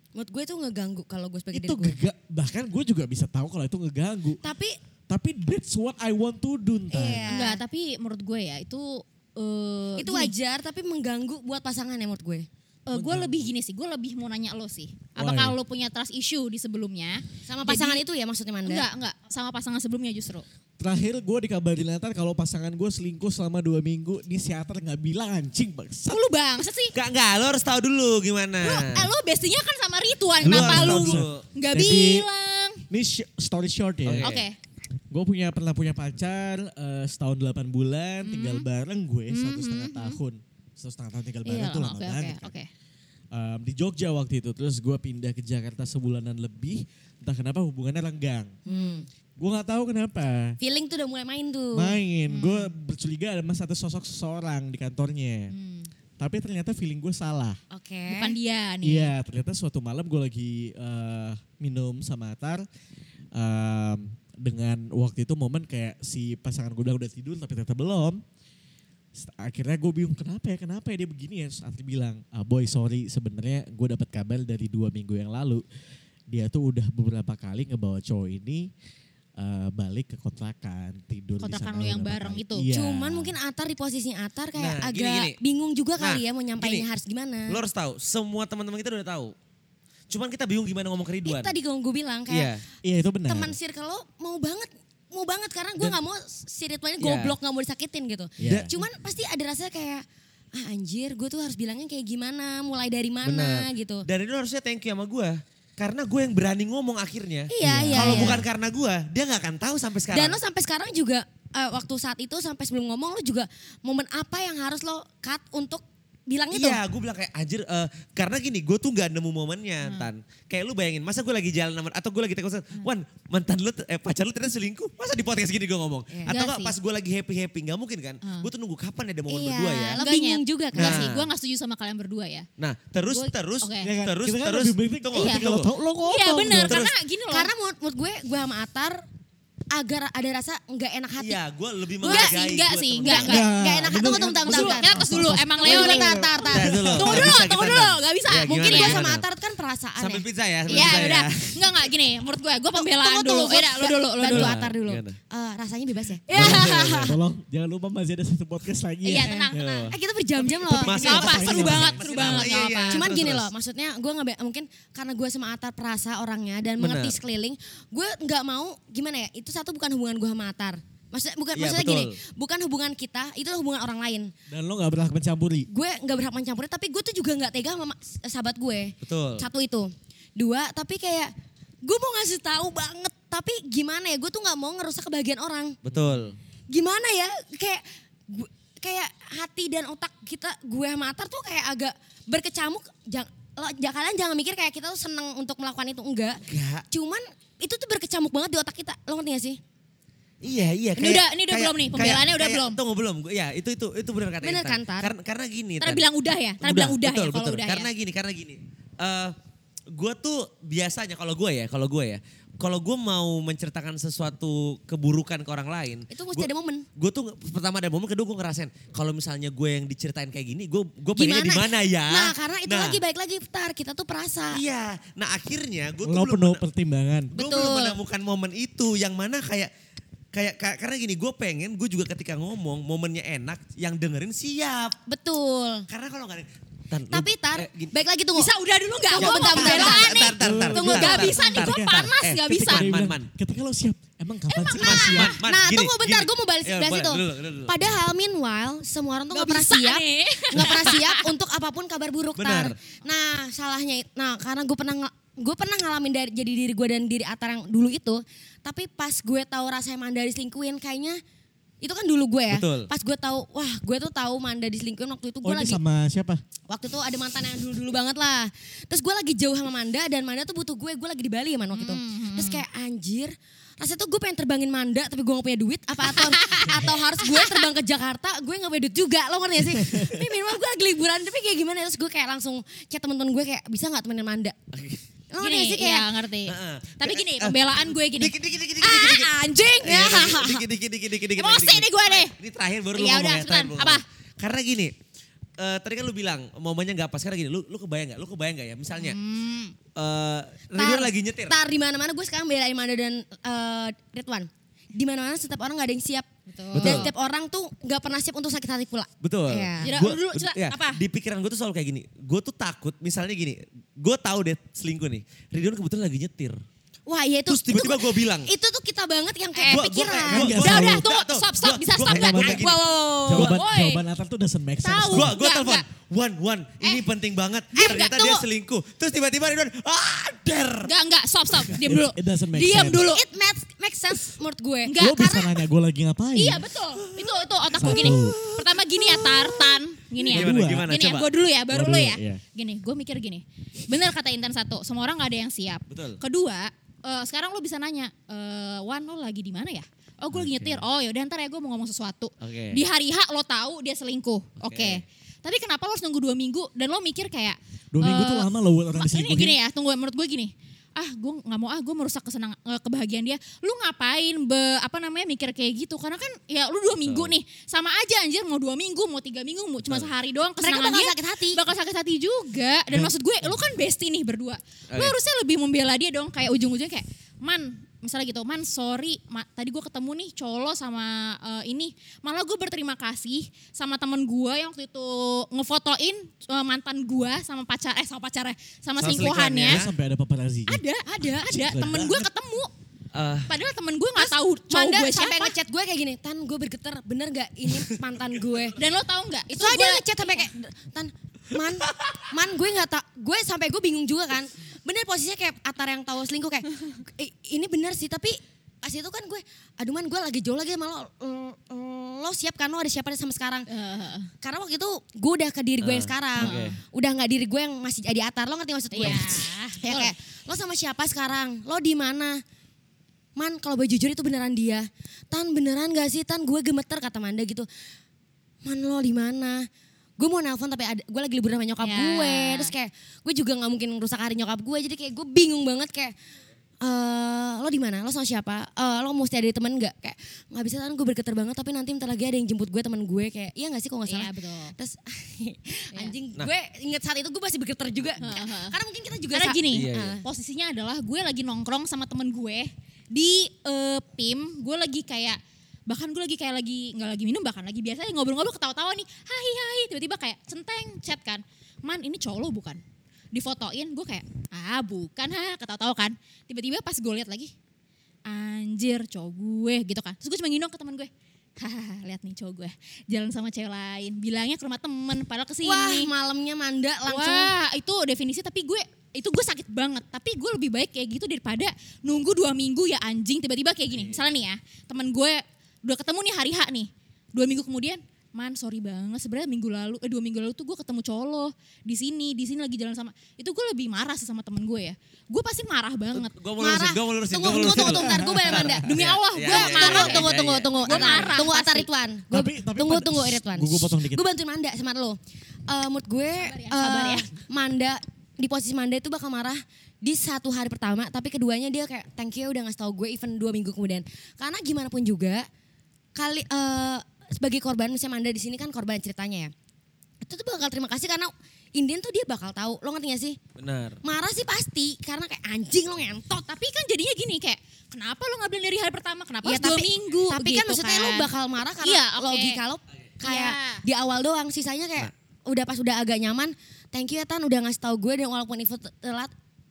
[SPEAKER 5] menurut gue itu ngeganggu kalau gue sebagai
[SPEAKER 2] itu
[SPEAKER 5] diri gue
[SPEAKER 2] gega- bahkan gue juga bisa tahu kalau itu ngeganggu
[SPEAKER 5] tapi
[SPEAKER 2] tapi that's what I want to do ntar
[SPEAKER 5] Iya.
[SPEAKER 3] Enggak, tapi menurut gue ya itu eh,
[SPEAKER 5] itu
[SPEAKER 3] gini.
[SPEAKER 5] wajar tapi mengganggu buat pasangan ya menurut gue
[SPEAKER 3] Eh, gue lebih gini sih, gue lebih mau nanya lo sih.
[SPEAKER 2] Why?
[SPEAKER 3] Apakah lo punya trust issue di sebelumnya?
[SPEAKER 5] sama
[SPEAKER 3] Jadi-
[SPEAKER 5] pasangan itu ya maksudnya Manda
[SPEAKER 3] Enggak, enggak. Sama pasangan sebelumnya justru.
[SPEAKER 2] terakhir gue dikabarin Nathan kalau pasangan gue selingkuh selama dua minggu ini si Atar nggak bilang anjing bangsa
[SPEAKER 3] Kok lu bangsa sih?
[SPEAKER 4] Enggak, enggak, lo harus tahu dulu gimana.
[SPEAKER 3] Lu, eh, lu bestinya kan sama Rituan,
[SPEAKER 4] Lu
[SPEAKER 3] kenapa
[SPEAKER 4] harus
[SPEAKER 3] lu
[SPEAKER 4] tahu dulu.
[SPEAKER 3] nggak
[SPEAKER 2] Jadi-
[SPEAKER 3] bilang?
[SPEAKER 2] ini sh- story short ya
[SPEAKER 4] Oke.
[SPEAKER 3] Oke.
[SPEAKER 2] gue punya pernah punya pacar eh, setahun delapan
[SPEAKER 3] Hmm.
[SPEAKER 2] bulan tinggal bareng gue satu setengah tahun satu setengah tahun tinggal bareng
[SPEAKER 3] Iya,
[SPEAKER 2] tuh lama
[SPEAKER 3] oke, oke,
[SPEAKER 2] banget kan.
[SPEAKER 3] oke.
[SPEAKER 2] em, di Jogja waktu itu. Terus gue pindah ke Jakarta sebulanan lebih. Entah kenapa hubungannya renggang. Gue nggak tahu kenapa.
[SPEAKER 5] Feeling tuh udah mulai main tuh.
[SPEAKER 2] Main, gue bercuriga ada mas ada sosok seseorang di kantornya. Tapi ternyata feeling gue salah.
[SPEAKER 5] Oke.
[SPEAKER 6] Bukan dia nih.
[SPEAKER 2] Iya, ternyata suatu malam gue lagi eh, minum sama Atar. em, dengan waktu itu momen kayak si pasangan gue udah tidur tapi ternyata belum. S- Akhirnya gue bingung kenapa ya, kenapa ya dia begini ya. Terus Atar bilang, "Ah, boy sorry sebenarnya gue dapat kabar dari dua minggu yang lalu. Dia tuh udah beberapa kali ngebawa cowok ini eh, balik ke kontrakan tidur
[SPEAKER 6] Kontrakan
[SPEAKER 2] di sana
[SPEAKER 6] lu yang
[SPEAKER 2] beberapa
[SPEAKER 6] bareng
[SPEAKER 2] kali.
[SPEAKER 6] itu.
[SPEAKER 2] Iya.
[SPEAKER 5] Cuman mungkin Atar di posisinya Atar kayak
[SPEAKER 4] Nah,
[SPEAKER 5] agak
[SPEAKER 4] gini, gini.
[SPEAKER 5] bingung juga
[SPEAKER 4] Nah,
[SPEAKER 5] kali ya mau nyampainya
[SPEAKER 4] gini.
[SPEAKER 5] harus gimana.
[SPEAKER 4] Lo harus tahu, semua teman-teman kita udah tahu. Cuman kita bingung gimana ngomong
[SPEAKER 5] Itu
[SPEAKER 4] keriduan.
[SPEAKER 5] tadi gue bilang
[SPEAKER 4] Iya.
[SPEAKER 5] kayak
[SPEAKER 2] Iya itu benar.
[SPEAKER 5] teman circle lo mau banget mau banget karena gue nggak mau si ritualnya
[SPEAKER 4] Iya.
[SPEAKER 5] goblok nggak mau disakitin gitu.
[SPEAKER 2] Iya.
[SPEAKER 5] Cuman pasti ada rasa kayak ah anjir gue tuh harus bilangnya kayak gimana mulai dari mana
[SPEAKER 4] Benar.
[SPEAKER 5] gitu.
[SPEAKER 4] Dan itu harusnya thank you sama gue. Karena gue yang berani ngomong akhirnya.
[SPEAKER 5] Iya, iya,
[SPEAKER 4] Kalau
[SPEAKER 5] iya.
[SPEAKER 4] bukan karena gue, dia nggak akan tahu sampai sekarang.
[SPEAKER 5] Dan lo sampai sekarang juga eh, waktu saat itu sampai sebelum ngomong lo juga momen apa yang harus lo cut untuk bilang itu?
[SPEAKER 4] Iya, gue bilang kayak anjir eh, karena gini, gue tuh nggak nemu momennya, Tan. Kayak lu bayangin, masa gue lagi jalan sama atau gue lagi tekan "Wan, mantan lu eh, pacar lu ternyata selingkuh." Masa di podcast gini gue ngomong? Atau
[SPEAKER 6] Nggak
[SPEAKER 4] nggak
[SPEAKER 6] sih.
[SPEAKER 4] pas gue lagi happy-happy nggak mungkin kan? Gue tuh nunggu kapan ada momen
[SPEAKER 5] Iya,
[SPEAKER 4] berdua ya.
[SPEAKER 5] lo
[SPEAKER 6] Enggak,
[SPEAKER 5] bingung
[SPEAKER 6] Nyet.
[SPEAKER 5] juga kan?
[SPEAKER 6] Enggak
[SPEAKER 4] Nah.
[SPEAKER 6] sih, gue gak setuju sama kalian berdua ya.
[SPEAKER 4] Nah, terus
[SPEAKER 6] Gua-
[SPEAKER 4] terus
[SPEAKER 6] oke.
[SPEAKER 2] Iya kan?
[SPEAKER 4] terus
[SPEAKER 2] Kita kan
[SPEAKER 4] terus
[SPEAKER 2] lebih penting
[SPEAKER 4] tunggu,
[SPEAKER 6] Iya.
[SPEAKER 4] tunggu.
[SPEAKER 2] kalau tau lo ngomong. gitu.
[SPEAKER 6] Iya benar,
[SPEAKER 4] Terus-
[SPEAKER 6] karena gini loh.
[SPEAKER 5] Karena menurut, menurut gue gue sama Atar agar ada rasa nggak enak hati.
[SPEAKER 4] Iya, gue lebih
[SPEAKER 6] Enggak
[SPEAKER 4] menghargai.
[SPEAKER 6] sih, enggak
[SPEAKER 4] gua
[SPEAKER 6] sih,
[SPEAKER 4] temen
[SPEAKER 6] enggak,
[SPEAKER 4] gua.
[SPEAKER 6] enggak.
[SPEAKER 5] Gak
[SPEAKER 4] gitu
[SPEAKER 5] enak hati,
[SPEAKER 2] bener.
[SPEAKER 4] kan?
[SPEAKER 5] tunggu, tunggu,
[SPEAKER 6] Tar,
[SPEAKER 5] tunggu,
[SPEAKER 6] Kita tos ya, dulu, emang
[SPEAKER 5] Leo
[SPEAKER 6] Leo nih.
[SPEAKER 5] tar, tar,
[SPEAKER 2] Iya,
[SPEAKER 5] tar.
[SPEAKER 4] Tar dulu,
[SPEAKER 5] Tunggu
[SPEAKER 4] nggak
[SPEAKER 5] dulu,
[SPEAKER 4] bisa kita
[SPEAKER 5] tunggu
[SPEAKER 4] tar.
[SPEAKER 5] dulu, gak bisa.
[SPEAKER 4] Ya, Iya, gimana,
[SPEAKER 5] Mungkin gue
[SPEAKER 4] gimana?
[SPEAKER 5] sama Atar kan perasaan
[SPEAKER 4] Sampai pizza ya, sampai
[SPEAKER 6] Iya
[SPEAKER 4] pizza
[SPEAKER 6] udah,
[SPEAKER 4] ya.
[SPEAKER 6] enggak enggak gini, menurut gue, gue pembelaan
[SPEAKER 5] Tunggu,
[SPEAKER 6] dulu.
[SPEAKER 5] tunggu,
[SPEAKER 6] Iya, lu
[SPEAKER 5] gua-
[SPEAKER 6] dulu, lu
[SPEAKER 5] bantu
[SPEAKER 6] dulu.
[SPEAKER 5] Atar dulu.
[SPEAKER 4] Gimana?
[SPEAKER 5] Eh, rasanya bebas ya?
[SPEAKER 2] Tolong jangan lupa masih ada satu podcast lagi ya.
[SPEAKER 6] Iya tenang, tenang.
[SPEAKER 5] Eh kita berjam-jam loh. Iya,
[SPEAKER 4] Masih
[SPEAKER 6] Gak apa,
[SPEAKER 4] Masih
[SPEAKER 6] seru
[SPEAKER 4] ada.
[SPEAKER 6] banget,
[SPEAKER 4] Masih
[SPEAKER 6] seru
[SPEAKER 4] ada.
[SPEAKER 6] banget, gak
[SPEAKER 4] Iya, iya.
[SPEAKER 6] apa.
[SPEAKER 5] Cuman
[SPEAKER 4] terus,
[SPEAKER 5] gini
[SPEAKER 4] terus.
[SPEAKER 5] loh, maksudnya gue nggak be- mungkin karena gue sama Atar perasa orangnya dan mengerti
[SPEAKER 4] Benar.
[SPEAKER 5] sekeliling, gue nggak mau gimana ya? Itu satu bukan hubungan gue sama Atar. Maksudnya bukan
[SPEAKER 4] Iya,
[SPEAKER 5] maksudnya gini,
[SPEAKER 4] betul.
[SPEAKER 5] bukan hubungan kita, itu hubungan orang lain.
[SPEAKER 2] Dan lo gak berhak mencampuri.
[SPEAKER 5] Gue nggak berhak mencampuri, tapi gue tuh juga nggak tega sama ma- sahabat gue.
[SPEAKER 4] Betul.
[SPEAKER 5] Satu itu. Dua, tapi kayak gue mau ngasih tahu banget, tapi gimana ya? Gue tuh nggak mau ngerusak kebahagiaan orang
[SPEAKER 4] Betul.
[SPEAKER 5] gimana ya kayak gu- kayak hati dan otak kita gue sama Atar tuh kayak agak berkecamuk jangan lo ja- kalian jangan mikir kayak kita tuh seneng untuk melakukan itu enggak
[SPEAKER 4] Enggak.
[SPEAKER 5] cuman itu tuh berkecamuk banget di otak kita lo ngerti gak sih
[SPEAKER 4] Iya iya.
[SPEAKER 6] Ini udah- ini udah belum nih, pembelaannya udah belum.
[SPEAKER 4] Tunggu belum, Gua- ya itu itu itu benar kata
[SPEAKER 5] Bener
[SPEAKER 4] Intan.
[SPEAKER 5] kan, Tar?
[SPEAKER 4] Karena karena gini.
[SPEAKER 6] Ntar
[SPEAKER 4] Tan.
[SPEAKER 6] bilang udah ya, ntar bilang udah
[SPEAKER 4] betul,
[SPEAKER 6] ya kalau
[SPEAKER 4] betul.
[SPEAKER 6] udah
[SPEAKER 4] Karena
[SPEAKER 6] ya.
[SPEAKER 4] gini, karena gini. Eh gue tuh biasanya kalau gue ya, kalau gue ya, kalau gue mau menceritakan sesuatu keburukan ke orang lain,
[SPEAKER 5] itu mesti ada momen
[SPEAKER 4] gue tuh nge- pertama ada momen kedua gue ngerasain kalau misalnya gue yang diceritain kayak gini, gue gue pengennya di mana ya?
[SPEAKER 5] nah karena itu
[SPEAKER 4] Nah,
[SPEAKER 5] lagi baik lagi Tar kita tuh perasa
[SPEAKER 4] Iya. Nah akhirnya gue tuh
[SPEAKER 2] Lo
[SPEAKER 4] belum
[SPEAKER 2] penuh
[SPEAKER 4] pernah-
[SPEAKER 2] pertimbangan.
[SPEAKER 4] gue
[SPEAKER 5] Betul.
[SPEAKER 4] belum menemukan momen itu yang mana kayak kayak ka- karena gini gue pengen gue juga ketika ngomong momennya enak yang dengerin siap
[SPEAKER 5] betul
[SPEAKER 4] karena kalau nggak ada- Tan, lu-
[SPEAKER 5] tapi Tar
[SPEAKER 4] eh, gini.
[SPEAKER 5] baik lagi tunggu
[SPEAKER 6] Bisa udah dulu gak? Gue
[SPEAKER 5] Tunggu,
[SPEAKER 6] mau
[SPEAKER 5] bentar, bentar,
[SPEAKER 6] pembelaan nih.
[SPEAKER 4] bentar, bentar, bentar,
[SPEAKER 6] Tunggu,
[SPEAKER 4] bentar,
[SPEAKER 6] gak
[SPEAKER 4] bentar,
[SPEAKER 6] bisa nih,
[SPEAKER 4] bentar,
[SPEAKER 6] gue
[SPEAKER 4] bentar.
[SPEAKER 6] panas,
[SPEAKER 4] Eh,
[SPEAKER 6] gak
[SPEAKER 4] ketika
[SPEAKER 6] bisa.
[SPEAKER 4] dia
[SPEAKER 2] Dia
[SPEAKER 4] Man,
[SPEAKER 2] bilang,
[SPEAKER 4] man.
[SPEAKER 2] Ketika lo siap, emang kapan sih?
[SPEAKER 4] Mas,
[SPEAKER 5] nah,
[SPEAKER 4] man, man,
[SPEAKER 5] nah
[SPEAKER 4] gini,
[SPEAKER 5] tunggu bentar
[SPEAKER 4] gini.
[SPEAKER 5] gue mau balik
[SPEAKER 4] Ya,
[SPEAKER 5] sebelah
[SPEAKER 4] boleh,
[SPEAKER 5] situ.
[SPEAKER 4] dulu, dulu, dulu.
[SPEAKER 5] Padahal meanwhile semua orang tuh
[SPEAKER 6] Nggak
[SPEAKER 5] nggak pernah
[SPEAKER 6] bisa
[SPEAKER 5] siap,
[SPEAKER 6] nih.
[SPEAKER 5] nggak pernah siap untuk apapun kabar buruk tar.
[SPEAKER 4] Benar.
[SPEAKER 5] Nah salahnya, it- nah karena gue pernah nge- gue pernah ngalamin dari jadi diri gue dan diri Atar yang dulu itu, tapi pas gue tahu rasanya Manda diselingkuhin kayaknya itu kan dulu gue ya.
[SPEAKER 4] Betul.
[SPEAKER 5] Pas gue tahu, wah gue tuh tahu Manda diselingkuhin waktu itu
[SPEAKER 2] Oh
[SPEAKER 5] gue
[SPEAKER 2] ini
[SPEAKER 5] lagi
[SPEAKER 2] sama siapa?
[SPEAKER 5] waktu itu ada mantan yang dulu-dulu banget lah. Terus gue lagi jauh sama Manda dan Manda tuh butuh gue, gue lagi di Bali ya man
[SPEAKER 4] Hmm,
[SPEAKER 5] waktu itu. Terus kayak anjir, rasanya tuh gue pengen terbangin Manda tapi gue gak punya duit. Apa atau atau harus gue terbang ke Jakarta, gue gak punya duit juga lo ngerti gak sih? Ini minimal gue lagi liburan tapi kayak gimana terus gue kayak langsung chat temen-temen gue kayak bisa gak temenin Manda? Lo ngerti
[SPEAKER 6] Gini,
[SPEAKER 5] gak sih
[SPEAKER 6] iya
[SPEAKER 5] kayak
[SPEAKER 6] ngerti.
[SPEAKER 4] Heeh.
[SPEAKER 6] Tapi gini,
[SPEAKER 4] Eh,
[SPEAKER 6] pembelaan gue gini.
[SPEAKER 4] Dikit, dikit, dikit, dikit, dikit, dikit.
[SPEAKER 6] Ah anjing.
[SPEAKER 4] Iya, dikit, dikit, dikit, dikit, dikit,
[SPEAKER 6] Emosi
[SPEAKER 4] dikit.
[SPEAKER 6] nih gue nih.
[SPEAKER 4] Ini terakhir baru lu
[SPEAKER 6] Iya,
[SPEAKER 4] ngomong
[SPEAKER 6] udah,
[SPEAKER 4] ya, terakhir
[SPEAKER 6] cepetan.
[SPEAKER 4] baru
[SPEAKER 6] Apa?
[SPEAKER 4] ngomong. Karena gini, eh, tadi kan lu bilang momennya nggak pas. Karena gini, lu, lu kebayang nggak? Lu kebayang nggak ya? Misalnya,
[SPEAKER 6] Hmm.
[SPEAKER 4] eh, Ridwan lagi nyetir.
[SPEAKER 5] Tar di mana-mana gue sekarang belain Manda dan eh, Ridwan. Di mana-mana setiap orang gak ada yang siap. Dan setiap orang tuh gak pernah siap untuk sakit hati pula.
[SPEAKER 4] Betul.
[SPEAKER 5] Iya.
[SPEAKER 6] Yaudah,
[SPEAKER 4] Gua-
[SPEAKER 6] lu dulu, coba,
[SPEAKER 4] ya,
[SPEAKER 6] apa?
[SPEAKER 4] Di pikiran gue tuh selalu kayak gini. Gue tuh takut misalnya gini. Gue tahu deh selingkuh nih. Ridwan kebetulan lagi nyetir.
[SPEAKER 5] Wah iya itu
[SPEAKER 4] Terus tiba-tiba
[SPEAKER 5] itu-
[SPEAKER 4] gue bilang.
[SPEAKER 5] Itu tuh kita banget yang kayak
[SPEAKER 4] Gua- gua kayak-
[SPEAKER 5] pikiran.
[SPEAKER 4] gua-
[SPEAKER 2] Enggak,
[SPEAKER 6] Udah, udah,
[SPEAKER 2] Tahu.
[SPEAKER 6] tunggu.
[SPEAKER 4] Tahu.
[SPEAKER 6] Stop, stop, bisa
[SPEAKER 4] Gua
[SPEAKER 6] stop
[SPEAKER 4] kayak
[SPEAKER 6] gak?
[SPEAKER 4] ngomong kayak gini.
[SPEAKER 6] Wow, wow,
[SPEAKER 3] Oh,
[SPEAKER 6] wow,
[SPEAKER 2] Jawaban,
[SPEAKER 6] wow.
[SPEAKER 2] jawaban Natal tuh doesn't make sense.
[SPEAKER 6] Tahu.
[SPEAKER 4] Gue
[SPEAKER 2] Gua-
[SPEAKER 4] gue
[SPEAKER 6] Enggak,
[SPEAKER 4] telepon.
[SPEAKER 6] enggak.
[SPEAKER 4] Wan, Wan, ini penting banget. Ternyata
[SPEAKER 6] enggak,
[SPEAKER 4] dia
[SPEAKER 6] Eh, tunggu.
[SPEAKER 4] selingkuh. Terus tiba-tiba Ridwan, ah, der.
[SPEAKER 6] Enggak, enggak, stop, stop. Diam dulu.
[SPEAKER 2] It doesn't make
[SPEAKER 6] Diam
[SPEAKER 2] sense.
[SPEAKER 6] dulu.
[SPEAKER 5] It makes, makes sense menurut gue.
[SPEAKER 6] Enggak.
[SPEAKER 2] Lo bisa
[SPEAKER 6] karena-
[SPEAKER 3] Iya,
[SPEAKER 2] nanya gue lagi ngapain.
[SPEAKER 6] Iya betul. Itu itu otak gue
[SPEAKER 2] Satu.
[SPEAKER 6] gini. Pertama gini ya Tartan.
[SPEAKER 3] Gini ya.
[SPEAKER 4] Gimana,
[SPEAKER 2] Dua.
[SPEAKER 4] gimana?
[SPEAKER 3] Gini ya,
[SPEAKER 4] Coba.
[SPEAKER 3] gue dulu ya, baru
[SPEAKER 2] Gua
[SPEAKER 3] lo
[SPEAKER 2] dulu,
[SPEAKER 3] ya.
[SPEAKER 2] iya.
[SPEAKER 3] Gini, gue mikir gini. Bener kata Intan satu, semua orang gak ada yang siap.
[SPEAKER 4] Betul.
[SPEAKER 3] Kedua, eh, sekarang lo bisa nanya, eh, Wan lo lagi di mana ya? Oh gue lagi nyetir, oh yaudah ntar ya gue mau ngomong sesuatu.
[SPEAKER 4] Oke.
[SPEAKER 3] Di hari H lo tahu dia selingkuh, oke.
[SPEAKER 4] Oke.
[SPEAKER 3] Tapi kenapa lo harus nunggu dua minggu dan lo mikir kayak.
[SPEAKER 2] Dua minggu
[SPEAKER 3] eh,
[SPEAKER 2] tuh lama loh buat orang
[SPEAKER 3] Ma- ini
[SPEAKER 2] diselingkuhin.
[SPEAKER 3] gini ya, tunggu menurut gue gini. Ah, gue nggak mau ah, gue merusak kesenang eh, kebahagiaan dia. Lu ngapain be apa namanya mikir kayak gitu? Karena kan ya lu dua minggu nih, sama aja anjir mau dua minggu, mau tiga minggu, mau cuma sehari doang
[SPEAKER 5] Mereka
[SPEAKER 3] kesenangan
[SPEAKER 5] bakal
[SPEAKER 3] dia
[SPEAKER 5] sakit hati.
[SPEAKER 3] bakal sakit hati juga. Dan maksud gue, lu kan bestie nih berdua. Lu
[SPEAKER 4] Oke.
[SPEAKER 3] harusnya lebih membela dia dong, kayak ujung-ujungnya kayak man misalnya gitu man sorry Ma- tadi gue ketemu nih colo sama eh, ini malah gue berterima kasih sama temen gue yang waktu itu ngefotoin eh, mantan gue sama pacar eh sama pacarnya sama,
[SPEAKER 4] Sama
[SPEAKER 3] selingkuhannya
[SPEAKER 2] Terus sampai ada paparazzi.
[SPEAKER 3] ada ada ada temen gue ketemu
[SPEAKER 4] Eh,
[SPEAKER 3] padahal temen gue nggak tahu cowok
[SPEAKER 5] Manda
[SPEAKER 3] gue
[SPEAKER 5] sampai
[SPEAKER 3] siapa
[SPEAKER 5] ngechat gue kayak gini, Tan gue bergetar, bener gak ini mantan gue?
[SPEAKER 3] dan lo tahu nggak (laughs) itu
[SPEAKER 5] Soalnya dia
[SPEAKER 3] gue-
[SPEAKER 5] ngechat sampai kayak, Tan, man, man gue gak tak, gue sampai gue bingung juga kan. Bener posisinya kayak Atar yang tahu selingkuh kayak, "Eh, ini bener sih tapi pas itu kan gue, aduh man gue lagi jauh lagi sama lo, Mm, mm, lo siap kan lo ada siapa sama sekarang.
[SPEAKER 3] Eh,
[SPEAKER 5] Karena waktu itu gue udah ke diri gue yang
[SPEAKER 4] Eh,
[SPEAKER 5] sekarang.
[SPEAKER 4] oke.
[SPEAKER 5] Udah gak diri gue yang masih jadi atar. Lo ngerti maksud gue?
[SPEAKER 3] Iya.
[SPEAKER 5] (laughs) ya kayak, lo sama siapa sekarang? Lo di mana? Man, kalau gue jujur itu beneran dia. Tan, beneran gak sih? Tan, gue gemeter kata Manda gitu. Man, lo di mana? Gue mau nelpon tapi ada, gue lagi liburan sama nyokap
[SPEAKER 3] Ya.
[SPEAKER 5] gue. Terus kayak, gue juga gak mungkin ngerusak hari nyokap gue. Jadi kayak gue bingung banget kayak, eh lo di mana? Lo sama siapa? Eh, lo mesti ada temen gak? Kayak nggak bisa kan gue bergetar banget tapi nanti bentar lagi ada yang jemput gue temen gue kayak iya gak sih kalau nggak salah
[SPEAKER 3] Iya, betul. Iya.
[SPEAKER 5] terus (laughs) anjing gue inget saat itu gue masih bergetar juga karena mungkin kita juga
[SPEAKER 3] Karena
[SPEAKER 5] sa-
[SPEAKER 3] gini,
[SPEAKER 4] Iya, iya.
[SPEAKER 3] posisinya adalah gue lagi nongkrong sama temen gue di eh, PIM, gue lagi kayak bahkan gue lagi kayak lagi nggak lagi minum bahkan lagi biasa aja ngobrol-ngobrol ketawa-tawa nih hai hai tiba-tiba kayak centeng chat kan man ini cowok lo bukan difotoin gue kayak ah bukan ha ketawa-tawa kan tiba-tiba pas gue lihat lagi anjir cowok gue gitu kan terus gue cuma nginong ke teman gue (laughs) hahaha lihat nih cowok gue jalan sama cewek lain bilangnya ke rumah temen padahal kesini
[SPEAKER 5] wah malamnya manda langsung
[SPEAKER 3] Wah itu definisi tapi gue itu gue sakit banget tapi gue lebih baik kayak gitu daripada nunggu dua minggu ya anjing tiba-tiba kayak
[SPEAKER 5] Iya.
[SPEAKER 3] gini misalnya nih ya teman gue udah ketemu nih hari H nih dua minggu kemudian man sorry banget sebenarnya minggu lalu eh dua minggu lalu tuh gue ketemu colo di sini di sini lagi jalan sama itu gue lebih marah sih sama temen gue ya gue pasti marah banget
[SPEAKER 4] Gue mau lurusin, gue mau lurusin. gua
[SPEAKER 5] tunggu
[SPEAKER 4] mau lurusin
[SPEAKER 5] tunggu tunggu
[SPEAKER 4] dulu.
[SPEAKER 5] tunggu ntar gue bayar manda demi
[SPEAKER 4] Iya,
[SPEAKER 5] Allah
[SPEAKER 4] iya,
[SPEAKER 5] gue
[SPEAKER 4] iya, iya,
[SPEAKER 5] marah
[SPEAKER 4] iya,
[SPEAKER 5] tunggu
[SPEAKER 4] iya,
[SPEAKER 5] tunggu
[SPEAKER 4] iya.
[SPEAKER 5] tunggu
[SPEAKER 3] Gua
[SPEAKER 5] Atar.
[SPEAKER 3] marah,
[SPEAKER 5] tunggu Atar
[SPEAKER 3] pasti.
[SPEAKER 5] Ridwan Gua-
[SPEAKER 2] Tapi- tapi
[SPEAKER 5] tunggu
[SPEAKER 2] pada-
[SPEAKER 5] tunggu eh, Ridwan
[SPEAKER 2] Gua- gua potong dikit.
[SPEAKER 5] gue bantuin manda sama lo Eh menurut gue
[SPEAKER 3] ya, sabar
[SPEAKER 5] eh,
[SPEAKER 3] ya.
[SPEAKER 5] manda di posisi manda itu bakal marah di satu hari pertama tapi keduanya dia kayak thank you ya udah ngasih tau gue even dua minggu kemudian karena gimana pun juga kali eh sebagai korban misalnya Manda di sini kan korban ceritanya ya itu tuh bakal terima kasih karena Indian tuh dia bakal tahu lo ngerti gak sih
[SPEAKER 4] Benar.
[SPEAKER 5] marah sih pasti karena kayak anjing lo ngentot
[SPEAKER 3] tapi kan jadinya gini kayak kenapa lo nggak bilang dari hari pertama kenapa harus
[SPEAKER 5] Ya,
[SPEAKER 3] dua minggu
[SPEAKER 5] tapi kan
[SPEAKER 3] gitu
[SPEAKER 5] maksudnya lo
[SPEAKER 3] kan.
[SPEAKER 5] bakal marah karena
[SPEAKER 3] Iya, oke.
[SPEAKER 5] logika lo kayak
[SPEAKER 3] Iya. Nah.
[SPEAKER 5] di awal doang sisanya kayak udah pas udah agak nyaman thank you ya Tan udah ngasih tau gue dan walaupun itu telat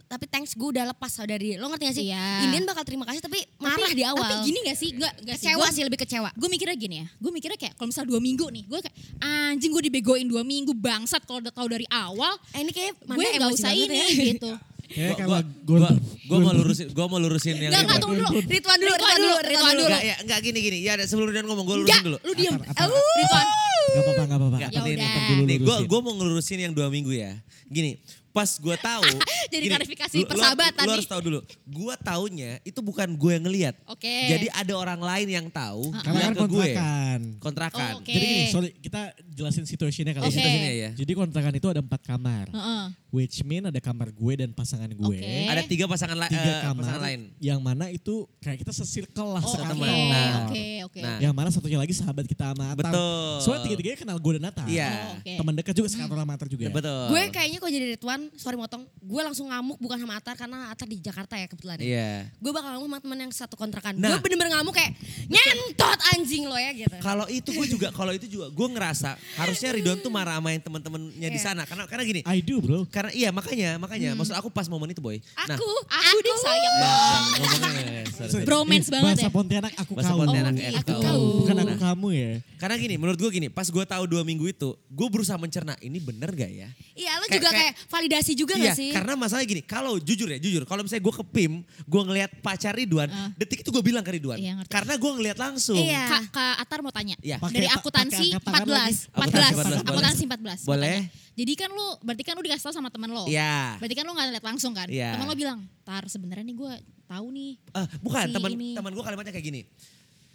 [SPEAKER 5] tapi thanks gue udah lepas dari lo ngerti gak sih
[SPEAKER 3] Iya.
[SPEAKER 5] Indian bakal terima kasih tapi
[SPEAKER 3] Tapi-
[SPEAKER 5] marah di awal
[SPEAKER 3] tapi gini gak sih gak, gak
[SPEAKER 5] kecewa sih lebih kecewa
[SPEAKER 3] gue mikirnya gini ya gue mikirnya kayak kalau misal dua minggu nih gue kayak anjing gue dibegoin dua minggu bangsat kalau udah tahu dari awal
[SPEAKER 5] eh, ini kayak
[SPEAKER 3] gue nggak usah ini
[SPEAKER 5] ya.
[SPEAKER 4] (laughs)
[SPEAKER 3] gitu
[SPEAKER 2] Kayak
[SPEAKER 4] Gue
[SPEAKER 2] kalau
[SPEAKER 4] gua,
[SPEAKER 2] gua-
[SPEAKER 4] gua mau lurusin, gua mau lurusin yang
[SPEAKER 3] Enggak, enggak, tunggu dulu.
[SPEAKER 5] Ritwan dulu, Ritwan dulu, Ritwan dulu.
[SPEAKER 4] Enggak, ya, enggak gini gini. Ya, ada- sebelum Rian ngomong, gue
[SPEAKER 5] Enggak,
[SPEAKER 4] lurusin dulu.
[SPEAKER 5] lu diem.
[SPEAKER 2] Atar, atar.
[SPEAKER 5] Auuu.
[SPEAKER 3] Ridwan.
[SPEAKER 2] Gak apa-apa, gak apa-apa.
[SPEAKER 4] Enggak,
[SPEAKER 3] Ya
[SPEAKER 4] nih,
[SPEAKER 3] udah.
[SPEAKER 4] nih, nih, gue gue mau ngelurusin yang dua minggu ya. Gini, pas
[SPEAKER 3] (laughs)
[SPEAKER 4] gue tahu.
[SPEAKER 3] Jadi
[SPEAKER 4] gini,
[SPEAKER 3] klarifikasi
[SPEAKER 4] lu- lu-
[SPEAKER 3] persahabatan
[SPEAKER 4] Lu,
[SPEAKER 3] nih.
[SPEAKER 4] harus tahu dulu. Gue taunya itu bukan gue yang ngelihat.
[SPEAKER 3] Oke. Ah,
[SPEAKER 4] Jadi ada orang lain yang tahu.
[SPEAKER 2] Karena kan
[SPEAKER 4] bilang ke gue.
[SPEAKER 2] kontrakan.
[SPEAKER 4] Kontrakan.
[SPEAKER 3] Oh, oke.
[SPEAKER 2] Jadi gini, sorry, kita jelasin situasinya kali ya.
[SPEAKER 3] Oke.
[SPEAKER 4] Situasinya ya.
[SPEAKER 2] Jadi kontrakan itu ada empat kamar.
[SPEAKER 3] Heeh.
[SPEAKER 2] Which mean ada kamar gue dan pasangan gue.
[SPEAKER 3] Oke.
[SPEAKER 4] Ada tiga pasangan, la-
[SPEAKER 2] Tiga
[SPEAKER 4] eh,
[SPEAKER 2] kamar
[SPEAKER 4] pasangan lain.
[SPEAKER 2] yang mana itu kayak kita sesirkel lah
[SPEAKER 3] oke
[SPEAKER 2] sekamar.
[SPEAKER 4] Nah.
[SPEAKER 3] oke oke
[SPEAKER 4] Nah.
[SPEAKER 2] Yang mana satunya lagi sahabat kita sama Atar.
[SPEAKER 4] Betul.
[SPEAKER 2] Soalnya tiga-tiganya kenal gue dan Atar.
[SPEAKER 4] Iya.
[SPEAKER 3] Oh, oke.
[SPEAKER 2] Teman dekat juga sekantor sama Atar juga.
[SPEAKER 4] Betul.
[SPEAKER 5] (laughs) Gue
[SPEAKER 3] kan?
[SPEAKER 5] kayaknya kalau jadi Ridwan, sorry motong, gue langsung ngamuk bukan sama Atar karena Atar di Jakarta ya kebetulan. ya.
[SPEAKER 4] Iya.
[SPEAKER 5] Gue bakal ngamuk sama temen yang satu kontrakan.
[SPEAKER 4] Nah.
[SPEAKER 5] Gue bener-bener ngamuk kayak nyentot anjing lo ya gitu.
[SPEAKER 4] Kalau itu gue juga, kalau itu juga gue ngerasa harusnya Ridwan tuh marah sama yang teman-temannya di
[SPEAKER 5] Iya.
[SPEAKER 4] sana. Karena karena gini,
[SPEAKER 2] I do bro.
[SPEAKER 4] karena iya makanya makanya maksud aku pas momen itu boy. Nah,
[SPEAKER 5] Aku,
[SPEAKER 3] aku deh sayang banget
[SPEAKER 4] ya, ya, ngomongnya, ya, sorry, sorry.
[SPEAKER 3] Bromance
[SPEAKER 2] Ih,
[SPEAKER 3] banget
[SPEAKER 2] Bahasa
[SPEAKER 3] ya.
[SPEAKER 2] Pontianak aku
[SPEAKER 4] Bahasa
[SPEAKER 2] kau.
[SPEAKER 4] Pontianak,
[SPEAKER 2] Oh,
[SPEAKER 4] eh,
[SPEAKER 2] aku
[SPEAKER 4] kau.
[SPEAKER 2] kau. Bukan aku
[SPEAKER 4] Nah.
[SPEAKER 2] kamu ya.
[SPEAKER 4] Karena gini, menurut gue gini, pas gue tahu dua minggu itu, gue berusaha mencerna ini bener gak ya?
[SPEAKER 5] iya lo
[SPEAKER 4] Kayak-
[SPEAKER 5] juga
[SPEAKER 4] kayak-
[SPEAKER 3] Eh,
[SPEAKER 5] kayak, validasi fondasi juga
[SPEAKER 4] Iya,
[SPEAKER 5] gak sih?
[SPEAKER 4] karena masalahnya gini, kalau jujur ya, jujur. Kalau misalnya gue ke PIM, gue ngelihat pacar Ridwan, detik itu gue bilang ke Ridwan.
[SPEAKER 6] Iya, ngerti.
[SPEAKER 4] karena gue ngelihat langsung.
[SPEAKER 5] Iya.
[SPEAKER 6] Kak, Kak Atar mau tanya.
[SPEAKER 4] Iya.
[SPEAKER 2] Pakai
[SPEAKER 6] Dari
[SPEAKER 2] ta-
[SPEAKER 6] akuntansi
[SPEAKER 2] pakai angka tangan
[SPEAKER 6] 14.
[SPEAKER 4] lagi. Akuntansi
[SPEAKER 6] 14.
[SPEAKER 4] 14,
[SPEAKER 6] Akuntansi 14. mau
[SPEAKER 4] Boleh.
[SPEAKER 6] tanya. Jadi kan lu, berarti kan lu dikasih tau sama temen lo.
[SPEAKER 4] Iya.
[SPEAKER 6] Berarti kan lu gak lihat langsung kan.
[SPEAKER 4] Iya.
[SPEAKER 6] Temen lo bilang, Tar sebenarnya nih gue tahu nih.
[SPEAKER 4] Eh, bukan,
[SPEAKER 6] si
[SPEAKER 4] teman
[SPEAKER 6] ini."
[SPEAKER 4] teman gue kalimatnya kayak gini.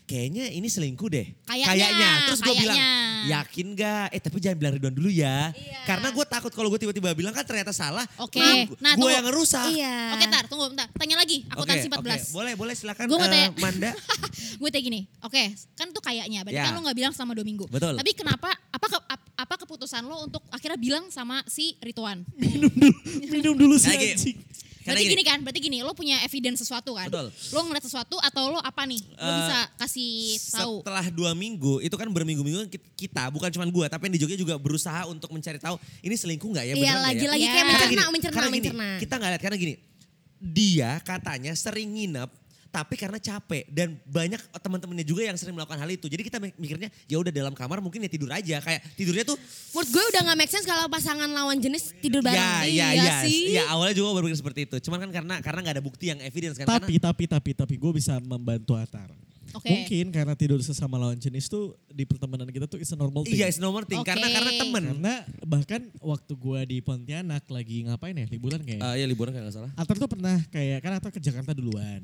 [SPEAKER 4] Kayaknya ini selingkuh deh.
[SPEAKER 6] Kayaknya,
[SPEAKER 4] Terus gue bilang,
[SPEAKER 6] kayaknya. Iya.
[SPEAKER 4] yakin gak? Eh tapi jangan bilang Ridwan dulu ya. Karena gue takut kalau gue tiba-tiba bilang kan ternyata salah.
[SPEAKER 6] Oke,
[SPEAKER 4] Nah,
[SPEAKER 6] nah,
[SPEAKER 4] gue
[SPEAKER 6] tunggu.
[SPEAKER 4] yang ngerusak.
[SPEAKER 5] Iya.
[SPEAKER 6] Oke Tar, tunggu bentar. Tanya lagi,
[SPEAKER 4] Ah. Oke,
[SPEAKER 6] akuntansi
[SPEAKER 4] oke.
[SPEAKER 6] 14.
[SPEAKER 4] Boleh, boleh silakan
[SPEAKER 6] Gua mau
[SPEAKER 4] eh,
[SPEAKER 6] tanya.
[SPEAKER 4] Manda.
[SPEAKER 6] gue kayak gini, oke kan itu kayaknya, berarti
[SPEAKER 4] Ya.
[SPEAKER 6] kan lo gak bilang selama dua minggu.
[SPEAKER 4] Betul.
[SPEAKER 6] Tapi kenapa, apa ke- ap- apa keputusan lo untuk akhirnya bilang sama si Rituan?
[SPEAKER 2] Minum dulu sih
[SPEAKER 4] Lagi.
[SPEAKER 2] anjing.
[SPEAKER 4] (laughs) Karena
[SPEAKER 6] berarti gini. kan, berarti gini, lo punya evidence sesuatu kan?
[SPEAKER 4] Betul.
[SPEAKER 6] Lo ngeliat sesuatu atau lo apa nih? Lo
[SPEAKER 4] Eh,
[SPEAKER 6] bisa kasih tahu.
[SPEAKER 4] Setelah dua minggu, itu kan berminggu-minggu ki- kita, bukan cuma gue, tapi yang di Jogja juga berusaha untuk mencari tahu ini selingkuh nggak ya?
[SPEAKER 5] Iya
[SPEAKER 4] beneran nggak ya?
[SPEAKER 5] lagi-lagi
[SPEAKER 6] Iya.
[SPEAKER 5] kayak
[SPEAKER 4] Karena
[SPEAKER 5] mencerna,
[SPEAKER 4] gini,
[SPEAKER 5] mencerna,
[SPEAKER 4] karena gini,
[SPEAKER 5] mencerna.
[SPEAKER 4] Kita nggak lihat karena gini, dia katanya sering nginep tapi karena capek dan banyak teman-temannya juga yang sering melakukan hal itu. Jadi kita mikirnya ya udah dalam kamar mungkin ya tidur aja kayak tidurnya tuh
[SPEAKER 5] Menurut gue udah gak make sense kalau pasangan lawan jenis tidur bareng.
[SPEAKER 4] ya ya
[SPEAKER 5] Iya
[SPEAKER 4] ya
[SPEAKER 5] sih.
[SPEAKER 4] ya awalnya juga berpikir seperti itu. Cuman kan karena karena nggak ada bukti yang evidence kan.
[SPEAKER 2] Tapi, tapi, tapi, tapi gue bisa membantu Atar.
[SPEAKER 6] Oke.
[SPEAKER 2] Mungkin karena tidur sesama lawan jenis tuh di pertemanan kita tuh is a normal
[SPEAKER 4] karena,
[SPEAKER 2] thing.
[SPEAKER 4] iya it's normal thing
[SPEAKER 6] Oke.
[SPEAKER 4] karena karena temen.
[SPEAKER 2] Karena bahkan waktu gue di Pontianak lagi ngapain ya, liburan kayak.
[SPEAKER 4] Eh, ya liburan kayak nggak salah.
[SPEAKER 2] Atar tuh pernah kayak, kan Atar ke Jakarta duluan.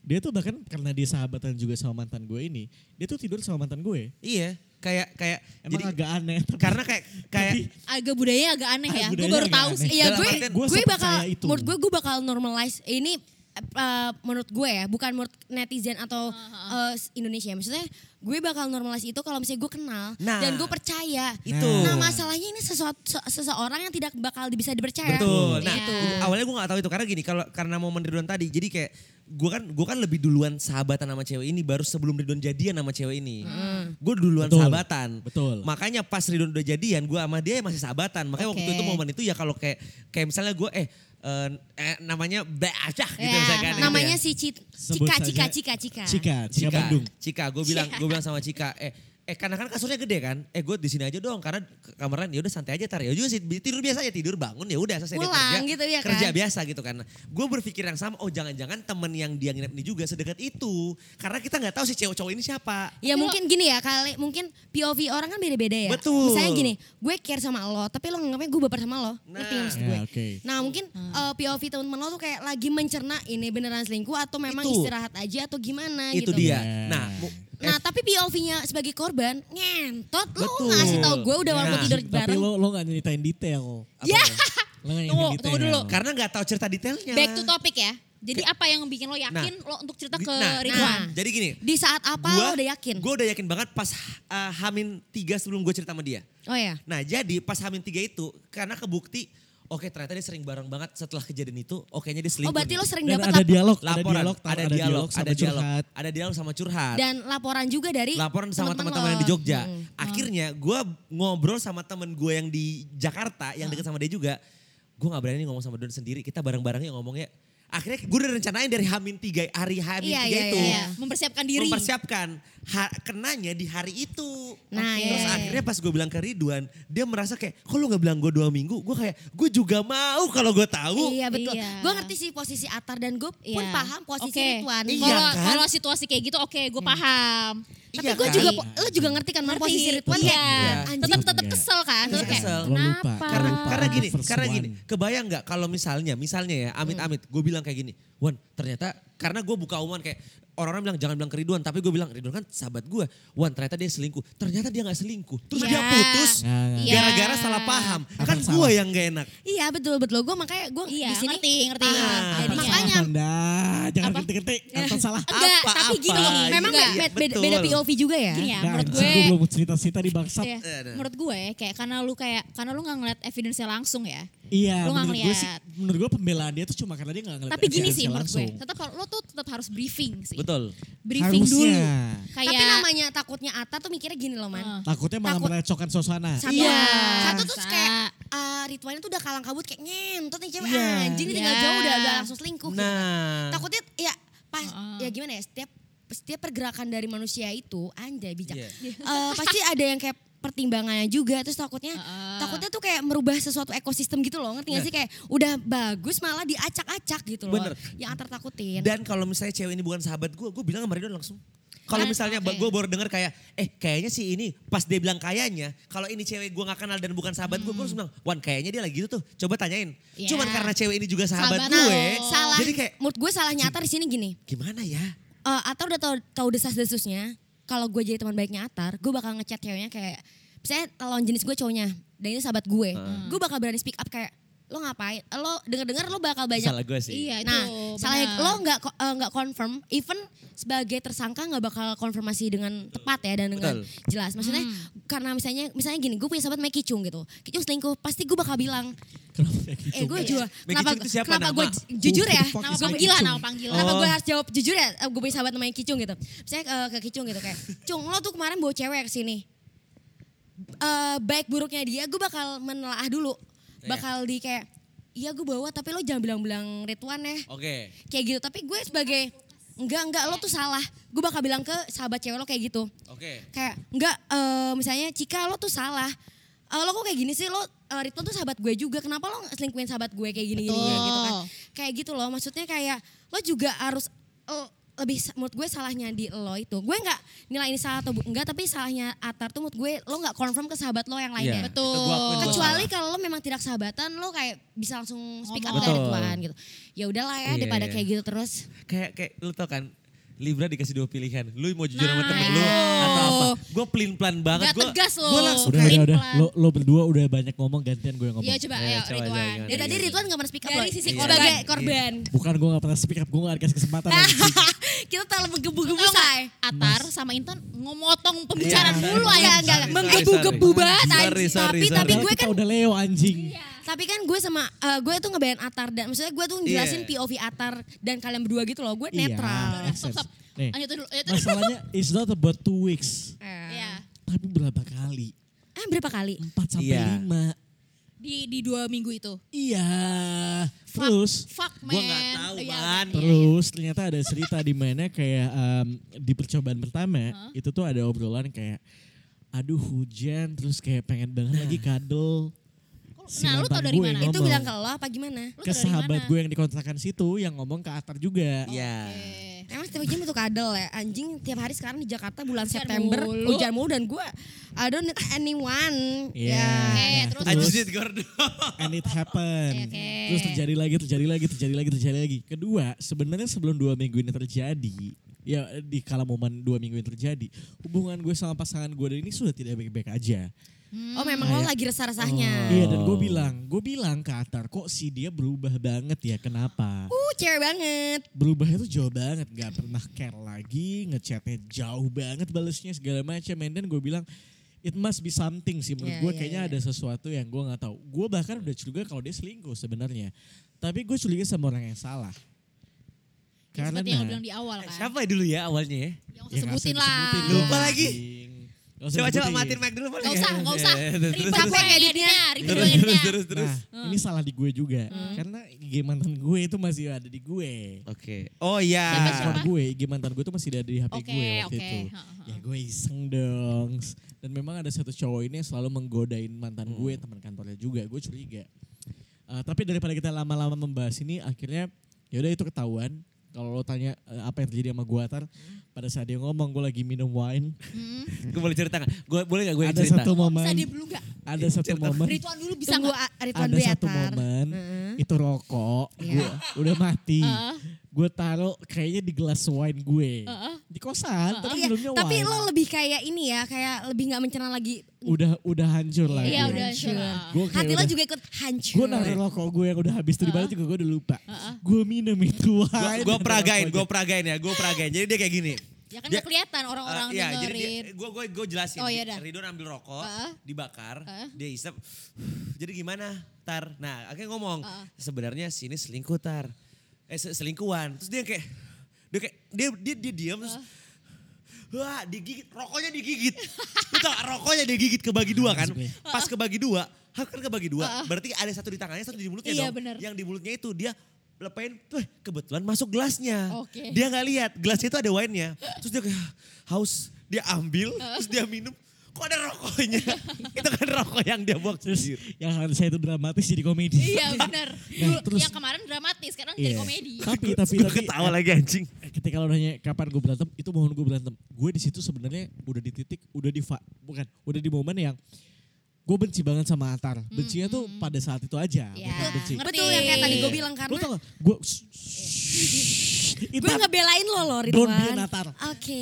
[SPEAKER 2] Dia tuh bahkan karena dia sahabatan juga sama mantan gue ini, dia tuh tidur sama mantan gue.
[SPEAKER 4] Iya kayak kayak
[SPEAKER 2] Emang
[SPEAKER 4] jadi
[SPEAKER 2] agak aneh. tapi-
[SPEAKER 4] (laughs) karena kayak kayak
[SPEAKER 2] tapi-
[SPEAKER 6] Agak budayanya agak aneh ya. Gue
[SPEAKER 2] budayanya
[SPEAKER 6] baru
[SPEAKER 2] agak
[SPEAKER 6] tahu
[SPEAKER 2] aneh.
[SPEAKER 6] sih.
[SPEAKER 5] Iya
[SPEAKER 4] Dalam
[SPEAKER 5] gue,
[SPEAKER 4] artian-
[SPEAKER 2] Gua
[SPEAKER 5] gue bakal,
[SPEAKER 2] sepercaya itu.
[SPEAKER 5] menurut gue gue bakal normalize ini eh, menurut gue ya, bukan menurut netizen atau
[SPEAKER 4] Uh-huh.
[SPEAKER 5] eh, Indonesia. Maksudnya gue bakal normalize itu kalau misalnya gue kenal
[SPEAKER 4] Nah.
[SPEAKER 5] dan gue percaya.
[SPEAKER 4] itu.
[SPEAKER 5] Nah masalahnya ini sesuatu, se- seseorang yang tidak bakal bisa dipercaya.
[SPEAKER 4] Betul. Nah,
[SPEAKER 6] Iya.
[SPEAKER 4] awalnya gue gak tahu itu karena gini, kalau karena momen Ridwan tadi, jadi kayak gue kan gue kan lebih duluan sahabatan sama cewek ini baru sebelum Ridwan jadian sama cewek ini.
[SPEAKER 6] Hmm.
[SPEAKER 4] Gue duluan
[SPEAKER 2] Betul.
[SPEAKER 4] sahabatan.
[SPEAKER 2] Betul.
[SPEAKER 4] Makanya pas Ridwan udah jadian, gue sama dia masih sahabatan. Makanya waktu
[SPEAKER 6] Oke.
[SPEAKER 4] itu momen itu ya kalau kayak kayak misalnya gue eh, eh, eh, namanya Beacah gitu
[SPEAKER 6] Ya,
[SPEAKER 4] misalkan. gitu
[SPEAKER 5] Namanya
[SPEAKER 4] ya.
[SPEAKER 5] si Cit-
[SPEAKER 2] Sebut
[SPEAKER 5] Cika,
[SPEAKER 2] saja
[SPEAKER 5] Cika, Cika, Cika.
[SPEAKER 2] Cika, Cika
[SPEAKER 4] Cika,
[SPEAKER 2] Bandung.
[SPEAKER 4] Cika, gue bilang, gue bilang sama Cika, eh, eh karena kan kasurnya gede kan, eh gue di sini aja dong, karena ke- kamaran ya udah santai aja tar, ya juga sih tidur biasa aja tidur bangun ya udah selesai dia
[SPEAKER 5] Pulang
[SPEAKER 4] kerja,
[SPEAKER 5] gitu, ya kan?
[SPEAKER 4] kerja biasa gitu kan. Gue berpikir yang sama, oh jangan-jangan temen yang dia nginep ini juga sedekat itu, karena kita nggak tahu si cewek cowok ini siapa.
[SPEAKER 6] Tapi
[SPEAKER 5] Ya
[SPEAKER 6] lo-
[SPEAKER 5] mungkin gini ya kali mungkin POV orang kan beda-beda ya.
[SPEAKER 4] Betul.
[SPEAKER 5] Misalnya gini, gue care sama lo, tapi lo nganggapnya gue baper sama lo. Ngerti nggak maksud
[SPEAKER 2] Ya,
[SPEAKER 4] Iya.
[SPEAKER 5] gue?
[SPEAKER 2] oke.
[SPEAKER 5] Nah mungkin eh, POV teman-teman lo tuh kayak lagi mencerna ini beneran selingkuh atau memang
[SPEAKER 4] Itu.
[SPEAKER 5] istirahat aja atau gimana
[SPEAKER 4] itu
[SPEAKER 5] gitu.
[SPEAKER 2] Ya.
[SPEAKER 4] dia. Nah, mu-
[SPEAKER 5] Nah tapi POV-nya sebagai korban ngentot lo
[SPEAKER 4] Betul.
[SPEAKER 5] ngasih tau gue udah walaupun
[SPEAKER 4] Nah,
[SPEAKER 5] tidur
[SPEAKER 2] Tapi
[SPEAKER 5] bareng.
[SPEAKER 2] lo lo gak nyeritain detail.
[SPEAKER 4] apa
[SPEAKER 5] Ya.
[SPEAKER 4] ya?
[SPEAKER 2] Lo gak
[SPEAKER 6] Tunggu,
[SPEAKER 2] nyeritain detail.
[SPEAKER 6] tunggu dulu.
[SPEAKER 4] karena nggak tahu cerita detailnya.
[SPEAKER 6] Back to topic ya. Jadi apa yang bikin lo yakin
[SPEAKER 4] Nah.
[SPEAKER 6] lo untuk cerita
[SPEAKER 4] Di-
[SPEAKER 6] ke
[SPEAKER 4] nah,
[SPEAKER 6] Ridwan?
[SPEAKER 4] Jadi gini,
[SPEAKER 5] Di saat apa
[SPEAKER 4] gue
[SPEAKER 5] lo udah yakin?
[SPEAKER 4] Gue udah yakin banget pas eh, Hamin tiga sebelum gue cerita sama dia.
[SPEAKER 5] Oh ya.
[SPEAKER 4] Nah jadi pas Hamin tiga itu karena kebukti oke ternyata dia sering bareng banget setelah kejadian itu okenya dia selingkuh.
[SPEAKER 5] Oh berarti
[SPEAKER 4] nih.
[SPEAKER 5] lo sering
[SPEAKER 2] Dan
[SPEAKER 5] dapat
[SPEAKER 2] ada
[SPEAKER 5] lap-
[SPEAKER 2] dialog, ada
[SPEAKER 4] laporan,
[SPEAKER 2] dialog, Tam,
[SPEAKER 4] ada dialog, ada
[SPEAKER 2] sama
[SPEAKER 4] dialog,
[SPEAKER 2] curhat.
[SPEAKER 4] ada dialog sama curhat.
[SPEAKER 5] dan laporan juga dari
[SPEAKER 4] laporan sama teman-teman yang di
[SPEAKER 5] lo.
[SPEAKER 4] Jogja.
[SPEAKER 5] Hmm.
[SPEAKER 4] Akhirnya gue ngobrol sama temen gue yang di Jakarta yang
[SPEAKER 5] Hmm.
[SPEAKER 4] deket sama dia juga. Gue gak berani ngomong sama Don sendiri. Kita bareng-bareng ya ngomongnya. Akhirnya gue udah rencanain dari Hamin tiga hari Hamin
[SPEAKER 5] Iya,
[SPEAKER 4] tiga
[SPEAKER 5] iya,
[SPEAKER 4] itu.
[SPEAKER 5] iya.
[SPEAKER 6] Mempersiapkan diri.
[SPEAKER 4] Mempersiapkan ha- kenanya di hari itu. Oke.
[SPEAKER 5] Nah, iya,
[SPEAKER 4] Terus
[SPEAKER 5] iya,
[SPEAKER 4] akhirnya pas gue bilang ke Ridwan, dia merasa kayak, kok lu gak bilang gue dua minggu? Gue kayak, gue juga mau kalau gue tahu.
[SPEAKER 5] Iya betul.
[SPEAKER 6] Iya.
[SPEAKER 5] Gue ngerti sih posisi Atar dan gue pun
[SPEAKER 6] Iya.
[SPEAKER 5] paham posisi
[SPEAKER 6] Oke.
[SPEAKER 5] Ridwan.
[SPEAKER 4] Iya,
[SPEAKER 6] Kalau
[SPEAKER 4] kan?
[SPEAKER 6] kalau situasi kayak gitu oke gue paham.
[SPEAKER 5] Tapi
[SPEAKER 4] Iya
[SPEAKER 5] gue
[SPEAKER 4] kan?
[SPEAKER 5] juga, po- lo juga ngerti kan Man,
[SPEAKER 6] Ngerti.
[SPEAKER 5] posisi Ridwan
[SPEAKER 6] Iya.
[SPEAKER 5] kayak anjing.
[SPEAKER 6] Tetap tetap kesel kan. Tetap kayak
[SPEAKER 4] Iya. Kesel.
[SPEAKER 2] Lo lupa.
[SPEAKER 6] kenapa?
[SPEAKER 2] Lo
[SPEAKER 4] karena
[SPEAKER 2] lupa.
[SPEAKER 4] karena gini,
[SPEAKER 2] First
[SPEAKER 4] karena
[SPEAKER 2] one.
[SPEAKER 4] gini, kebayang nggak kalau misalnya, misalnya ya,
[SPEAKER 6] Hmm.
[SPEAKER 4] amit-amit, gue bilang kayak gini, Wan, ternyata karena gue buka umuman kayak orang-orang bilang jangan bilang ke Ridwan, tapi gue bilang Ridwan kan sahabat gue, Wan ternyata dia selingkuh, ternyata dia nggak selingkuh, terus
[SPEAKER 6] Ya.
[SPEAKER 4] dia putus,
[SPEAKER 2] Ya, ya,
[SPEAKER 6] ya.
[SPEAKER 4] gara-gara salah paham, kan
[SPEAKER 2] Akan
[SPEAKER 4] gue
[SPEAKER 2] salah.
[SPEAKER 4] yang gak enak.
[SPEAKER 5] Iya betul betul. Gue makanya gue
[SPEAKER 6] Iya,
[SPEAKER 5] di sini.
[SPEAKER 6] ngerti, ngerti.
[SPEAKER 4] Ah.
[SPEAKER 5] paham.
[SPEAKER 6] Nah,
[SPEAKER 5] Jadinya.
[SPEAKER 6] makanya- Iya.
[SPEAKER 2] Anda, jangan ketik-ketik. Atau salah.
[SPEAKER 6] Enggak,
[SPEAKER 4] Apa,
[SPEAKER 6] tapi gini.
[SPEAKER 4] apa? Iya,
[SPEAKER 5] Memang
[SPEAKER 6] enggak.
[SPEAKER 5] beda, beda,
[SPEAKER 4] betul.
[SPEAKER 5] beda POV juga ya.
[SPEAKER 6] Gini ya,
[SPEAKER 2] Dan
[SPEAKER 6] menurut
[SPEAKER 2] anjing,
[SPEAKER 6] gue
[SPEAKER 2] gue belum cerita-cerita di bangsat.
[SPEAKER 6] Iya,
[SPEAKER 4] Aduh.
[SPEAKER 6] menurut gue kayak karena lu kayak karena lu nggak ngeliat evidence-nya langsung ya.
[SPEAKER 2] Iya,
[SPEAKER 6] Lu nggak
[SPEAKER 2] menurut gue sih,
[SPEAKER 6] ngeliat.
[SPEAKER 2] menurut gue pembelaan dia tuh cuma karena dia gak ngeliat
[SPEAKER 6] Tapi gini sih
[SPEAKER 2] evidence-nya
[SPEAKER 6] menurut gue,
[SPEAKER 2] langsung.
[SPEAKER 6] tetap har- lo tuh tetap harus briefing sih.
[SPEAKER 4] Betul.
[SPEAKER 6] Briefing
[SPEAKER 2] Harusnya.
[SPEAKER 6] dulu. Kayak
[SPEAKER 5] Tapi namanya takutnya Atar tuh mikirnya gini loh man.
[SPEAKER 2] Takutnya malah
[SPEAKER 5] Takut-
[SPEAKER 2] merecokan suasana.
[SPEAKER 5] Satu,
[SPEAKER 6] Iya.
[SPEAKER 5] satu tuh
[SPEAKER 6] Sa-
[SPEAKER 5] kayak uh, Ridwannya tuh udah kalang kabut kayak ngentot nih cewek
[SPEAKER 2] Iya.
[SPEAKER 5] anjing ini tinggal
[SPEAKER 6] Iya.
[SPEAKER 5] jauh udah, udah langsung selingkuh. gitu.
[SPEAKER 4] Nah,
[SPEAKER 5] Takutnya ya pas ya gimana ya setiap setiap pergerakan dari manusia itu anjay bijak.
[SPEAKER 4] Iya.
[SPEAKER 5] Eh, pasti ada yang kayak pertimbangannya juga terus takutnya "Mm, takutnya tuh kayak merubah sesuatu ekosistem gitu loh ngerti gak sih kayak udah bagus malah diacak-acak gitu
[SPEAKER 4] Iya.
[SPEAKER 5] loh
[SPEAKER 4] Bener.
[SPEAKER 5] yang antar
[SPEAKER 6] Iya.
[SPEAKER 5] takutin
[SPEAKER 4] Dan kalau misalnya cewek ini bukan sahabat gue, gue bilang sama Ridwan langsung. Kalau
[SPEAKER 6] Kan,
[SPEAKER 4] misalnya
[SPEAKER 6] oke.
[SPEAKER 4] gue baru denger kayak, eh kayaknya sih ini pas dia bilang kayaknya, kalau ini cewek gue gak kenal dan bukan sahabat gue, gue langsung bilang, Wan kayaknya dia lagi gitu tuh, coba tanyain.
[SPEAKER 6] Hmm. Iya.
[SPEAKER 4] Cuman karena cewek ini juga sahabat,
[SPEAKER 6] Sahabat
[SPEAKER 4] gue,
[SPEAKER 6] lo.
[SPEAKER 5] salah
[SPEAKER 4] jadi kayak
[SPEAKER 5] menurut gue salah nyata di sini gini
[SPEAKER 4] gimana ya?
[SPEAKER 5] Eh, Atar udah tahu tahu desas-desusnya. Kalau gue jadi teman baiknya Atar, gue bakal ngechat ceweknya kayak misalnya lawan jenis gue cowoknya dan itu sahabat gue. Gue bakal berani speak up kayak lo ngapain? Lo denger-denger lo bakal banyak
[SPEAKER 4] Salah gue sih.
[SPEAKER 6] Iya itu.
[SPEAKER 5] Nah, salahnya
[SPEAKER 6] benar.
[SPEAKER 5] lo nggak ko- eh, nggak confirm, even sebagai tersangka nggak bakal konfirmasi dengan tepat ya dan dengan jelas. Maksudnya
[SPEAKER 6] Hmm.
[SPEAKER 5] karena misalnya misalnya gini, gue punya sahabat Mei Kicung gitu, Kicung selingkuh, pasti gue bakal bilang, eh gue juga,
[SPEAKER 4] Mei
[SPEAKER 5] kenapa,
[SPEAKER 4] Kicung itu siapa?
[SPEAKER 5] kenapa gue
[SPEAKER 4] Nama? Oh.
[SPEAKER 5] j- jujur ya,
[SPEAKER 2] Who the fuck
[SPEAKER 5] nama
[SPEAKER 2] is Mei
[SPEAKER 5] panggilan,
[SPEAKER 2] Kicung?
[SPEAKER 5] nama panggilan, kenapa gue harus jawab jujur ya, eh, gue punya sahabat namanya Kicung gitu, misalnya eh, ke Kicung gitu kayak, Cung lo tuh kemarin bawa cewek ke sini, eh, baik buruknya dia gue bakal menelaah dulu bakal di kayak iya gue bawa tapi lo jangan bilang-bilang Ridwan ya
[SPEAKER 4] Oke.
[SPEAKER 5] kayak gitu tapi gue sebagai enggak enggak lo tuh salah gue bakal bilang ke sahabat cewek lo kayak gitu
[SPEAKER 4] Oke.
[SPEAKER 5] kayak enggak eh, misalnya Cika lo tuh salah Eh, lo kok kayak gini sih lo eh, Ridwan tuh sahabat gue juga kenapa lo selingkuhin sahabat gue kayak gini gini, gini
[SPEAKER 6] Betul.
[SPEAKER 5] gitu kan kayak gitu loh maksudnya kayak lo juga harus eh, lebih sa- menurut gue salahnya di lo itu gue nggak nilai ini salah atau bu- enggak tapi salahnya Atar tuh menurut gue lo nggak confirm ke sahabat lo yang lainnya
[SPEAKER 4] Iya, itu gua akuin gua
[SPEAKER 5] kecuali
[SPEAKER 4] salah.
[SPEAKER 5] kalau lo memang tidak sahabatan lo kayak bisa langsung speak up
[SPEAKER 6] Ngomong.
[SPEAKER 5] dari
[SPEAKER 4] Betul.
[SPEAKER 5] Tuhan gitu ya udahlah ya
[SPEAKER 4] Iya,
[SPEAKER 5] daripada
[SPEAKER 4] iya.
[SPEAKER 5] kayak gitu terus
[SPEAKER 4] Kayak kayak lu tau kan, Libra dikasih dua pilihan, lu mau jujur sama
[SPEAKER 6] Nah.
[SPEAKER 4] temen lu atau apa? Gue pelin plan banget,
[SPEAKER 6] Nggak tegas lo.
[SPEAKER 4] gue langsung
[SPEAKER 2] Udah,
[SPEAKER 4] kayak
[SPEAKER 2] udah, udah.
[SPEAKER 6] pelan.
[SPEAKER 2] Lo, lo berdua udah banyak ngomong, gantian gue yang ngomong.
[SPEAKER 6] Iya coba
[SPEAKER 4] Iya,
[SPEAKER 6] ayo
[SPEAKER 4] coba,
[SPEAKER 6] Ridwan.
[SPEAKER 4] coba,
[SPEAKER 5] ya
[SPEAKER 4] Iya,
[SPEAKER 5] tadi
[SPEAKER 4] iya.
[SPEAKER 5] Ya, Ridwan nggak pernah speak up
[SPEAKER 6] Dari
[SPEAKER 5] lo.
[SPEAKER 6] sisi
[SPEAKER 5] sebagai
[SPEAKER 6] korban.
[SPEAKER 5] korban
[SPEAKER 2] Bukan gue gak pernah speak up, gue gak dikasih
[SPEAKER 6] (laughs)
[SPEAKER 2] kesempatan.
[SPEAKER 4] Iya.
[SPEAKER 2] anjing.
[SPEAKER 5] (laughs) kita terlalu menggebu-gebu
[SPEAKER 6] Tau nggak,
[SPEAKER 5] say
[SPEAKER 6] Atar sama Intan ngomotong pembicaraan
[SPEAKER 4] Iya.
[SPEAKER 6] mulu aja.
[SPEAKER 5] Enggak, enggak, enggak.
[SPEAKER 4] Sorry,
[SPEAKER 5] Menggebu-gebu
[SPEAKER 4] sorry.
[SPEAKER 5] banget
[SPEAKER 4] Sorry,
[SPEAKER 5] anjing.
[SPEAKER 4] sorry,
[SPEAKER 5] Tapi,
[SPEAKER 4] sorry.
[SPEAKER 5] tapi
[SPEAKER 2] Padahal
[SPEAKER 5] gue
[SPEAKER 2] kita
[SPEAKER 5] kan,
[SPEAKER 2] udah Leo anjing.
[SPEAKER 6] Iya,
[SPEAKER 5] tapi kan gue sama, eh, gue tuh ngebayan Atar. Dan, maksudnya gue tuh ngejelasin
[SPEAKER 4] Iya.
[SPEAKER 5] POV Atar dan kalian berdua gitu loh. Gue
[SPEAKER 2] Iya,
[SPEAKER 5] netral.
[SPEAKER 2] make
[SPEAKER 6] Stop
[SPEAKER 2] sense.
[SPEAKER 6] stop.
[SPEAKER 2] Nih,
[SPEAKER 6] Lanjutin dulu. lanjutin dulu.
[SPEAKER 2] masalahnya it's not about two weeks.
[SPEAKER 5] Eh,
[SPEAKER 6] Iya.
[SPEAKER 2] Tapi berapa kali?
[SPEAKER 5] Eh berapa kali?
[SPEAKER 2] Empat sampai
[SPEAKER 4] Iya.
[SPEAKER 2] lima.
[SPEAKER 6] Di di dua minggu itu.
[SPEAKER 2] Iya. Terus.
[SPEAKER 6] Fuck man.
[SPEAKER 4] Gue gak tahu,
[SPEAKER 6] Iya,
[SPEAKER 4] man.
[SPEAKER 6] iya.
[SPEAKER 2] Terus ternyata ada cerita di mana kayak em, di percobaan pertama itu tuh ada obrolan kayak aduh hujan terus kayak pengen banget lagi kadel. Si
[SPEAKER 6] Nah, lu tau
[SPEAKER 2] mantan
[SPEAKER 6] dari
[SPEAKER 2] gue
[SPEAKER 6] mana?
[SPEAKER 2] yang
[SPEAKER 5] Itu
[SPEAKER 2] ngomong.
[SPEAKER 5] bilang ke lo apa gimana?
[SPEAKER 6] Lu tau
[SPEAKER 2] ke
[SPEAKER 6] dari
[SPEAKER 2] sahabat
[SPEAKER 6] mana? Oh.
[SPEAKER 2] gue yang dikontrakan situ yang ngomong ke Atar juga.
[SPEAKER 4] Iya.
[SPEAKER 5] Emang setiap jam itu kadel ya. Anjing tiap hari sekarang di Jakarta bulan
[SPEAKER 6] Hujan
[SPEAKER 5] September.
[SPEAKER 6] mulu.
[SPEAKER 5] Hujan mulu dan gue I don't need anyone.
[SPEAKER 2] Iya.
[SPEAKER 5] Ya.
[SPEAKER 6] Oke,
[SPEAKER 2] Nah,
[SPEAKER 6] terus-
[SPEAKER 4] I just need Gordon.
[SPEAKER 2] and it happen.
[SPEAKER 6] Oke.
[SPEAKER 2] Terus terjadi lagi, terjadi lagi, terjadi lagi, terjadi lagi. Kedua, sebenarnya sebelum dua minggu ini terjadi, ya di kala momen dua minggu ini terjadi, hubungan gue sama pasangan gue dari ini sudah tidak baik-baik aja.
[SPEAKER 5] Oh memang lo
[SPEAKER 2] Kayak-
[SPEAKER 5] lagi resah-resahnya.
[SPEAKER 2] Iya, dan gue bilang, gue bilang ke Atar, kok si dia berubah banget ya, kenapa?
[SPEAKER 5] Uh cewek banget.
[SPEAKER 2] Berubahnya tuh jauh banget, gak pernah care lagi, ngechatnya jauh banget balesnya segala macam. And then gue bilang, It must be something sih menurut
[SPEAKER 5] Iya,
[SPEAKER 2] gue
[SPEAKER 5] iya,
[SPEAKER 2] kayaknya
[SPEAKER 5] iya.
[SPEAKER 2] ada sesuatu yang gue nggak tahu. Gue bahkan udah curiga kalau dia selingkuh sebenarnya. Tapi gue curiga sama orang yang salah.
[SPEAKER 6] Ya,
[SPEAKER 2] Karena
[SPEAKER 6] Seperti yang lu bilang di awal kan.
[SPEAKER 4] Siapa dulu ya awalnya ya?
[SPEAKER 6] Yang usah
[SPEAKER 2] Ya, nggak usah
[SPEAKER 6] sebutin lah.
[SPEAKER 2] disebutin
[SPEAKER 4] Lupa
[SPEAKER 2] dong,
[SPEAKER 4] lagi.
[SPEAKER 2] anjing. Nggak usah
[SPEAKER 4] Coba-coba
[SPEAKER 2] disebutin.
[SPEAKER 4] matiin mic dulu boleh
[SPEAKER 6] Gak usah, gak usah.
[SPEAKER 4] (laughs) Iya, Terus,
[SPEAKER 6] Ribet
[SPEAKER 4] terus,
[SPEAKER 6] gue editnya. Ribet
[SPEAKER 4] Terus,
[SPEAKER 6] gue
[SPEAKER 4] terus,
[SPEAKER 6] editnya.
[SPEAKER 4] terus, terus.
[SPEAKER 2] Nah, ini salah di gue juga. Karena IG mantan gue itu masih ada di gue.
[SPEAKER 4] Oke. Oh iya.
[SPEAKER 2] Nah, handphone gue, IG mantan gue itu masih ada di HP
[SPEAKER 6] Oke,
[SPEAKER 2] gue waktu
[SPEAKER 6] oke.
[SPEAKER 2] itu.
[SPEAKER 6] Ha, ha, ha.
[SPEAKER 2] Ya gue iseng dong. Dan memang ada satu cowok ini yang selalu menggodain
[SPEAKER 4] Hmm.
[SPEAKER 2] mantan gue, teman kantornya juga. Gue curiga. Eh, tapi daripada kita lama-lama membahas ini, akhirnya yaudah itu ketahuan. Kalau lo tanya eh, apa yang terjadi sama gue Tar, pada saat dia ngomong gue lagi minum wine,
[SPEAKER 4] Gue boleh cerita gak? Gue boleh gak gue
[SPEAKER 2] ada
[SPEAKER 4] cerita?
[SPEAKER 2] satu momen,
[SPEAKER 6] Bisa dia dulu gak?
[SPEAKER 2] ada satu momen,
[SPEAKER 6] Ritual dulu bisa
[SPEAKER 5] Tunggu
[SPEAKER 6] gak?
[SPEAKER 5] A- Ridwan
[SPEAKER 2] ada satu
[SPEAKER 5] Beatar.
[SPEAKER 2] momen
[SPEAKER 5] Heeh.
[SPEAKER 2] itu rokok
[SPEAKER 5] Iya.
[SPEAKER 2] gua udah mati
[SPEAKER 5] Uh-uh.
[SPEAKER 2] gue taruh kayaknya di gelas wine gue di kosan tapi
[SPEAKER 5] Iya,
[SPEAKER 2] minumnya
[SPEAKER 5] tapi
[SPEAKER 2] wine
[SPEAKER 5] lo lebih kayak ini ya, kayak lebih nggak mencerna lagi.
[SPEAKER 2] udah udah hancur lah
[SPEAKER 6] Iya
[SPEAKER 2] gue.
[SPEAKER 6] udah
[SPEAKER 5] Hancur.
[SPEAKER 6] sure.
[SPEAKER 2] gue kayak
[SPEAKER 5] Hati lo
[SPEAKER 2] udah,
[SPEAKER 5] juga ikut hancur.
[SPEAKER 2] gue naruh rokok gue yang udah habis tuh
[SPEAKER 6] Ah.
[SPEAKER 2] di balik juga gue udah lupa gue minum itu wine
[SPEAKER 4] Gue
[SPEAKER 2] dan
[SPEAKER 4] peragain, gue
[SPEAKER 2] rokoknya.
[SPEAKER 4] peragain ya, gue peragain. Jadi dia kayak gini.
[SPEAKER 6] Ya kan
[SPEAKER 4] Dia-
[SPEAKER 6] nggak kelihatan orang-orang
[SPEAKER 4] Eh, iya, jadi
[SPEAKER 6] dengerin.
[SPEAKER 4] gue gue gue jelasin.
[SPEAKER 6] Oh, iya dah.
[SPEAKER 4] Ridwan ambil rokok,
[SPEAKER 6] Heeh.
[SPEAKER 4] dibakar,
[SPEAKER 6] Heeh.
[SPEAKER 4] dia isep. Jadi gimana, Tar? Nah, akhirnya ngomong, sebenarnya sini selingkuh, Tar. Eh, se- selingkuhan. Terus dia kayak dia kayak dia dia dia diam terus Wah, digigit, rokoknya digigit. (laughs) Lu tau, nggak, rokoknya digigit kebagi dua kan.
[SPEAKER 2] Maksud
[SPEAKER 4] Pas kebagi dua, hah, kan kebagi dua. Berarti ada satu di tangannya, satu di mulutnya
[SPEAKER 6] Iya,
[SPEAKER 4] dong.
[SPEAKER 6] bener.
[SPEAKER 4] Yang di mulutnya itu dia lepain, tuh kebetulan masuk gelasnya.
[SPEAKER 6] Oke.
[SPEAKER 4] Dia nggak lihat, gelasnya itu ada wine-nya. Terus dia kayak haus, dia ambil, terus dia minum. Kok Kok ada
[SPEAKER 5] (laughs)
[SPEAKER 4] rokoknya? itu kan rokok yang dia buang sendiri.
[SPEAKER 2] Yang saya itu dramatis jadi komedi.
[SPEAKER 6] Iya benar.
[SPEAKER 2] Nah,
[SPEAKER 6] Dulu-
[SPEAKER 2] terus-
[SPEAKER 6] yang kemarin dramatis, sekarang jadi
[SPEAKER 2] Iya.
[SPEAKER 6] komedi.
[SPEAKER 2] Tapi
[SPEAKER 4] Gua-
[SPEAKER 2] tapi
[SPEAKER 4] gua
[SPEAKER 2] tapi
[SPEAKER 4] ketawa lagi anjing.
[SPEAKER 5] ya,
[SPEAKER 2] eh, ketika lo nanya kapan gue berantem, itu mohon gue berantem. Gue di situ sebenarnya udah di titik, udah di fa- bukan, udah di momen yang gue benci banget sama Atar. Bencinya tuh pada saat itu
[SPEAKER 6] Hmm,
[SPEAKER 2] aja.
[SPEAKER 6] Iya,
[SPEAKER 2] bukan benci.
[SPEAKER 6] ngerti.
[SPEAKER 5] Betul yang kayak tadi gue bilang
[SPEAKER 2] Lo
[SPEAKER 5] karena
[SPEAKER 2] tau gak? Gue
[SPEAKER 6] Iya.
[SPEAKER 2] (laughs)
[SPEAKER 5] gue ngebelain lo loh
[SPEAKER 2] Don't
[SPEAKER 5] Ridwan.
[SPEAKER 2] be an Atar.
[SPEAKER 5] Oke.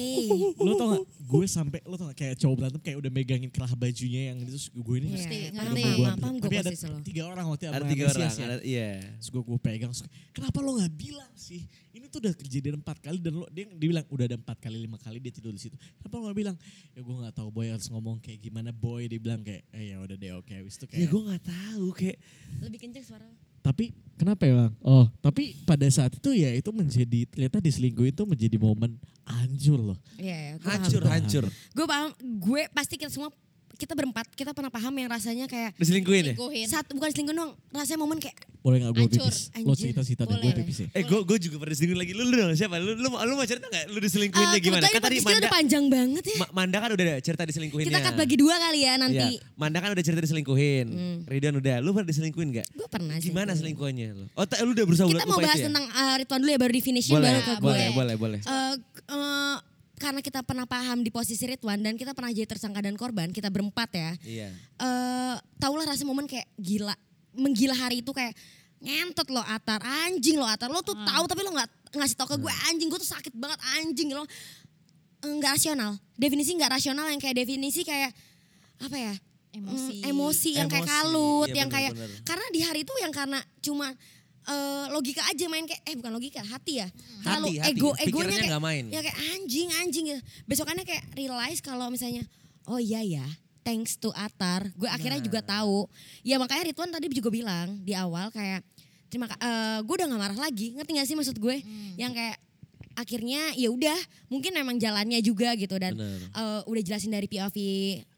[SPEAKER 2] Lo tau gak? Gue sampai lo tau gak? Kayak cowok berantem kayak udah megangin kelah bajunya yang itu. Gue ini
[SPEAKER 5] Iya,
[SPEAKER 6] Ngerti,
[SPEAKER 5] paham,
[SPEAKER 6] ngerti.
[SPEAKER 5] paham,
[SPEAKER 2] Gua-
[SPEAKER 5] paham gue
[SPEAKER 2] Tapi ada
[SPEAKER 5] posisi lo.
[SPEAKER 2] tiga orang waktu itu
[SPEAKER 4] Ada
[SPEAKER 2] sama
[SPEAKER 4] tiga orang.
[SPEAKER 2] Mesias ya.
[SPEAKER 4] Ada, iya.
[SPEAKER 2] Terus gue gue pegang, terus gua, kenapa lo nggak bilang sih? Ini tuh udah kejadian empat kali dan lo dia, dia bilang udah ada empat kali lima kali dia tidur di situ. Kenapa lo nggak bilang? Ya gue nggak tahu boy harus ngomong kayak gimana boy dia bilang kayak eh, ya udah deh oke habis itu
[SPEAKER 4] Ya
[SPEAKER 2] kayak.
[SPEAKER 4] gue gak tahu kayak
[SPEAKER 5] Lebih kenceng suara lo.
[SPEAKER 2] tapi kenapa ya bang? Oh tapi pada saat itu ya itu menjadi ternyata diselingkuh itu menjadi momen hancur loh.
[SPEAKER 5] Iya, gue paham.
[SPEAKER 4] hancur, hancur.
[SPEAKER 5] Gue paham, gue pasti kita semua, kita berempat, kita pernah paham yang rasanya kayak,
[SPEAKER 4] Diselingkuhin ya?
[SPEAKER 6] Selingkuhin.
[SPEAKER 5] satu bukan selingkuh dong, rasanya momen kayak,
[SPEAKER 2] Boleh nggak gue
[SPEAKER 6] Hancur,
[SPEAKER 2] pipis? Lo
[SPEAKER 5] anjir.
[SPEAKER 2] cerita cerita deh gue
[SPEAKER 6] Boleh.
[SPEAKER 2] pipis ya.
[SPEAKER 4] Eh gue gue juga pernah diselingkuhin lagi. Lu, lu dong siapa? Lu, lu, lu mau cerita gak? Lu diselingkuhinnya
[SPEAKER 5] Eh,
[SPEAKER 4] gimana?
[SPEAKER 5] kebetulan
[SPEAKER 4] Kan tadi
[SPEAKER 5] podcast kita
[SPEAKER 4] Manda,
[SPEAKER 5] udah panjang banget ya.
[SPEAKER 4] Ma- Manda kan udah ada cerita diselingkuhinnya.
[SPEAKER 5] Kita cut bagi dua kali ya nanti. Hmm.
[SPEAKER 4] Iya. Manda kan udah cerita diselingkuhin. Ridwan udah. Lu pernah diselingkuhin gak?
[SPEAKER 5] Gue pernah
[SPEAKER 4] Gimana
[SPEAKER 5] selingkuh.
[SPEAKER 4] selingkuhannya lu? Oh ta- lu udah berusaha
[SPEAKER 5] Kita
[SPEAKER 4] lupa
[SPEAKER 5] mau
[SPEAKER 4] itu
[SPEAKER 5] bahas
[SPEAKER 4] ya?
[SPEAKER 5] tentang eh, Ridwan dulu ya, baru di finishing
[SPEAKER 4] boleh,
[SPEAKER 5] baru ke gue.
[SPEAKER 4] boleh, boleh, boleh.
[SPEAKER 5] Eh, eh, karena kita pernah paham di posisi Ridwan dan kita pernah jadi tersangka dan korban, kita berempat ya.
[SPEAKER 4] Iya.
[SPEAKER 5] eh taulah rasa momen kayak gila menggila hari itu kayak ngentot lo atar anjing lo atar lo tuh tahu tapi lo nggak ngasih tau ke gue anjing gue tuh sakit banget anjing lo nggak rasional definisi nggak rasional yang kayak definisi kayak apa ya
[SPEAKER 6] Emosi.
[SPEAKER 5] Mm, emosi yang kayak
[SPEAKER 4] Emosi,
[SPEAKER 5] kalut
[SPEAKER 4] iya
[SPEAKER 5] yang kayak
[SPEAKER 4] bener-bener.
[SPEAKER 5] karena di hari itu yang karena cuma eh, logika aja main kayak eh bukan logika hati ya terlalu
[SPEAKER 4] Hati, hati.
[SPEAKER 5] ego
[SPEAKER 4] Pikirannya
[SPEAKER 5] egonya kayak
[SPEAKER 4] nggak main.
[SPEAKER 5] ya kayak anjing anjing ya. besokannya kayak realize kalau misalnya oh iya ya thanks to Atar gue akhirnya juga tahu ya makanya Ridwan tadi juga bilang di awal kayak terima kasih gue udah nggak marah lagi ngerti gak sih maksud gue
[SPEAKER 6] Mm,
[SPEAKER 5] yang kayak akhirnya ya udah mungkin emang jalannya juga gitu dan
[SPEAKER 4] Benar.
[SPEAKER 5] eh, udah jelasin dari POV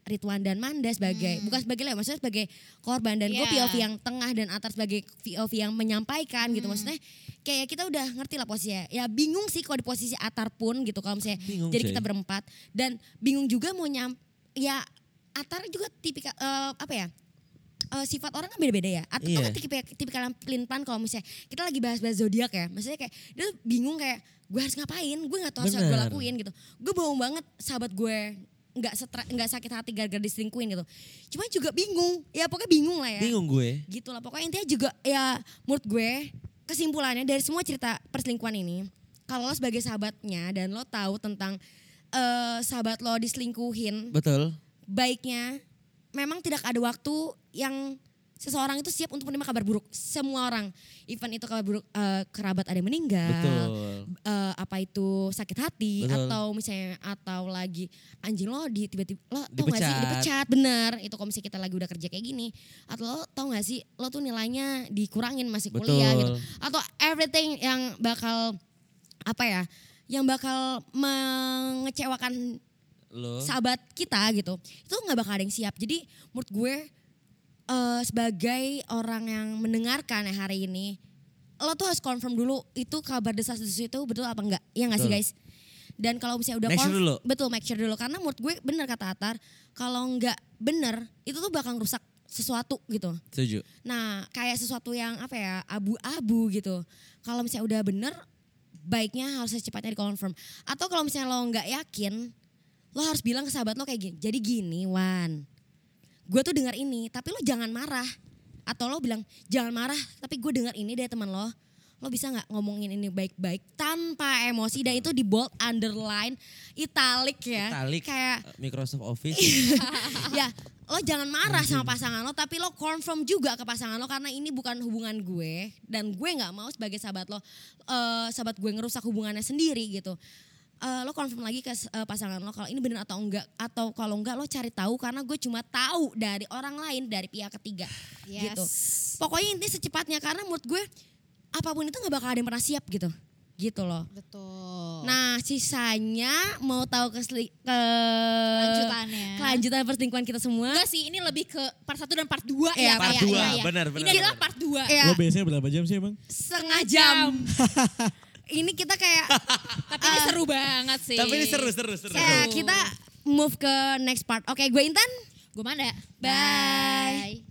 [SPEAKER 5] Ridwan dan Manda sebagai bukan sebagai lah maksudnya sebagai korban dan gue
[SPEAKER 6] Iya.
[SPEAKER 5] POV yang tengah dan atas sebagai POV yang menyampaikan gitu maksudnya kayak kita udah ngerti lah posisinya ya bingung sih kalau di posisi Atar pun gitu kalau misalnya
[SPEAKER 4] Bingung,
[SPEAKER 5] jadi
[SPEAKER 4] coy.
[SPEAKER 5] kita berempat dan bingung juga mau nyam ya Atar juga tipikal eh, apa ya eh, sifat orang kan beda-beda ya. Atau
[SPEAKER 4] Iya.
[SPEAKER 5] kan tipikal, tipikal yang pelin pelan kalau misalnya kita lagi bahas-bahas zodiak ya. Maksudnya kayak dia tuh bingung kayak gue harus ngapain, gue nggak tahu harus gue
[SPEAKER 4] Bener.
[SPEAKER 5] lakuin gitu. Gue bohong banget sahabat gue nggak setra- nggak sakit hati gara-gara diselingkuhin gitu. Cuma juga bingung, ya pokoknya bingung lah ya.
[SPEAKER 4] Bingung gue.
[SPEAKER 5] Gitu lah pokoknya intinya juga ya menurut gue kesimpulannya dari semua cerita perselingkuhan ini. Kalau lo sebagai sahabatnya dan lo tahu tentang eh, sahabat lo diselingkuhin
[SPEAKER 4] Betul.
[SPEAKER 5] baiknya memang tidak ada waktu yang seseorang itu siap untuk menerima kabar buruk. Semua orang, even itu kabar buruk eh, kerabat ada yang meninggal,
[SPEAKER 4] Betul.
[SPEAKER 5] eh, apa itu sakit hati
[SPEAKER 4] Betul.
[SPEAKER 5] atau misalnya atau lagi anjing lo di tiba-tiba lo tau gak sih
[SPEAKER 4] Dipecat.
[SPEAKER 5] dipecat bener itu kalau misalnya kita lagi udah kerja kayak gini atau lo tau gak sih lo tuh nilainya dikurangin masih kuliah
[SPEAKER 4] Betul.
[SPEAKER 5] gitu atau everything yang bakal apa ya yang bakal mengecewakan
[SPEAKER 4] Lo.
[SPEAKER 5] sahabat kita gitu itu nggak bakal ada yang siap jadi menurut gue eh, sebagai orang yang mendengarkan ya hari ini lo tuh harus confirm dulu itu kabar desas-desus itu betul apa enggak ya nggak sih
[SPEAKER 4] Betul.
[SPEAKER 5] guys dan kalau misalnya udah
[SPEAKER 4] Make sure
[SPEAKER 5] conf-
[SPEAKER 4] dulu.
[SPEAKER 5] betul make sure dulu karena menurut gue bener kata Atar kalau nggak bener itu tuh bakal rusak sesuatu gitu
[SPEAKER 4] Setuju.
[SPEAKER 5] Nah, kayak sesuatu yang apa ya, abu-abu gitu. Kalau misalnya udah bener, baiknya harus secepatnya dikonfirm. Atau kalau misalnya lo nggak yakin, lo harus bilang ke sahabat lo kayak gini. Jadi gini, Wan. Gue tuh dengar ini, tapi lo jangan marah. Atau lo bilang, jangan marah, tapi gue dengar ini dari teman lo. Lo bisa nggak ngomongin ini baik-baik tanpa emosi dan itu di bold, underline, italic ya.
[SPEAKER 4] Italic.
[SPEAKER 5] Kayak
[SPEAKER 4] Microsoft Office.
[SPEAKER 5] ya lo jangan marah sama pasangan lo tapi lo confirm juga ke pasangan lo karena ini bukan hubungan gue dan gue nggak mau sebagai sahabat lo eh, sahabat gue ngerusak hubungannya sendiri gitu Eh, lo confirm lagi ke eh, pasangan lo kalau ini benar atau enggak atau kalau enggak lo cari tahu karena gue cuma tahu dari orang lain dari pihak ketiga
[SPEAKER 6] Yes.
[SPEAKER 5] gitu pokoknya intinya secepatnya karena menurut gue apapun itu nggak bakal ada yang pernah siap gitu gitu loh
[SPEAKER 6] Betul.
[SPEAKER 5] nah sisanya mau tahu ke, seli- ke
[SPEAKER 6] Lanjutannya.
[SPEAKER 5] kelanjutan perselingkuhan kita semua
[SPEAKER 6] Enggak sih, ini lebih ke part 1 dan part 2 ya.
[SPEAKER 5] Iya, part
[SPEAKER 6] kayak-
[SPEAKER 4] dua,
[SPEAKER 6] iya, iya.
[SPEAKER 4] benar,
[SPEAKER 6] Ini
[SPEAKER 4] benar,
[SPEAKER 6] adalah
[SPEAKER 4] benar.
[SPEAKER 6] part 2.
[SPEAKER 5] Ya,
[SPEAKER 2] Lo biasanya berapa jam sih emang?
[SPEAKER 5] setengah jam. ini kita kayak
[SPEAKER 6] Tapi ini seru banget sih.
[SPEAKER 4] Tapi ini seru, seru, seru.
[SPEAKER 5] kayak eh, kita
[SPEAKER 3] move ke next part. Oke, gue Intan.
[SPEAKER 5] Gue Manda.
[SPEAKER 3] Bye.
[SPEAKER 5] Bye.